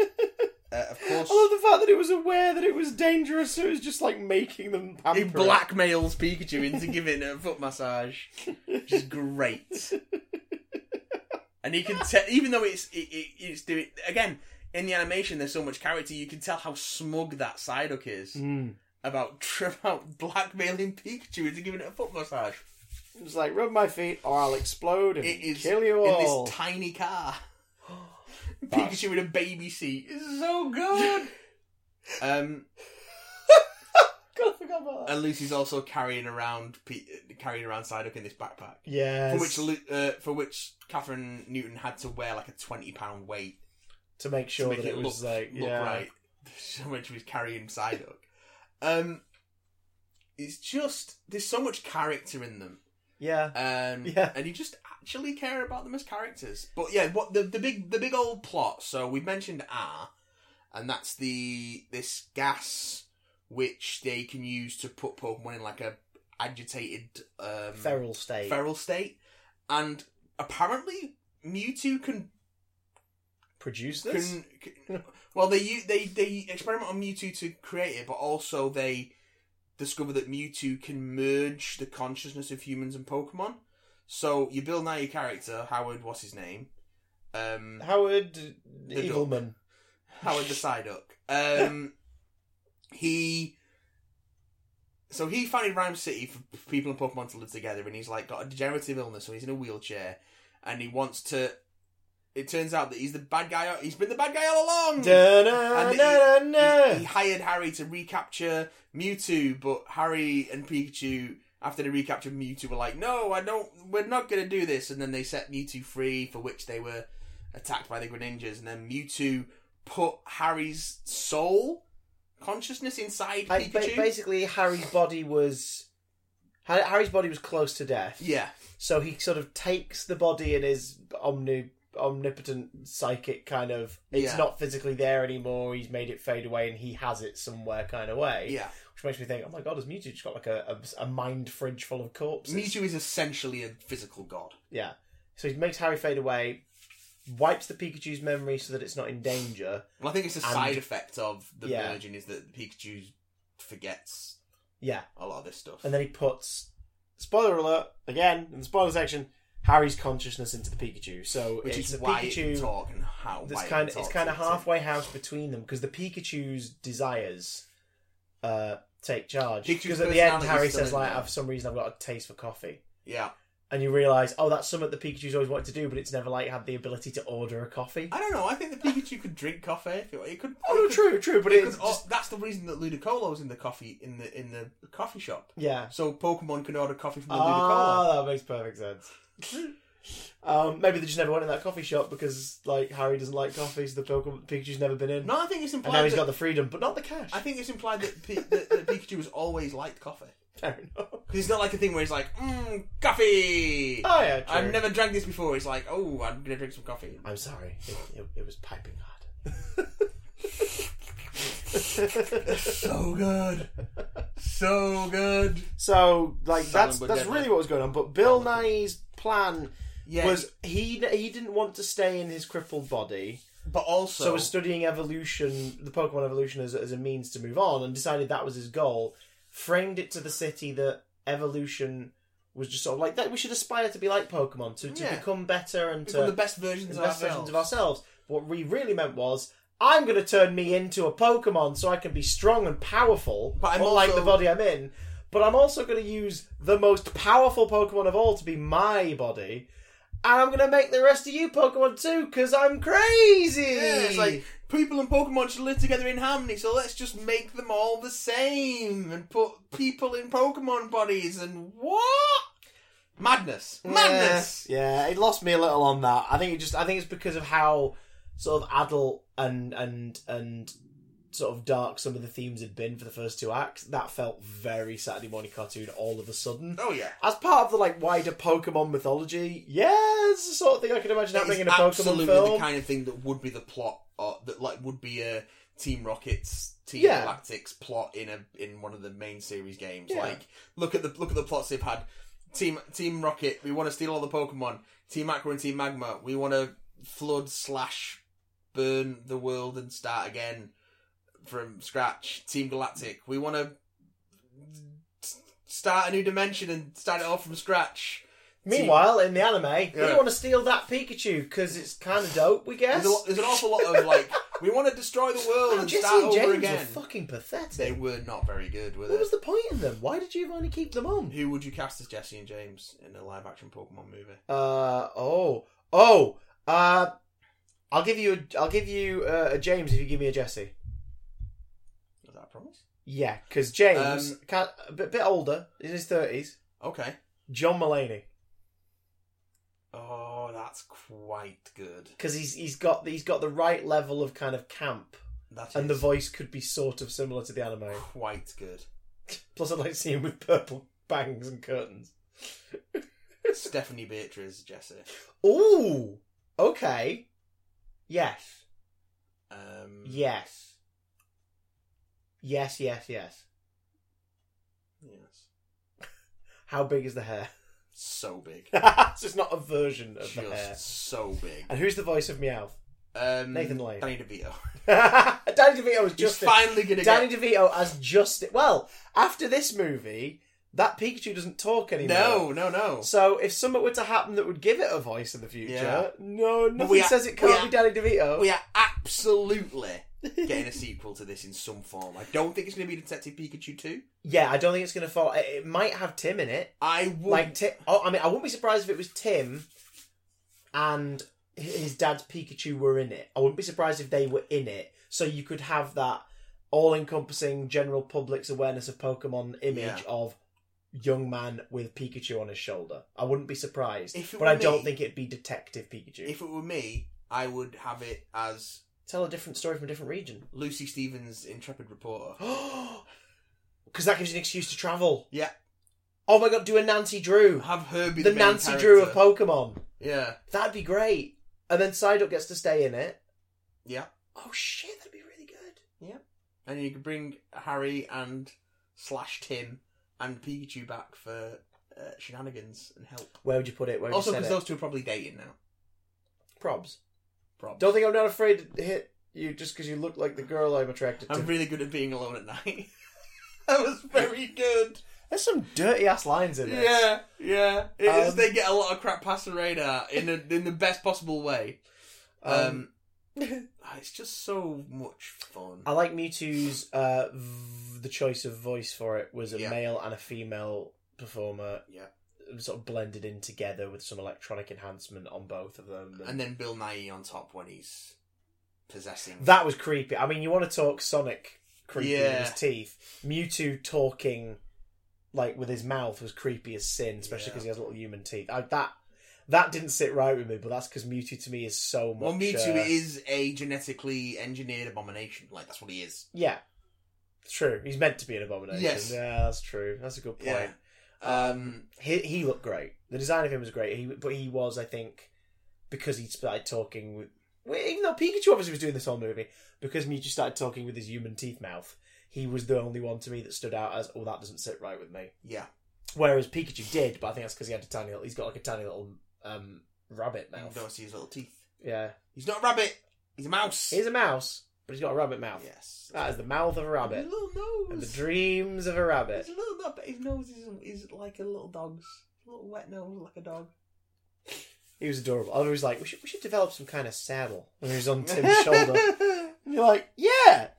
Speaker 3: uh, of course
Speaker 1: I love the fact that it was aware that it was dangerous, so it was just like making them pamper.
Speaker 3: he
Speaker 1: it.
Speaker 3: blackmails Pikachu into giving her a foot massage, which is great. and he can tell, even though it's it, it, it's doing again in the animation, there's so much character, you can tell how smug that Psyduck is.
Speaker 1: Mm.
Speaker 3: about about blackmailing Pikachu into giving it a foot massage.
Speaker 1: It was like, rub my feet or I'll explode and
Speaker 3: It is
Speaker 1: kill you
Speaker 3: in
Speaker 1: all.
Speaker 3: this tiny car.
Speaker 1: That's-
Speaker 3: Pikachu in a baby seat. It's so good. um,
Speaker 1: God, I forgot about that.
Speaker 3: and Lucy's also carrying around P- carrying around Psyduck in this backpack. For
Speaker 1: Yes.
Speaker 3: which, Lu- uh, for which Catherine Newton had to wear like a twenty pound weight
Speaker 1: to make
Speaker 3: to
Speaker 1: sure
Speaker 3: make
Speaker 1: that
Speaker 3: it
Speaker 1: it was
Speaker 3: look,
Speaker 1: like,
Speaker 3: look
Speaker 1: yeah.
Speaker 3: right. So much he was carrying Psyduck. um, it's just there's so much character in them.
Speaker 1: Yeah.
Speaker 3: Um,
Speaker 1: Yeah.
Speaker 3: and you just actually care about them as characters. But yeah, what the the big the big old plot. So we mentioned R, and that's the this gas which they can use to put Pokemon in like a agitated um,
Speaker 1: Feral state.
Speaker 3: feral state, and apparently Mewtwo can
Speaker 1: Produce this?
Speaker 3: can, can well they u- they they experiment on Mewtwo to create it, but also they discover that Mewtwo can merge the consciousness of humans and Pokemon. So you build now your character Howard, what's his name? Um,
Speaker 1: Howard
Speaker 3: duck.
Speaker 1: Eagleman.
Speaker 3: Howard the Psyduck. Um, he. So he founded Rhyme City for people and Pokemon to live together, and he's like got a degenerative illness, so he's in a wheelchair, and he wants to. It turns out that he's the bad guy. He's been the bad guy all along. And He, Hmm. he
Speaker 1: Da-na-na-na-na.
Speaker 3: hired Harry to recapture Mewtwo, but Harry and Pikachu, after the recapture of Mewtwo, were like, "No, I don't. We're not going to do this." And then they set Mewtwo free, for which they were attacked by the Greninjas. And then Mewtwo put Harry's soul consciousness inside
Speaker 1: Like, ba-
Speaker 3: Pikachu.
Speaker 1: basically, Harry's body was. Har- Harry's body was close to death.
Speaker 3: yeah,
Speaker 1: So he sort of takes the body in his omni omnipotent psychic kind of it's
Speaker 3: Yeah.
Speaker 1: not physically there anymore, he's made it fade away and he has it somewhere kind of way.
Speaker 3: yeah.
Speaker 1: Which makes me think, oh my god, has Mewtwo just got like a, a, a mind fridge full of corpses?
Speaker 3: Mewtwo is essentially a physical god.
Speaker 1: Yeah. So he makes Harry fade away, wipes the Pikachu's memory so that it's not in danger.
Speaker 3: Well, I think it's a
Speaker 1: And-
Speaker 3: side effect of the
Speaker 1: Yeah.
Speaker 3: merging is that Pikachu forgets
Speaker 1: Yeah.
Speaker 3: a lot of this stuff.
Speaker 1: And then he puts spoiler alert, again, in the spoiler section, Harry's consciousness into the Pikachu. So
Speaker 3: which
Speaker 1: it's
Speaker 3: is
Speaker 1: a
Speaker 3: why
Speaker 1: Pikachu
Speaker 3: it can talk and how.
Speaker 1: This
Speaker 3: why it
Speaker 1: kind
Speaker 3: can
Speaker 1: of, it's
Speaker 3: talk
Speaker 1: kind of
Speaker 3: to it.
Speaker 1: halfway house between them because the Pikachu's desires uh, take charge.
Speaker 3: Pikachu's
Speaker 1: Because at the end,
Speaker 3: personality is
Speaker 1: Harry
Speaker 3: still
Speaker 1: says,
Speaker 3: in
Speaker 1: "Like,
Speaker 3: there.
Speaker 1: I've- for some reason, I've got a taste for coffee,"
Speaker 3: Yeah,
Speaker 1: and you realise, oh, that's something that Pikachu's always wanted to do, but it's never like had the ability to order a coffee.
Speaker 3: I don't know. I think the Pikachu could drink coffee. If it, it could.
Speaker 1: Oh,
Speaker 3: it
Speaker 1: no,
Speaker 3: could-
Speaker 1: true, true, but
Speaker 3: it
Speaker 1: it's
Speaker 3: could- oh, that's the reason that Ludicolo's in the coffee in the in the coffee shop.
Speaker 1: yeah.
Speaker 3: So Pokemon can order coffee from the Ludicolo.
Speaker 1: Ah, that makes perfect sense. Um, maybe they just never went in that coffee shop because like Harry doesn't like coffee, so the Pokemon, Pikachu's never been in.
Speaker 3: No, I think it's
Speaker 1: and now
Speaker 3: implied.
Speaker 1: he's
Speaker 3: That,
Speaker 1: got the freedom, but not the cash.
Speaker 3: I think it's implied that, P- that, that Pikachu has always liked coffee.
Speaker 1: Fair enough.
Speaker 3: 'Cause it's not like a thing where he's like, mmm, coffee.
Speaker 1: Oh yeah, true.
Speaker 3: I've never drank this before. It's like, oh, I'm gonna drink some coffee.
Speaker 1: I'm sorry. It, it, it was piping hot.
Speaker 3: So good, so good.
Speaker 1: so, like, that's
Speaker 3: Silent but
Speaker 1: that's
Speaker 3: deadly.
Speaker 1: really what was going on. But Bill Nye's plan
Speaker 3: Yeah,
Speaker 1: was he he didn't want to stay in his crippled body,
Speaker 3: but also
Speaker 1: so, was studying evolution, the Pokemon evolution, as, as a means to move on, and decided that was his goal. Framed it to the city that evolution was just sort of like that. We should aspire to be like Pokemon, to, to
Speaker 3: Yeah.
Speaker 1: become better and
Speaker 3: become
Speaker 1: to
Speaker 3: the best versions
Speaker 1: the
Speaker 3: of
Speaker 1: best
Speaker 3: ourselves.
Speaker 1: versions of ourselves. What we really meant was, I'm going to turn me into a Pokemon so I can be strong and powerful,
Speaker 3: But I'm
Speaker 1: unlike
Speaker 3: also-
Speaker 1: the body I'm in. But I'm also going to use the most powerful Pokemon of all to be my body. And I'm going to make the rest of you Pokemon too, because I'm crazy!
Speaker 3: Yeah, it's like people and Pokemon should live together in harmony, so let's just make them all the same and put people in Pokemon bodies and what? Madness. Madness!
Speaker 1: Yeah, it lost me a little on that. I think it just I think it's because of how sort of adult and and and sort of dark some of the themes had been for the first two acts. That felt very Saturday morning cartoon all of a sudden.
Speaker 3: Oh, yeah.
Speaker 1: As part of the like wider Pokemon mythology, yeah, it's the sort of thing I could imagine happening in a
Speaker 3: It's
Speaker 1: Pokemon
Speaker 3: absolutely
Speaker 1: film.
Speaker 3: the kind of thing that would be the plot, or that like would be a Team Rockets, Team
Speaker 1: Yeah.
Speaker 3: Galactics plot in a in one of the main series games.
Speaker 1: Yeah.
Speaker 3: Like look at the look at the plots they've had. Team Team Rocket, we want to steal all the Pokemon. Team Aqua and Team Magma, we want to flood slash burn the world and start again from scratch. Team Galactic, we want to start a new dimension and start it all from scratch.
Speaker 1: Meanwhile, in the anime, we
Speaker 3: Yeah.
Speaker 1: want to steal that Pikachu because it's kind of dope, we guess.
Speaker 3: There's, a lot, there's an awful lot of like We want to destroy the world and
Speaker 1: Jesse
Speaker 3: start
Speaker 1: and
Speaker 3: over
Speaker 1: James
Speaker 3: again.
Speaker 1: are fucking
Speaker 3: They
Speaker 1: pathetic.
Speaker 3: were not very good, were
Speaker 1: What
Speaker 3: they?
Speaker 1: was the point in them? Why did Giovanni keep them on?
Speaker 3: Who would you cast as Jesse and James in a live action Pokemon movie?
Speaker 1: Uh oh oh. Uh, I'll give you a, I'll give you uh, a James if you give me a Jesse.
Speaker 3: Is that a promise?
Speaker 1: Yeah, because James
Speaker 3: Um,
Speaker 1: can't, a bit, bit older, in his thirties.
Speaker 3: Okay.
Speaker 1: John Mulaney,
Speaker 3: Oh, that's quite good.
Speaker 1: because he's he's got he's got the right level of kind of camp,
Speaker 3: That is
Speaker 1: and the voice could be sort of similar to the anime.
Speaker 3: quite good.
Speaker 1: Plus, I'd like to see him with purple bangs and curtains.
Speaker 3: Stephanie Beatriz, Jesse.
Speaker 1: Ooh, okay, yes,
Speaker 3: Um,
Speaker 1: yes, yes, yes, yes.
Speaker 3: Yes.
Speaker 1: How big is the hair?
Speaker 3: So big.
Speaker 1: so it's not a version of the hair.
Speaker 3: Just so big.
Speaker 1: And who's the voice of Meowth?
Speaker 3: Um,
Speaker 1: Nathan Lane.
Speaker 3: Danny DeVito.
Speaker 1: Danny DeVito is
Speaker 3: He's
Speaker 1: just
Speaker 3: finally going to
Speaker 1: Danny
Speaker 3: get.
Speaker 1: DeVito as Justin. Well, after this movie, that Pikachu doesn't talk anymore.
Speaker 3: No, no, no.
Speaker 1: So if something were to happen that would give it a voice in the future,
Speaker 3: Yeah.
Speaker 1: no, nothing
Speaker 3: we are-
Speaker 1: says it
Speaker 3: we
Speaker 1: can't
Speaker 3: are-
Speaker 1: be Danny DeVito.
Speaker 3: We are absolutely getting a sequel to this in some form. I don't think it's going to be Detective Pikachu 2.
Speaker 1: yeah, I don't think it's going to fall. It, it might have Tim in it.
Speaker 3: I would.
Speaker 1: Like Tim. Oh, I mean, I wouldn't be surprised if it was Tim and hi- his dad's Pikachu were in it. I wouldn't be surprised if they were in it. So you could have that all-encompassing general public's awareness of Pokemon image
Speaker 3: Yeah.
Speaker 1: of young man with Pikachu on his shoulder. I wouldn't be surprised,
Speaker 3: If it
Speaker 1: but
Speaker 3: were
Speaker 1: I don't
Speaker 3: me-
Speaker 1: think it'd be Detective Pikachu.
Speaker 3: if it were me, I would have it as
Speaker 1: Tell a different story from a different region.
Speaker 3: Lucy Stevens, intrepid reporter.
Speaker 1: Because that gives you an excuse to travel.
Speaker 3: Yeah.
Speaker 1: Oh my god, do a Nancy Drew.
Speaker 3: Have her be
Speaker 1: The,
Speaker 3: the, main
Speaker 1: Nancy Drew of
Speaker 3: character.
Speaker 1: Pokemon.
Speaker 3: Yeah,
Speaker 1: That'd be great. And then Psyduck gets to stay in it.
Speaker 3: yeah.
Speaker 1: Oh shit, that'd be really good.
Speaker 3: And you could bring Harry and slash Tim and Pikachu back for uh, shenanigans and help.
Speaker 1: Where would you put it? Where would
Speaker 3: Also,
Speaker 1: you set
Speaker 3: because
Speaker 1: it?
Speaker 3: those two are probably dating now.
Speaker 1: Probs.
Speaker 3: Probably.
Speaker 1: Don't think I'm not afraid to hit you just because you look like the girl I'm attracted to.
Speaker 3: I'm really good at being alone at night. that was very good.
Speaker 1: There's some dirty ass lines in this.
Speaker 3: Yeah, yeah. It is.
Speaker 1: Um,
Speaker 3: They get a lot of crap past the radar in a, in the best possible way. Um, ah, it's just so much fun.
Speaker 1: I like Mewtwo's. Uh, v- the choice of voice for it was a
Speaker 3: Yeah.
Speaker 1: male and a female performer.
Speaker 3: Yeah.
Speaker 1: Sort of blended in together with some electronic enhancement on both of them.
Speaker 3: And then Bill Nye on top when he's possessing.
Speaker 1: that was creepy. I mean, you want to talk Sonic creepy
Speaker 3: Yeah.
Speaker 1: with his teeth. Mewtwo talking like with his mouth was creepy as sin, especially
Speaker 3: Yeah.
Speaker 1: because he has little human teeth. I, that that didn't sit right with me, but that's because Mewtwo to me is so much.
Speaker 3: well, Mewtwo
Speaker 1: uh,
Speaker 3: is a genetically engineered abomination. Like that's what he is.
Speaker 1: Yeah, it's true. He's meant to be an abomination.
Speaker 3: Yes.
Speaker 1: Yeah, that's true. That's a good point.
Speaker 3: Yeah. Um,
Speaker 1: He he looked great. The design of him was great. He, but he was, I think, because he started talking with. well, Even though Pikachu obviously was doing this whole movie, because Mewtwo started talking with his human teeth mouth, he was the only one to me that stood out as, oh, that doesn't sit right with me.
Speaker 3: yeah.
Speaker 1: Whereas Pikachu did, but I think that's because he had a tiny little. He's got like a tiny little um, rabbit
Speaker 3: You
Speaker 1: mouth.
Speaker 3: don't see his little teeth.
Speaker 1: Yeah.
Speaker 3: He's not a rabbit. He's a mouse.
Speaker 1: He's a mouse, but he's got a rabbit mouth.
Speaker 3: yes.
Speaker 1: That is the mouth of a rabbit.
Speaker 3: His little nose.
Speaker 1: And the dreams of a
Speaker 3: His
Speaker 1: rabbit.
Speaker 3: little nose, but his nose is, is like a little dog's. A little wet nose, like a dog.
Speaker 1: He was adorable. I was like, we should, we should develop some kind of saddle. And he was on Tim's shoulder. And you're like, yeah,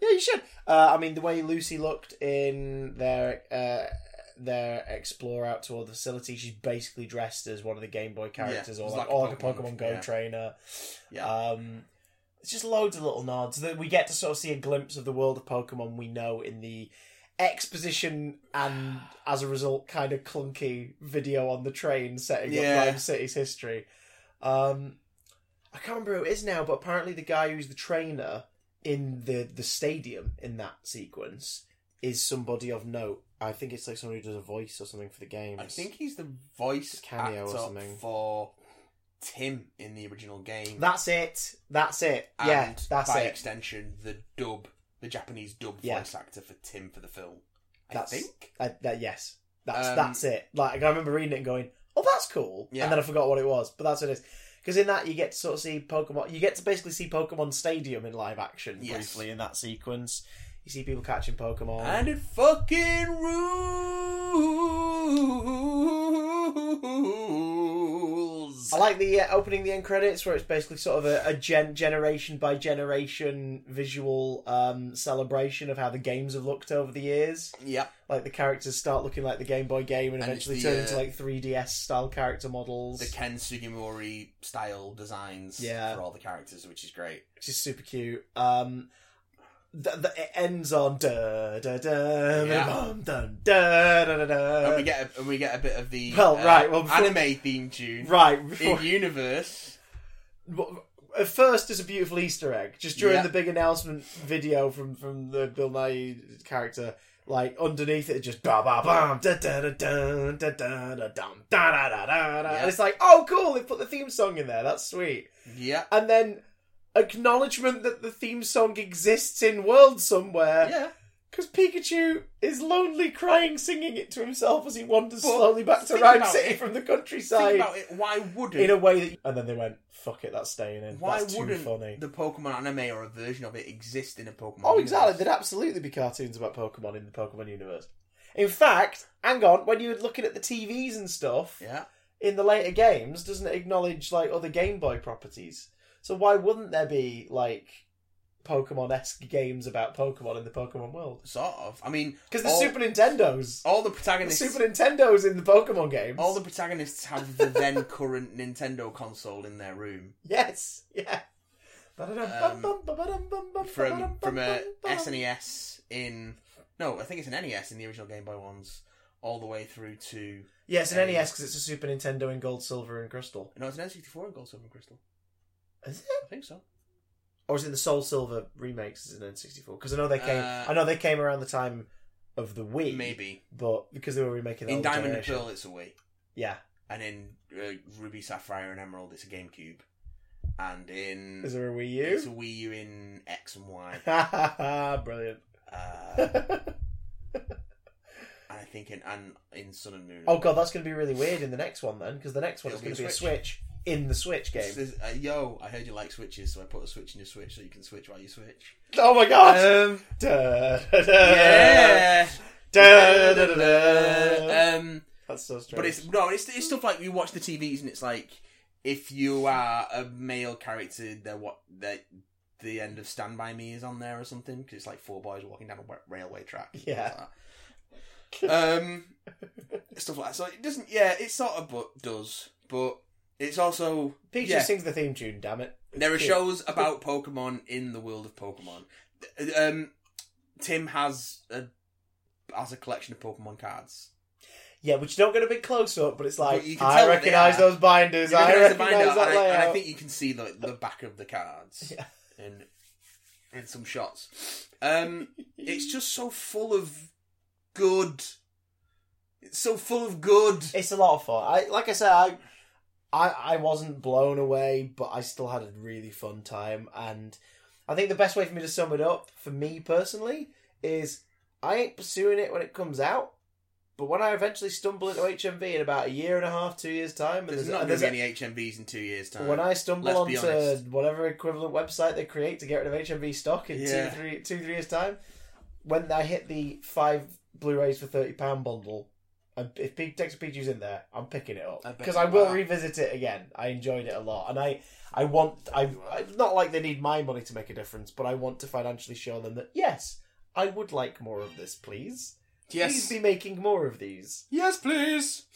Speaker 1: yeah, you should. Uh, I mean, the way Lucy looked in their uh, their explore out toward the facility, she's basically dressed as one of the Game Boy characters,
Speaker 3: Yeah,
Speaker 1: or
Speaker 3: it's
Speaker 1: like,
Speaker 3: like a
Speaker 1: or like a
Speaker 3: Pokemon,
Speaker 1: Pokemon Go
Speaker 3: yeah.
Speaker 1: trainer.
Speaker 3: Yeah.
Speaker 1: Um, it's just loads of little nods that we get to sort of see a glimpse of the world of Pokemon we know in the exposition and as a result kind of clunky video on the train setting
Speaker 3: Yeah.
Speaker 1: up Rhyme City's history. Um, I can't remember who it is now, but apparently the guy who's the trainer in the the stadium in that sequence is somebody of note. I think it's like somebody who does a voice or something for the game.
Speaker 3: I think he's the voice
Speaker 1: Cameo or
Speaker 3: actor
Speaker 1: something.
Speaker 3: for Tim in the original game.
Speaker 1: that's it. That's it.
Speaker 3: and
Speaker 1: yeah, that's
Speaker 3: by
Speaker 1: it.
Speaker 3: extension, the dub, the Japanese dub
Speaker 1: Yeah.
Speaker 3: voice actor for Tim for the film. I
Speaker 1: That's-
Speaker 3: think.
Speaker 1: I, that, yes, that's
Speaker 3: Um,
Speaker 1: that's it. Like I remember reading it and going, "Oh, that's cool,"
Speaker 3: Yeah.
Speaker 1: and then I forgot what it was. But that's what it is. Because in that you get to sort of see Pokemon. You get to basically see Pokemon Stadium in live action
Speaker 3: Yes.
Speaker 1: briefly in that sequence. You see people catching Pokemon.
Speaker 3: And it fucking rules.
Speaker 1: I like the uh, opening the end credits where it's basically sort of a, a gen- generation by generation visual um, celebration of how the games have looked over the years.
Speaker 3: Yeah.
Speaker 1: Like the characters start looking like the Game Boy game and,
Speaker 3: And it's
Speaker 1: eventually
Speaker 3: the,
Speaker 1: turn
Speaker 3: uh,
Speaker 1: into like 3DS style character models,
Speaker 3: The Ken Sugimori style designs
Speaker 1: Yeah.
Speaker 3: for all the characters, which is great.
Speaker 1: which is super cute. Um, th- th- it ends on da da da
Speaker 3: Yeah.
Speaker 1: dun, dun, da da da
Speaker 3: and we
Speaker 1: da.
Speaker 3: get a, and we get a bit of the
Speaker 1: Uh, Well,
Speaker 3: uh,
Speaker 1: right, well, before-
Speaker 3: anime theme tune
Speaker 1: Right.
Speaker 3: in
Speaker 1: before-
Speaker 3: universe.
Speaker 1: Well, at first there's a beautiful Easter egg. Just during
Speaker 3: Yeah.
Speaker 1: the big announcement video from from the Bill Nye character, like underneath it, it just ba ba bam da da da da da da da dum, da da da da da,
Speaker 3: Yeah.
Speaker 1: and it's like, oh cool, they put the theme song in there. That's sweet.
Speaker 3: Yeah,
Speaker 1: And then acknowledgement that the theme song exists in world somewhere
Speaker 3: yeah.
Speaker 1: because Pikachu is lonely, crying, singing it to himself as he wanders
Speaker 3: But
Speaker 1: slowly back to
Speaker 3: think
Speaker 1: Rhyme
Speaker 3: about
Speaker 1: City
Speaker 3: it.
Speaker 1: from the
Speaker 3: Think
Speaker 1: countryside.
Speaker 3: about it. Why wouldn't
Speaker 1: In a way that, and then they went, "Fuck it, that's staying in.
Speaker 3: why
Speaker 1: that's too
Speaker 3: wouldn't
Speaker 1: funny."
Speaker 3: the Pokemon anime or a version of it exist in a Pokemon?
Speaker 1: Oh, exactly.
Speaker 3: universe?
Speaker 1: There'd absolutely be cartoons about Pokemon in the Pokemon universe. In fact, hang on, when you were looking at the TVs and stuff
Speaker 3: Yeah,
Speaker 1: in the later games, doesn't it acknowledge like other Game Boy properties? So why wouldn't there be like Pokemon esque games about Pokemon in the Pokemon world?
Speaker 3: sort of. I mean,
Speaker 1: Because the
Speaker 3: all,
Speaker 1: Super Nintendo's,
Speaker 3: all the
Speaker 1: the
Speaker 3: protagonists,
Speaker 1: Super Nintendo's in the Pokemon games.
Speaker 3: all the protagonists have the then current Nintendo console in their room
Speaker 1: yes, yeah.
Speaker 3: Um, from from a E SNES in no, I think it's an NES in the original Game Boy ones, all the way through to
Speaker 1: Yeah, it's an
Speaker 3: Um,
Speaker 1: NES because it's a Super Nintendo in gold, silver, and crystal.
Speaker 3: no, it's an N64 in Gold, Silver, and Crystal.
Speaker 1: Is it?
Speaker 3: I think so.
Speaker 1: or is it the Soul Silver remakes as an N64? Because I know they came,
Speaker 3: Uh,
Speaker 1: I know they came around the time of the Wii,
Speaker 3: Maybe
Speaker 1: but because they were remaking the
Speaker 3: in
Speaker 1: older
Speaker 3: Diamond
Speaker 1: generation.
Speaker 3: and Pearl it's a Wii,
Speaker 1: yeah,
Speaker 3: and in uh, Ruby Sapphire and Emerald it's a GameCube, and in
Speaker 1: is there a Wii
Speaker 3: it's a
Speaker 1: U?
Speaker 3: Wii U in X and Y.
Speaker 1: Brilliant.
Speaker 3: Uh,
Speaker 1: oh
Speaker 3: and I think in and in Sun and Moon.
Speaker 1: Oh god, that's going to be really weird in the next one then, because the next one
Speaker 3: It'll
Speaker 1: is going to
Speaker 3: be
Speaker 1: be
Speaker 3: a
Speaker 1: a Switch in the Switch game.
Speaker 3: This is- uh, yo, I heard you like switches, so I put a switch in your switch so you can switch while you switch.
Speaker 1: Oh my god!
Speaker 3: Um,
Speaker 1: Da, da, da,
Speaker 3: yeah.
Speaker 1: da, da, da, da.
Speaker 3: Um,
Speaker 1: That's so strange.
Speaker 3: but it's no, it's, it's stuff like you watch the TVs and it's like if you are a male character, they're what they the end of Stand By Me is on there or something because it's like four boys walking down a wa- railway track. and
Speaker 1: Yeah.
Speaker 3: stuff like that. um, stuff like that. So it doesn't. Yeah, it sort of but does, but it's also
Speaker 1: Pikachu
Speaker 3: yeah.
Speaker 1: sings the theme tune. Damn it!
Speaker 3: There are
Speaker 1: Yeah.
Speaker 3: shows about Pokemon in the world of Pokemon. Um, Tim has a has a collection of Pokemon cards.
Speaker 1: Yeah, which you don't get a big close up, but it's like
Speaker 3: But you can
Speaker 1: I
Speaker 3: tell what they
Speaker 1: recognize
Speaker 3: are.
Speaker 1: those binders.
Speaker 3: You
Speaker 1: I
Speaker 3: recognise the binder,
Speaker 1: recognize that
Speaker 3: and, I, and I
Speaker 1: layout.
Speaker 3: think you can see the the back of the cards
Speaker 1: Yeah.
Speaker 3: in in some shots. Um, it's just so full of good. It's so full of good.
Speaker 1: It's a lot of fun. I like I said, I, I I wasn't blown away, but I still had a really fun time. And I think the best way for me to sum it up, for me personally, is I ain't pursuing it when it comes out. But when I eventually stumble into HMV in about a year and a half, two years time, and
Speaker 3: There's,
Speaker 1: there's-
Speaker 3: not
Speaker 1: and
Speaker 3: going
Speaker 1: there's
Speaker 3: to
Speaker 1: a-
Speaker 3: be any HMVs in two years' time.
Speaker 1: when I stumble
Speaker 3: Let's be
Speaker 1: onto
Speaker 3: honest.
Speaker 1: whatever equivalent website they create to get rid of HMV stock in
Speaker 3: Yeah.
Speaker 1: two, three, two, three years time, when I hit the five Blu-rays for thirty pound bundle, and if P- Texas Pikachu's in there, I'm picking it up
Speaker 3: I bet
Speaker 1: because
Speaker 3: you
Speaker 1: I will
Speaker 3: are.
Speaker 1: revisit it again. I enjoyed it a lot, and I, I want, I, I not like they need my money to make a difference, but I want to financially show them that yes, I would like more of this, please. Please be making more of these.
Speaker 3: yes, please.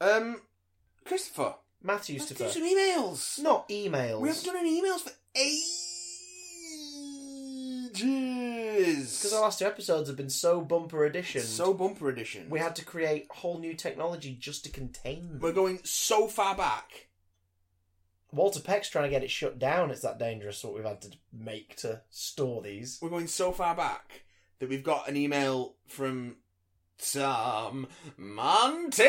Speaker 3: Um, Christopher,
Speaker 1: Matt used to
Speaker 3: let's do some
Speaker 1: be
Speaker 3: emails.
Speaker 1: not emails.
Speaker 3: We haven't done any emails for ages.
Speaker 1: because our last two episodes have been so bumper edition.
Speaker 3: so bumper edition.
Speaker 1: We had to create whole new technology just to contain
Speaker 3: We're
Speaker 1: them.
Speaker 3: going so far back.
Speaker 1: Walter Peck's trying to get it shut down. It's that dangerous what we've had to make to store these.
Speaker 3: We're going so far back that we've got an email from Tom Monte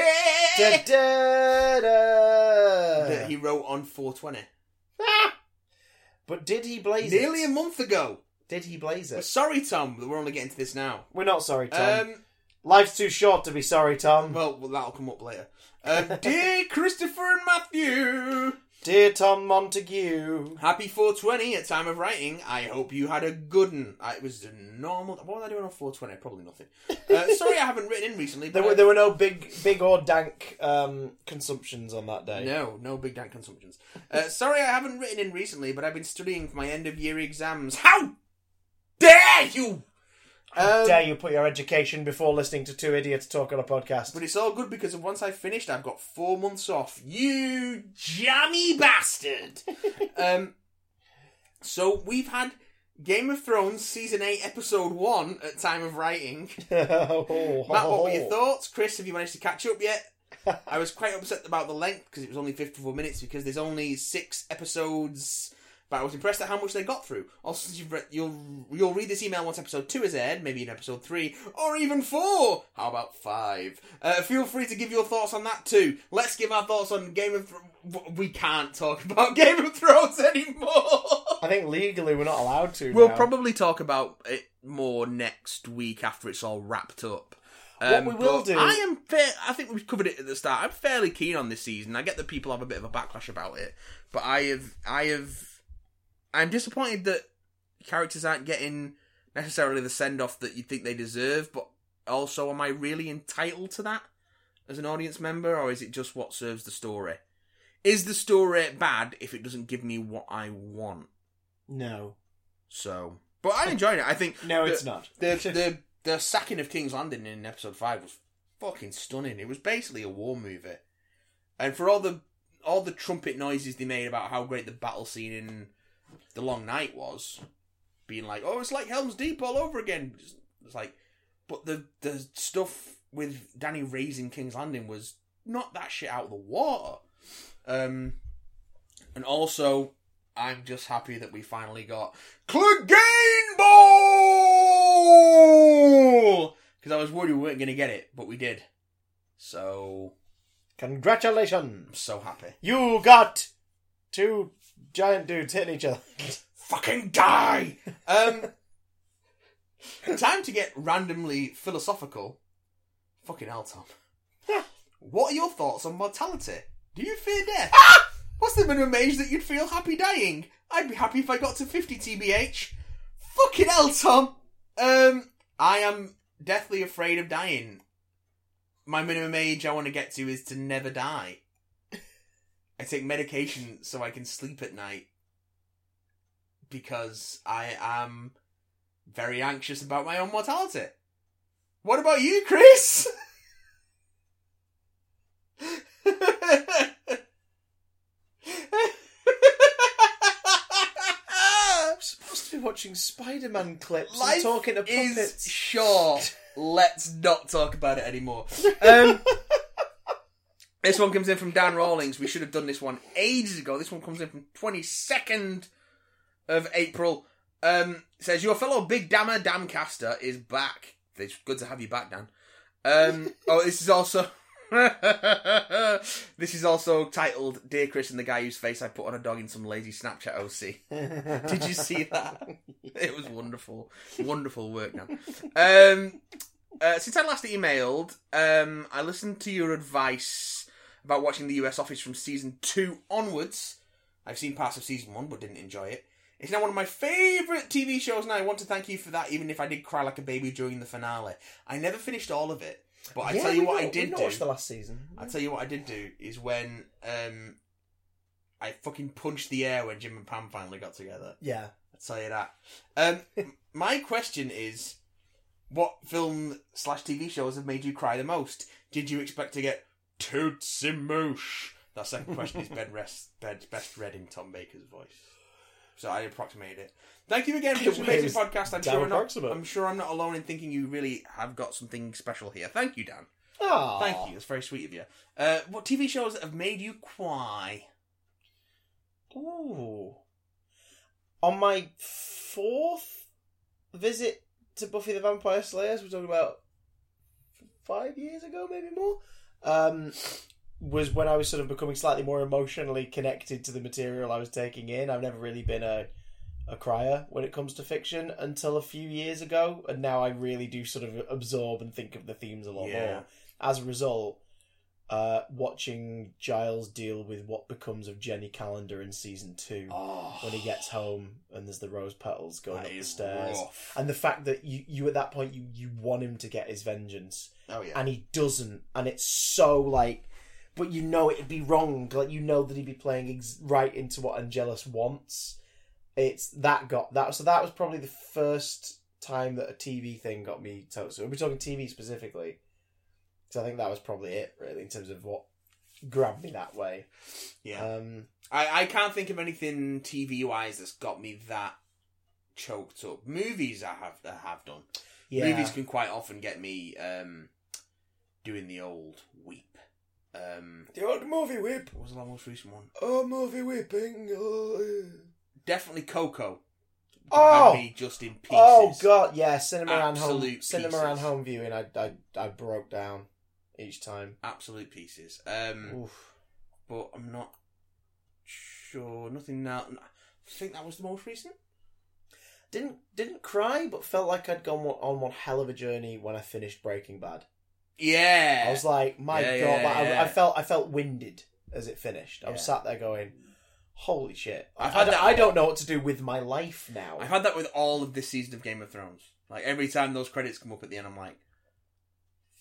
Speaker 1: Da, da, da.
Speaker 3: that he wrote on 420.
Speaker 1: Ah! But did he blaze
Speaker 3: Nearly
Speaker 1: it?
Speaker 3: a month ago.
Speaker 1: Did he blaze
Speaker 3: We're
Speaker 1: it?
Speaker 3: sorry, Tom, that we're only getting to this now.
Speaker 1: We're not sorry, Tom.
Speaker 3: Um,
Speaker 1: Life's too short to be sorry, Tom.
Speaker 3: Um, Well, well, that'll come up later. Um, dear Christopher and Matthew,
Speaker 1: Dear Tom Montague.
Speaker 3: Happy 420 at time of writing. I hope you had a good one. It was a normal. What was I doing on 420? Probably nothing. Uh, sorry, I haven't written in recently.
Speaker 1: There
Speaker 3: But
Speaker 1: were there were no big big or dank um, consumptions on that day.
Speaker 3: No, no big dank consumptions. Uh, sorry, I haven't written in recently, but I've been studying for my end of year exams. How dare you! Um,
Speaker 1: Dare you put your education before listening to two idiots talk on a podcast?
Speaker 3: But it's all good because once I've finished, I've got four months off. You jammy bastard! um, so we've had Game of Thrones season eight, episode one at time of writing.
Speaker 1: Oh,
Speaker 3: Matt, what were
Speaker 1: oh.
Speaker 3: your thoughts? Chris, have you managed to catch up yet? I was quite upset about the length because it was only 54 minutes because there's only six episodes. But I was impressed at how much they got through. Also, since you've read, you'll you'll read this email once episode two is aired, maybe in episode three or even four. How about five? Uh, feel free to give your thoughts on that too. Let's give our thoughts on Game of. Thro- we can't talk about Game of Thrones anymore.
Speaker 1: I think legally we're not allowed to.
Speaker 3: We'll
Speaker 1: now.
Speaker 3: probably talk about it more next week after it's all wrapped up. Um,
Speaker 1: What we will
Speaker 3: but
Speaker 1: do-
Speaker 3: I am. Fa- I think we've covered it at the start. I'm fairly keen on this season. I get that people have a bit of a backlash about it, but I have. I have. I'm disappointed that characters aren't getting necessarily the send off that you think they deserve. But also, am I really entitled to that as an audience member, or is it just what serves the story? Is the story bad if it doesn't give me what I want?
Speaker 1: No,
Speaker 3: So, but I enjoyed it. I think
Speaker 1: no,
Speaker 3: the,
Speaker 1: it's not.
Speaker 3: the the the sacking of King's Landing in episode five was fucking stunning. It was basically a war movie, and for all the all the trumpet noises they made about how great the battle scene in The Long Night was, being like, oh, it's like Helm's Deep all over again. It's like, but the the stuff with Danny raising King's Landing was not that shit out of the water. Um, and also, I'm just happy that we finally got Clegane Bowl because I was worried we weren't going to get it, but we did. So
Speaker 1: Congratulations,
Speaker 3: I'm so happy.
Speaker 1: you got two giant dudes hitting each other.
Speaker 3: Fucking die. Um, time to get randomly philosophical. Fucking hell, Tom. what are your thoughts on mortality? Do you fear death? What's the minimum age that you'd feel happy dying? I'd be happy if I got to 50 TBH. Fucking hell, Tom. Um, I am deathly afraid of dying. My minimum age I want to get to is to never die. I take medication so I can sleep at night because I am very anxious about my own mortality. What about you, Chris?
Speaker 1: I'm supposed to be watching Spider-Man clips
Speaker 3: Life
Speaker 1: and talking to
Speaker 3: is
Speaker 1: puppets.
Speaker 3: short. Let's not talk about it anymore. Um, this one comes in from Dan Rawlings. We should have done this one ages ago. This one comes in from 22nd of April. Um, says, Your fellow Big Dammer Damcaster is back. It's good to have you back, Dan. Um, oh, this is also. this is also titled Dear Chris and the Guy Whose Face I Put on a Dog in Some Lazy Snapchat OC. Did you see that? It was wonderful. Wonderful work now. Um, uh, since I last emailed, um, I listened to your advice about watching the US Office from season two onwards. I've seen parts of season one but didn't enjoy it. It's now one of my favourite TV shows, and I want to thank you for that, even if I did cry like a baby during the finale. I never finished all of it, but I
Speaker 1: Yeah,
Speaker 3: tell you
Speaker 1: we've
Speaker 3: what I
Speaker 1: not-
Speaker 3: did
Speaker 1: we've not
Speaker 3: do.
Speaker 1: watched the last season.
Speaker 3: I tell you what I did do is when um, I fucking punched the air when Jim and Pam finally got together.
Speaker 1: Yeah.
Speaker 3: I tell you that. Um, my question is, what film slash TV shows have made you cry the most? Did you expect to get Tootsie Moosh? That second question is bed rest, bed, best read in Tom Baker's voice. So I approximated it. Thank you again for this
Speaker 1: It
Speaker 3: amazing
Speaker 1: was
Speaker 3: podcast. I'm
Speaker 1: damn
Speaker 3: sure, I'm not,
Speaker 1: approximate.
Speaker 3: I'm sure I'm not alone in thinking you really have got something special here. Thank you, Dan.
Speaker 1: Oh,
Speaker 3: Thank you. That's very sweet of you. Uh, what TV shows that have made you cry?
Speaker 1: Ooh. On my fourth visit to Buffy the Vampire Slayers, we're talking about five years ago, maybe more, um, was when I was sort of becoming slightly more emotionally connected to the material I was taking in. I've never really been a a crier when it comes to fiction until a few years ago, and now I really do sort of absorb and think of the themes a lot
Speaker 3: Yeah.
Speaker 1: more. As a result, uh, watching Giles deal with what becomes of Jenny Calendar in season two
Speaker 3: Oh,
Speaker 1: when he gets home and there's the rose petals going
Speaker 3: that
Speaker 1: up the
Speaker 3: is
Speaker 1: stairs.
Speaker 3: rough.
Speaker 1: And the fact that you, you at that point you, you want him to get his vengeance
Speaker 4: Oh yeah.
Speaker 1: and he doesn't and it's so like but you know it'd be wrong like you know that he'd be playing ex- right into what Angelus wants it's that got that so that was probably the first time that a TV thing got me totes we're talking TV specifically so I think that was probably it really in terms of what grabbed me that way
Speaker 4: yeah.
Speaker 1: um
Speaker 3: I, I can't think of anything TV wise that's got me that choked up. Movies I have I have done.
Speaker 1: yeah
Speaker 3: Movies can quite often get me um, doing the old weep. Um,
Speaker 1: the old movie whip
Speaker 3: what was the most recent one?
Speaker 1: oh movie whipping oh,
Speaker 3: Definitely Coco.
Speaker 1: Oh!
Speaker 3: Had me just in pieces.
Speaker 1: Oh god, yeah, cinema and home
Speaker 3: Absolute
Speaker 1: cinema
Speaker 3: pieces.
Speaker 1: and home viewing. I, I I broke down each time.
Speaker 3: Absolute pieces. Um,
Speaker 1: Oof.
Speaker 3: but I'm not sure. Nothing now. I think that was the most recent.
Speaker 1: Didn't didn't cry, but felt like I'd gone one- on one hell of a journey when I finished Breaking Bad.
Speaker 3: Yeah.
Speaker 1: I was like, my
Speaker 3: Yeah,
Speaker 1: god,
Speaker 3: yeah,
Speaker 1: like, I,
Speaker 3: yeah.
Speaker 1: I felt I felt winded as it finished. I was
Speaker 3: Yeah.
Speaker 1: sat there going, holy shit! I,
Speaker 3: I've had
Speaker 1: I don't-
Speaker 3: that
Speaker 1: I don't know what to do with my life now.
Speaker 3: I've had that with all of this season of Game of Thrones. Like every time those credits come up at the end, I'm like,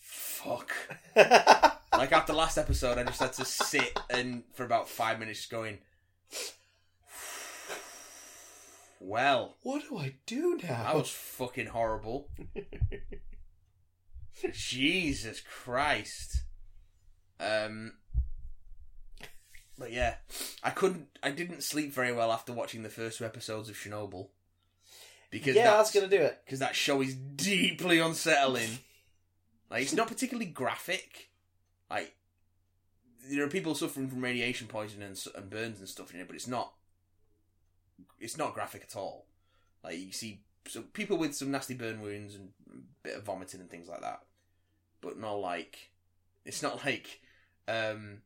Speaker 3: fuck. like after last episode, I just had to sit and for about five minutes just going, well,
Speaker 1: what do I do now?
Speaker 3: that was fucking horrible. Jesus Christ. Um. But yeah, I couldn't. I didn't sleep very well after watching the first two episodes of Chernobyl because
Speaker 1: yeah,
Speaker 3: that's
Speaker 1: that's gonna do it.
Speaker 3: because that show is deeply unsettling. Like it's not particularly graphic. Like there are people suffering from radiation poisoning and, s- and burns and stuff in it, but it's not. It's not graphic at all. Like you see some people with some nasty burn wounds and a bit of vomiting and things like that, but not like it's not like um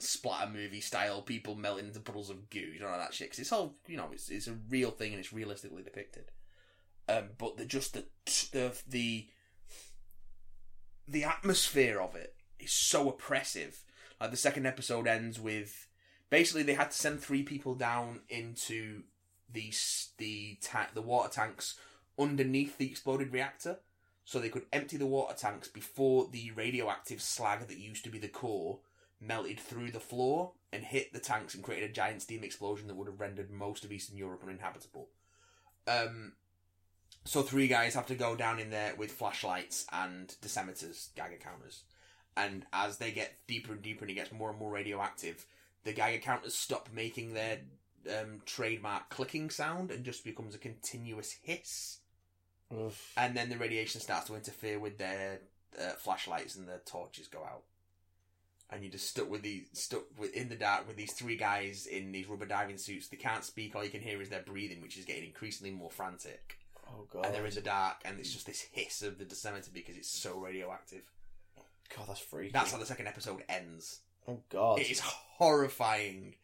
Speaker 3: splatter movie style people melting into puddles of goo. You know that shit. 'Cause it's all you know. It's it's a real thing and it's realistically depicted um, but the just the the the the atmosphere of it is so oppressive. Like the second episode ends with basically they had to send three people down into the s- the ta- the water tanks underneath the exploded reactor, so they could empty the water tanks before the radioactive slag that used to be the core melted through the floor and hit the tanks and created a giant steam explosion that would have rendered most of Eastern Europe uninhabitable. Um, so three guys have to go down in there with flashlights and decimeters, Geiger counters. And as they get deeper and deeper and it gets more and more radioactive, the Geiger counters stop making their um, trademark clicking sound and just becomes a continuous hiss.
Speaker 1: Oof.
Speaker 3: And then the radiation starts to interfere with their uh, flashlights and their torches go out. And you're just stuck with these, stuck with, in the dark with these three guys in these rubber diving suits. They can't speak. All you can hear is their breathing, which is getting increasingly more frantic
Speaker 1: Oh god,
Speaker 3: and they're in the dark, and it's just this hiss of the decimeter because it's so radioactive.
Speaker 1: god, that's freaky.
Speaker 3: That's how the second episode ends.
Speaker 1: oh god,
Speaker 3: It is horrifying.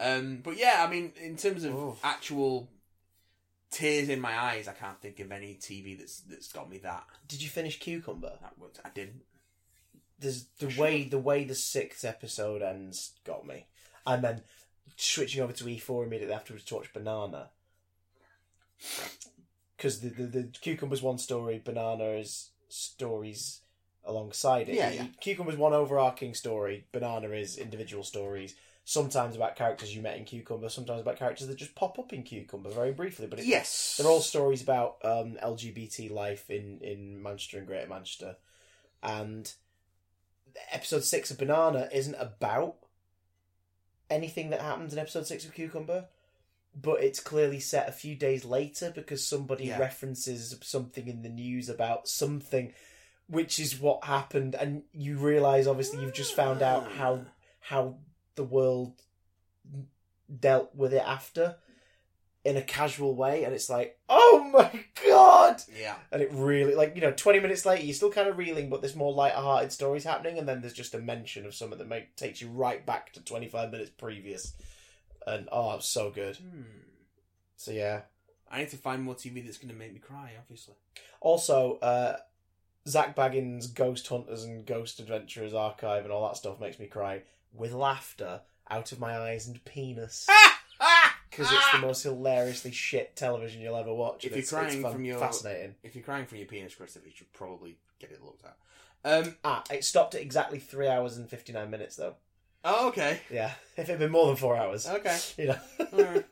Speaker 3: Um, but yeah, I mean, in terms of
Speaker 1: Oof.
Speaker 3: actual tears in my eyes, I can't think of any TV that's that's got me that.
Speaker 1: did you finish Cucumber?
Speaker 3: That worked. I didn't.
Speaker 1: there's the
Speaker 3: Sure.
Speaker 1: way the way the sixth episode ends got me, and then switching over to E four immediately afterwards to watch Banana, because the, the the cucumber's one story, Banana's stories alongside it.
Speaker 4: Yeah, yeah.
Speaker 1: Cucumber's one overarching story, Banana is individual stories. Sometimes about characters you met in Cucumber, sometimes about characters that just pop up in Cucumber very briefly. But it,
Speaker 3: yes,
Speaker 1: they're all stories about um, LGBT life in, in Manchester and Greater Manchester. And episode six of Banana isn't about anything that happens in episode six of Cucumber, but it's clearly set a few days later because somebody
Speaker 3: Yeah.
Speaker 1: references something in the news about something, which is what happened. And you realise, obviously, you've just found out how how the world dealt with it after in a casual way and it's like oh my god
Speaker 3: Yeah,
Speaker 1: and it really like you know 20 minutes later you're still kind of reeling but there's more lighter-hearted stories happening and then there's just a mention of something that make, takes you right back to 25 minutes previous and oh it's so good
Speaker 3: hmm.
Speaker 1: so yeah
Speaker 3: I need to find more TV that's going to make me cry. Obviously,
Speaker 1: also uh Zach Baggins' Ghost Hunters and Ghost Adventurers archive and all that stuff makes me cry with laughter out of my eyes and penis. Because it's the most hilariously shit television you'll ever watch. and
Speaker 3: If you're
Speaker 1: it's, it's
Speaker 3: crying
Speaker 1: fun-
Speaker 3: from your-
Speaker 1: fascinating.
Speaker 3: If you're crying from your penis, Christopher, you should probably get it looked at. Um,
Speaker 1: Ah, it stopped at exactly three hours and fifty nine minutes though.
Speaker 3: oh, okay.
Speaker 1: Yeah, if it had been more than four hours,
Speaker 3: Okay.
Speaker 1: you know.
Speaker 3: Alright.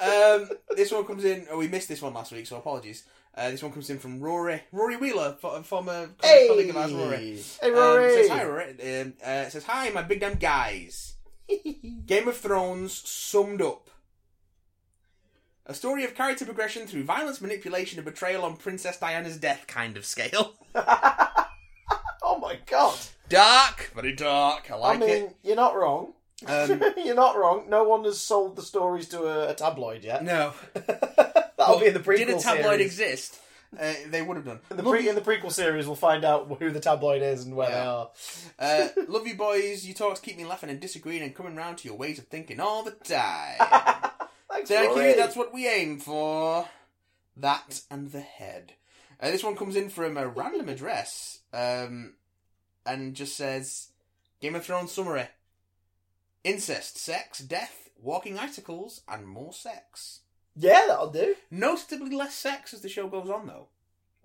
Speaker 3: Um, this one comes in. Oh, we missed this one last week, so apologies. Uh, this this one comes in from Rory, Rory Wheeler, fo- former
Speaker 1: Hey!
Speaker 3: colleague of ours, Rory.
Speaker 1: Hey,
Speaker 3: Um,
Speaker 1: Rory.
Speaker 3: says hi, Rory. Um, uh, says hi, my big damn guys. Game of Thrones summed up. A story of character progression through violence, manipulation, and betrayal on Princess Diana's death kind of scale.
Speaker 1: oh my god!
Speaker 3: Dark, very dark. I
Speaker 1: I
Speaker 3: like
Speaker 1: mean, you're not wrong.
Speaker 3: it. Um,
Speaker 1: you're not wrong. No one has sold the stories to a, a tabloid yet.
Speaker 3: no,
Speaker 1: That'll be in the prequel
Speaker 3: did a tabloid
Speaker 1: series.
Speaker 3: exist? Uh, they would have done.
Speaker 1: in the, pre- in the prequel series, we'll find out who the tabloid is and where they
Speaker 3: Yeah.
Speaker 1: are.
Speaker 3: Uh, love you boys. You talks keep me laughing and disagreeing and coming round to your ways of thinking all the time.
Speaker 1: Thanks,
Speaker 3: Thank
Speaker 1: Rory.
Speaker 3: you. That's what we aim for. That and the head. Uh, this one comes in from a random address um, and just says Game of Thrones summary incest, sex, death, walking icicles, and more sex.
Speaker 1: Yeah, that'll do.
Speaker 3: Noticeably less sex as the show goes on, though.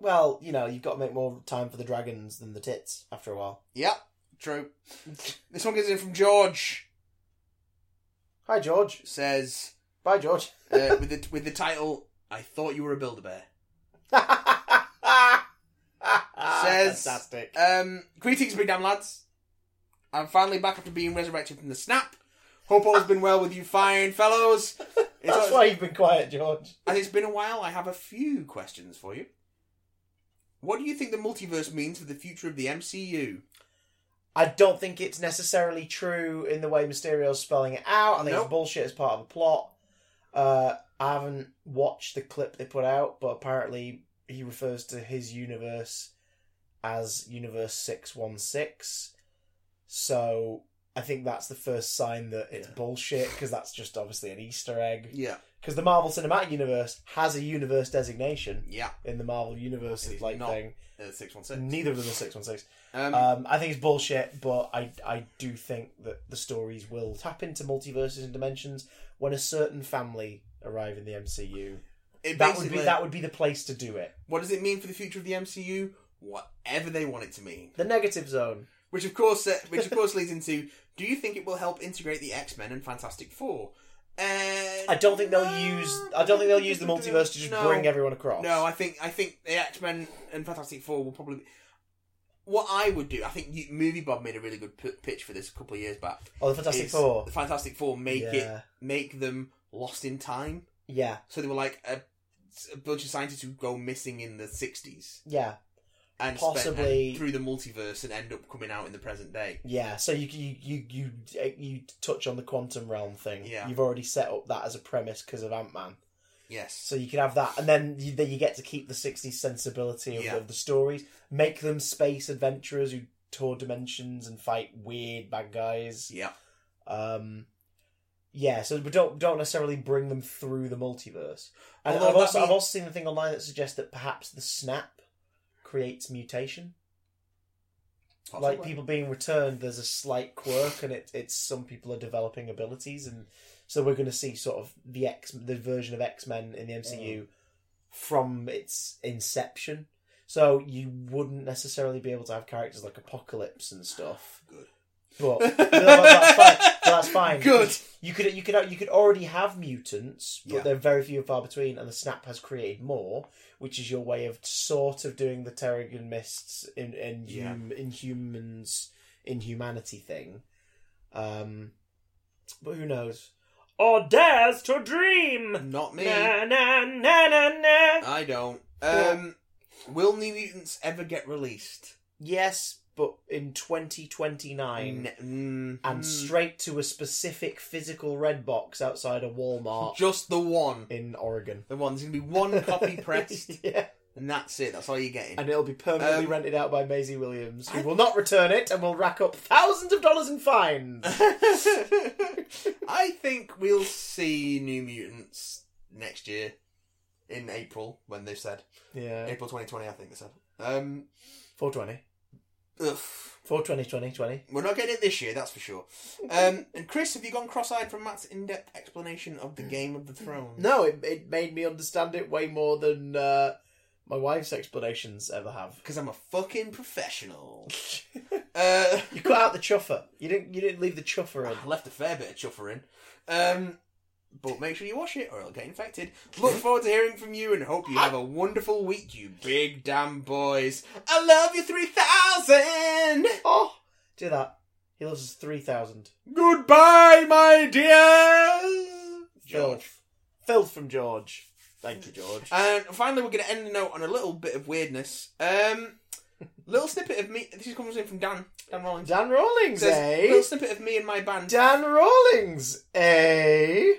Speaker 1: Well, you know, you've got to make more time for the dragons than the tits after a while.
Speaker 3: Yep, true. this one comes in from George.
Speaker 1: Hi, George.
Speaker 3: Says
Speaker 1: Bye, George.
Speaker 3: uh, with the with the title, I thought you were a builder bear. Says-
Speaker 1: fantastic.
Speaker 3: Um, greetings, big damn lads. I'm finally back after being resurrected from the snap. Hope all's been well with you, fine fellows. It's
Speaker 1: That's why you've been quiet, George.
Speaker 3: and it's been a while. I have a few questions for you. What do you think the multiverse means for the future of the MCU?
Speaker 1: I don't think it's necessarily true in the way Mysterio's spelling it out. I think
Speaker 3: Nope.
Speaker 1: it's bullshit as part of the plot. Uh, I haven't watched the clip they put out, but apparently he refers to his universe as Universe 616. So I think that's the first sign that it's
Speaker 3: Yeah.
Speaker 1: bullshit, because that's just obviously an Easter egg.
Speaker 3: Yeah,
Speaker 1: Because the Marvel Cinematic Universe has a universe designation
Speaker 3: yeah,
Speaker 1: in the Marvel Universe
Speaker 3: It's
Speaker 1: like
Speaker 3: not
Speaker 1: thing.
Speaker 3: six one
Speaker 1: Neither of them is 616.
Speaker 3: Um,
Speaker 1: Um, I think it's bullshit, but I I do think that the stories will tap into multiverses and dimensions when a certain family arrive in the MCU.
Speaker 3: it
Speaker 1: That would be
Speaker 3: basically-
Speaker 1: that would be the place to do it.
Speaker 3: What does it mean for the future of the MCU? Whatever they want it to mean.
Speaker 1: The negative zone.
Speaker 3: Which of course, uh, which of course leads into: Do you think it will help integrate the X Men and Fantastic Four? Uh,
Speaker 1: I don't think they'll use. I don't think they'll use the multiverse to just
Speaker 3: No.
Speaker 1: bring everyone across.
Speaker 3: No, I think I think the X Men and Fantastic Four will probably. What I would do, I think you, Movie Bob made a really good p- pitch for this a couple of years back.
Speaker 1: oh, the Fantastic
Speaker 3: is
Speaker 1: Four.
Speaker 3: The Fantastic Four make
Speaker 1: yeah.
Speaker 3: it make them lost in time.
Speaker 1: Yeah,
Speaker 3: So they were like a, a bunch of scientists who go missing in the sixties
Speaker 1: yeah,
Speaker 3: and
Speaker 1: Possibly-
Speaker 3: spend, and through the multiverse and end up coming out in the present day.
Speaker 1: yeah. So you you you you eh, you touch on the quantum realm thing.
Speaker 3: Yeah.
Speaker 1: you've already set up that as a premise because of Ant Man.
Speaker 3: Yes.
Speaker 1: So you could have that, and then you, then you get to keep the 60s sensibility of,
Speaker 3: Yeah.
Speaker 1: of the stories, make them space adventurers who tour dimensions and fight weird bad guys.
Speaker 3: Yeah.
Speaker 1: Um, yeah, so we don't don't necessarily bring them through the multiverse. And
Speaker 3: Although
Speaker 1: I've
Speaker 3: that
Speaker 1: also I've
Speaker 3: mean-
Speaker 1: also seen a thing online that suggests that perhaps the snap creates mutation, like
Speaker 3: Possibly.
Speaker 1: people being returned. There's a slight quirk, and it, it's some people are developing abilities, and so we're going to see sort of the X the version of X Men in the MCU
Speaker 3: Mm.
Speaker 1: from its inception. So you wouldn't necessarily be able to have characters like Apocalypse and stuff.
Speaker 3: Good.
Speaker 1: But no, but that's fine. That's fine.
Speaker 3: Good.
Speaker 1: You could you could you could already have mutants, but
Speaker 3: Yeah.
Speaker 1: they're very few and far between, and the snap has created more, which is your way of sort of doing the Terrigen Mists in in
Speaker 3: Yeah.
Speaker 1: hum, inhumans inhumanity thing. Um, but who knows? Or dares to dream.
Speaker 3: Not me.
Speaker 1: Na na na na na.
Speaker 3: I don't. Um, will New Mutants ever get released?
Speaker 1: Yes, but in twenty twenty nine.
Speaker 3: N- mm,
Speaker 1: And
Speaker 3: mm.
Speaker 1: straight to a specific physical red box outside a Walmart
Speaker 3: just the one.
Speaker 1: in Oregon.
Speaker 3: The one. There's gonna be one copy pressed,
Speaker 1: yeah.
Speaker 3: and that's it. That's all you're getting.
Speaker 1: And it'll be permanently
Speaker 3: Um,
Speaker 1: rented out by Maisie Williams, who
Speaker 3: I-
Speaker 1: will not return it and will rack up thousands of dollars in fines.
Speaker 3: I think we'll see New Mutants next year in April when they said
Speaker 1: yeah.
Speaker 3: April 2020. I think they said. Um,
Speaker 1: 420.
Speaker 3: Ugh.
Speaker 1: 420, 20, 20.
Speaker 3: We're not getting it this year, that's for sure. Um, and Chris, have you gone cross-eyed from Matt's in-depth explanation of the Game of the Throne?
Speaker 1: No, it, it made me understand it way more than uh, my wife's explanations ever have.
Speaker 3: Because I'm a fucking professional. uh,
Speaker 1: You cut out the chuffer. You didn't. You didn't leave the chuffer in.
Speaker 3: I left a fair bit of chuffer in. Um, but make sure you wash it or it'll get infected. Look forward to hearing from you and hope you have a wonderful week, you big damn boys. I love you 3000!
Speaker 1: Oh, do that. He loves us three thousand.
Speaker 3: Goodbye, my dears! George.
Speaker 1: Filth. Filth from George. Thank you, George.
Speaker 3: And finally, we're going to end the note on a little bit of weirdness. Um, little snippet of me. This comes in from Dan. Dan Rollins.
Speaker 1: Dan Rawlings,
Speaker 3: Says, little
Speaker 1: eh?
Speaker 3: snippet of me and my band.
Speaker 1: Dan Rawlings, eh?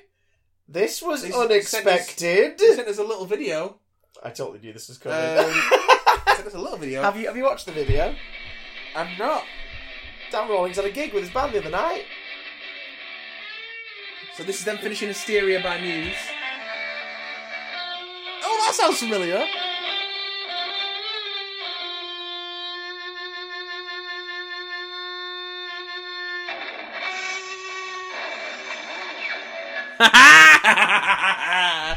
Speaker 1: This was
Speaker 3: They s-
Speaker 1: unexpected.
Speaker 3: He sent us a little video.
Speaker 1: I totally knew this was coming.
Speaker 3: Um, sent us a little video.
Speaker 1: have you Have you watched the video?
Speaker 3: I'm not.
Speaker 1: Dan Rawlings had a gig with his band the other night.
Speaker 3: So this is them finishing Hysteria by Muse. Oh, that sounds familiar. I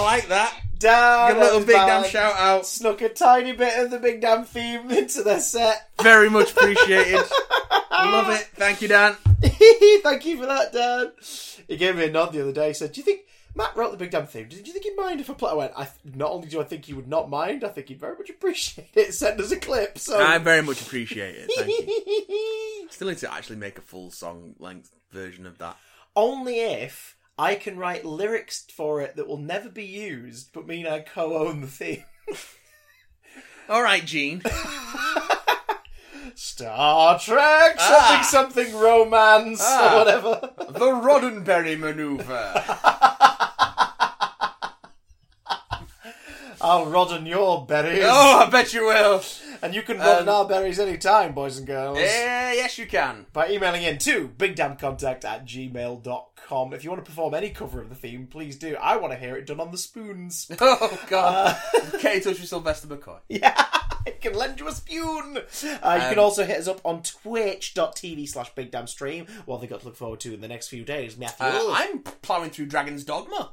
Speaker 3: like that.
Speaker 1: Dan,
Speaker 3: Your little
Speaker 1: Rawlings
Speaker 3: big damn
Speaker 1: band
Speaker 3: shout out.
Speaker 1: Snuck a tiny bit of the big damn theme into their set.
Speaker 3: Very much appreciated. Love it. Thank you, Dan.
Speaker 1: Thank you for that, Dan. He gave me a nod the other day. He said, "Do you think Matt wrote the big damn theme? Do you think he'd mind if I play?" I went, "I th- not only do I think he would not mind, I think he'd very much appreciate it. Send us a clip." So
Speaker 3: I very much appreciate it. Thank you. Still need to actually make a full song length version of that.
Speaker 1: only if I can write lyrics for it that will never be used, but mean I co-own the theme.
Speaker 3: All right, Gene.
Speaker 1: Star Trek,
Speaker 3: Ah.
Speaker 1: something, something, romance,
Speaker 3: Ah.
Speaker 1: or whatever.
Speaker 3: the Roddenberry maneuver.
Speaker 1: I'll rodden your berries,
Speaker 3: oh, I bet you will.
Speaker 1: and you can rodden
Speaker 3: um,
Speaker 1: our berries anytime, boys and girls.
Speaker 3: Yeah, Eh, yes, you can.
Speaker 1: by emailing in to bigdamcontact at gmail.com. If you want to perform any cover of the theme, please do. I want to hear it done on the spoons.
Speaker 3: Oh God. Get in touch with Sylvester McCoy.
Speaker 1: yeah, I can lend you a spoon. Uh, you
Speaker 3: Um,
Speaker 1: can also hit us up on twitch.tv slash bigdamstream. What they got to look forward to in the next few days, Matthew.
Speaker 3: Uh, I'm plowing through Dragon's Dogma.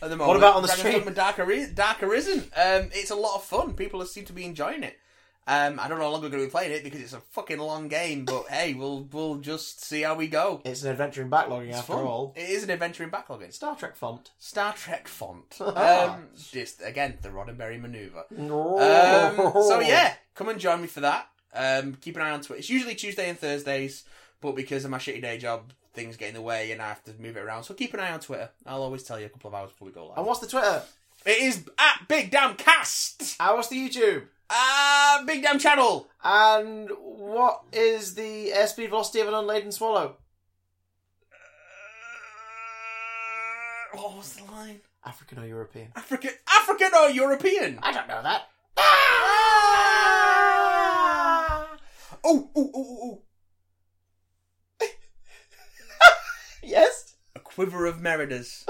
Speaker 3: At the moment.
Speaker 1: about on the
Speaker 3: Dragon's
Speaker 1: stream?
Speaker 3: Dogma Dark, Ari- Dark Arisen. Um, it's a lot of fun. People seem to be enjoying it. Um, I don't know how long we're going to be playing it because it's a fucking long game. But hey, we'll we'll just see how we go.
Speaker 1: it's an adventure in backlogging after
Speaker 3: Fun.
Speaker 1: all.
Speaker 3: It is an adventure in backlogging.
Speaker 1: Star Trek font.
Speaker 3: Star Trek font. Um, just again the Roddenberry maneuver. Um,
Speaker 1: Oh.
Speaker 3: so yeah, come and join me for that. Um, keep an eye on Twitter. It's usually Tuesday and Thursdays, but because of my shitty day job, things get in the way and I have to move it around. So keep an eye on Twitter. I'll always tell you a couple of hours before we go live.
Speaker 1: And what's the Twitter?
Speaker 3: it is at Big Damn Cast,
Speaker 1: And what's the YouTube?
Speaker 3: uh, Big Damn Channel.
Speaker 1: And what is the airspeed velocity of an unladen swallow?
Speaker 3: Uh, what was the line?
Speaker 1: African or European?
Speaker 3: African, African or European? Ah!
Speaker 1: I don't know that.
Speaker 3: Oh, oh, oh, oh, oh.
Speaker 1: Yes.
Speaker 3: A quiver of Meridas.